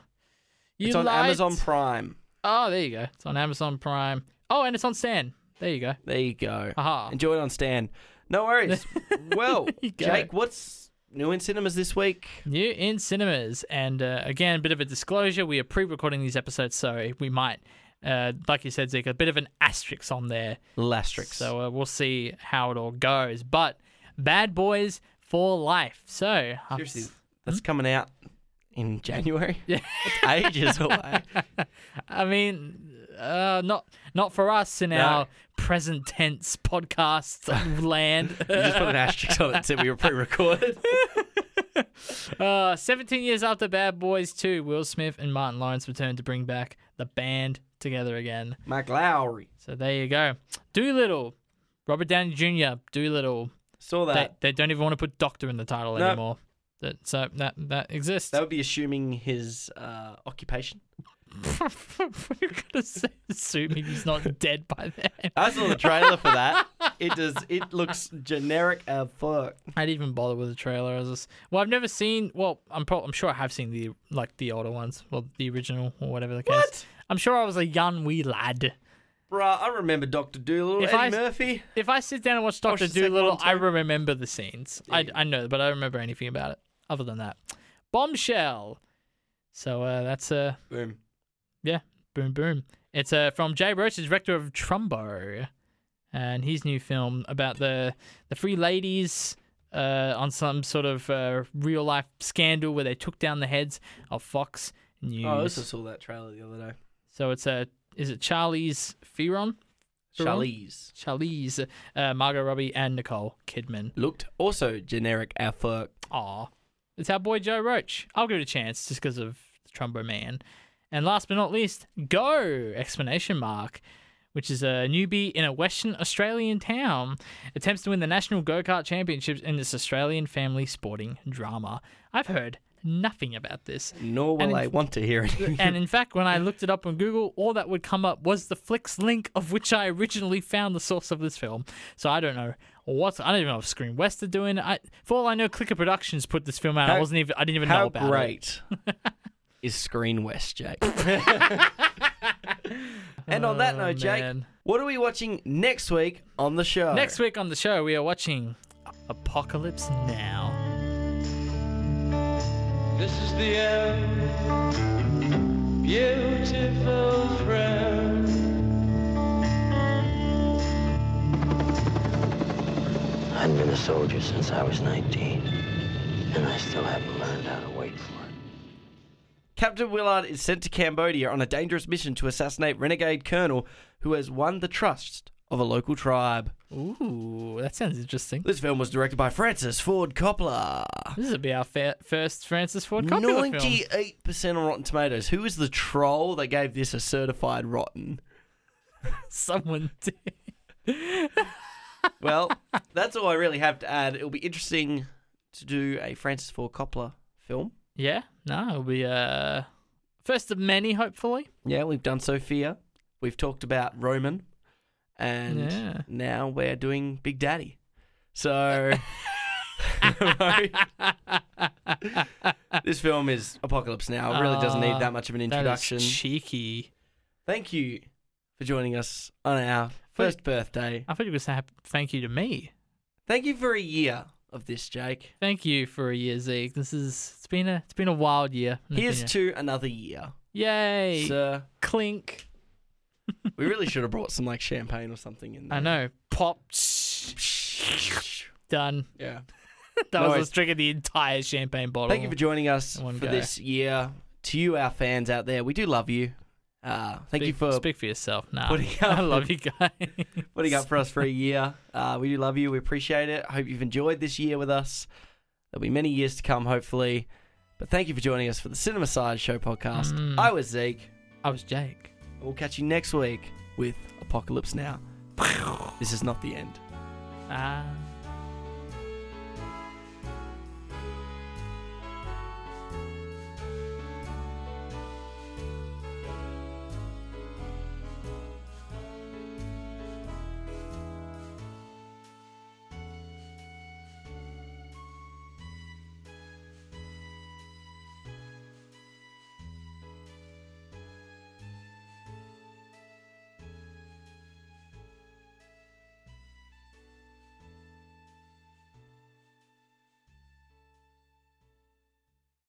[SPEAKER 2] You
[SPEAKER 1] it's on
[SPEAKER 2] lied.
[SPEAKER 1] Amazon Prime.
[SPEAKER 2] Oh, there you go. It's on Amazon Prime. Oh, and it's on Stan. There you go.
[SPEAKER 1] There you go.
[SPEAKER 2] Aha.
[SPEAKER 1] Enjoy it on Stan. No worries. well,
[SPEAKER 2] you go.
[SPEAKER 1] Jake, what's new in cinemas this week?
[SPEAKER 2] New in cinemas, and uh, again, a bit of a disclosure: we are pre-recording these episodes, so we might, uh, like you said, Zeke, a bit of an asterisk on there.
[SPEAKER 1] Lastrix.
[SPEAKER 2] So uh, we'll see how it all goes. But Bad Boys for Life. So uh,
[SPEAKER 1] Seriously,
[SPEAKER 2] I've-
[SPEAKER 1] that's coming out in January.
[SPEAKER 2] hmm? Yeah.
[SPEAKER 1] It's ages away.
[SPEAKER 2] I mean, uh, not not for us in
[SPEAKER 1] No.
[SPEAKER 2] our present tense podcast land.
[SPEAKER 1] You just put an asterisk on it and said we were pre-recorded.
[SPEAKER 2] Uh, 17 years after Bad Boys 2, Will Smith and Martin Lawrence returned to bring back the band together again.
[SPEAKER 1] Mike Lowry.
[SPEAKER 2] So there you go. Doolittle. Robert Downey Jr. Doolittle.
[SPEAKER 1] Saw
[SPEAKER 2] They,
[SPEAKER 1] that.
[SPEAKER 2] they don't even want to put Doctor in the title
[SPEAKER 1] No.
[SPEAKER 2] anymore. That, so that that exists.
[SPEAKER 1] That would be assuming his uh, occupation.
[SPEAKER 2] You're gonna say, assuming he's not dead by then.
[SPEAKER 1] I saw the trailer for that. It does. It looks generic as fuck.
[SPEAKER 2] I didn't even bother with the trailer. I was just, well, I've never seen. Well, I'm pro- I'm sure I have seen the like the older ones, well, the original or whatever the case.
[SPEAKER 1] What?
[SPEAKER 2] I'm sure I was a young wee lad.
[SPEAKER 1] Bruh, I remember Doctor Doolittle,
[SPEAKER 2] If
[SPEAKER 1] Eddie
[SPEAKER 2] I-
[SPEAKER 1] Murphy.
[SPEAKER 2] If I sit down and watch
[SPEAKER 1] Watch
[SPEAKER 2] Doctor
[SPEAKER 1] the second
[SPEAKER 2] Doolittle,
[SPEAKER 1] one
[SPEAKER 2] I
[SPEAKER 1] too.
[SPEAKER 2] remember the scenes. I
[SPEAKER 1] Yeah.
[SPEAKER 2] I know, but I don't remember anything about it other than that. Bombshell. So uh, that's uh,
[SPEAKER 1] Boom.
[SPEAKER 2] boom boom. It's uh, from Jay Roach, the director of Trumbo, and his new film about the the three ladies uh, on some sort of uh, real life scandal where they took down the heads of Fox News.
[SPEAKER 1] Oh, I also saw that trailer the other day.
[SPEAKER 2] So it's uh, is it Charlie's Theron? Theron?
[SPEAKER 1] Charlize.
[SPEAKER 2] Charlize, uh, Margot Robbie, and Nicole Kidman.
[SPEAKER 1] Looked also generic as fuck.
[SPEAKER 2] Aw. It's our boy Joe Roach. I'll give it a chance just because of the Trumbo Man. And last but not least, Go! Explanation mark. Which is a newbie in a Western Australian town attempts to win the National Go Kart Championships in this Australian family sporting drama. I've heard nothing about this.
[SPEAKER 1] Nor will
[SPEAKER 2] And in-
[SPEAKER 1] I want to hear anything.
[SPEAKER 2] And in fact, when I looked it up on Google, all that would come up was the Flix link of which I originally found the source of this film. So I don't know what I don't even know if Screen West are doing. I, for all I know, Clicker Productions put this film out. I
[SPEAKER 1] How-
[SPEAKER 2] wasn't even I didn't even know
[SPEAKER 1] How
[SPEAKER 2] about it.
[SPEAKER 1] great is Screen West, Jake? and on that
[SPEAKER 2] Oh,
[SPEAKER 1] note, Jake,
[SPEAKER 2] man.
[SPEAKER 1] What are we watching next week on the show?
[SPEAKER 2] Next week on the show, we are watching Apocalypse Now.
[SPEAKER 5] This is the end, beautiful friend.
[SPEAKER 6] I've been a soldier since I was 19, and I still haven't learned how to wait for it.
[SPEAKER 1] Captain Willard is sent to Cambodia on a dangerous mission to assassinate renegade colonel who has won the trust of a local tribe.
[SPEAKER 2] Ooh, that sounds interesting.
[SPEAKER 1] This film was directed by Francis Ford Coppola.
[SPEAKER 2] This will be our fa- first Francis Ford Coppola film.
[SPEAKER 1] Ninety-eight percent on Rotten Tomatoes. Who is the troll that gave this a certified rotten?
[SPEAKER 2] Someone did.
[SPEAKER 1] Well, that's all I really have to add. It'll be interesting to do a Francis Ford Coppola film.
[SPEAKER 2] Yeah, no, it'll be uh first of many, hopefully.
[SPEAKER 1] Yeah, we've done Sophia. We've talked about Roman, and
[SPEAKER 2] Yeah.
[SPEAKER 1] now we're doing Big Daddy. So this film is Apocalypse Now. It really doesn't need
[SPEAKER 2] Ah,
[SPEAKER 1] that much of an introduction.
[SPEAKER 2] That is cheeky.
[SPEAKER 1] Thank you for joining us on our first birthday.
[SPEAKER 2] I thought you were going to say hap- thank you to me.
[SPEAKER 1] Thank you for a year of this, Jake.
[SPEAKER 2] Thank you for a year, Zeke. This is it's been a it's been a wild year. in
[SPEAKER 1] Here's
[SPEAKER 2] opinion.
[SPEAKER 1] to another year.
[SPEAKER 2] yay
[SPEAKER 1] So
[SPEAKER 2] clink.
[SPEAKER 1] we really should have brought some like champagne or something in there.
[SPEAKER 2] I know pop done.
[SPEAKER 1] Yeah.
[SPEAKER 2] That
[SPEAKER 1] No
[SPEAKER 2] was
[SPEAKER 1] worries.
[SPEAKER 2] us drinking the entire champagne bottle.
[SPEAKER 1] Thank you for joining us
[SPEAKER 2] One
[SPEAKER 1] for
[SPEAKER 2] go.
[SPEAKER 1] this year. To you, our fans out there, we do love you. Uh, thank you
[SPEAKER 2] Speak-
[SPEAKER 1] for
[SPEAKER 2] speak for yourself. Nah,
[SPEAKER 1] putting up
[SPEAKER 2] I love
[SPEAKER 1] with-
[SPEAKER 2] you guys.
[SPEAKER 1] putting up for us for a year. Uh, we do love you. We appreciate it. I hope you've enjoyed this year with us. There'll be many years to come, hopefully. But thank you for joining us for the Cinema Side Show podcast.
[SPEAKER 2] Mm.
[SPEAKER 1] I was Zeke.
[SPEAKER 2] I was Jake.
[SPEAKER 1] We'll catch you next week with Apocalypse Now. This is not the end.
[SPEAKER 2] Ah.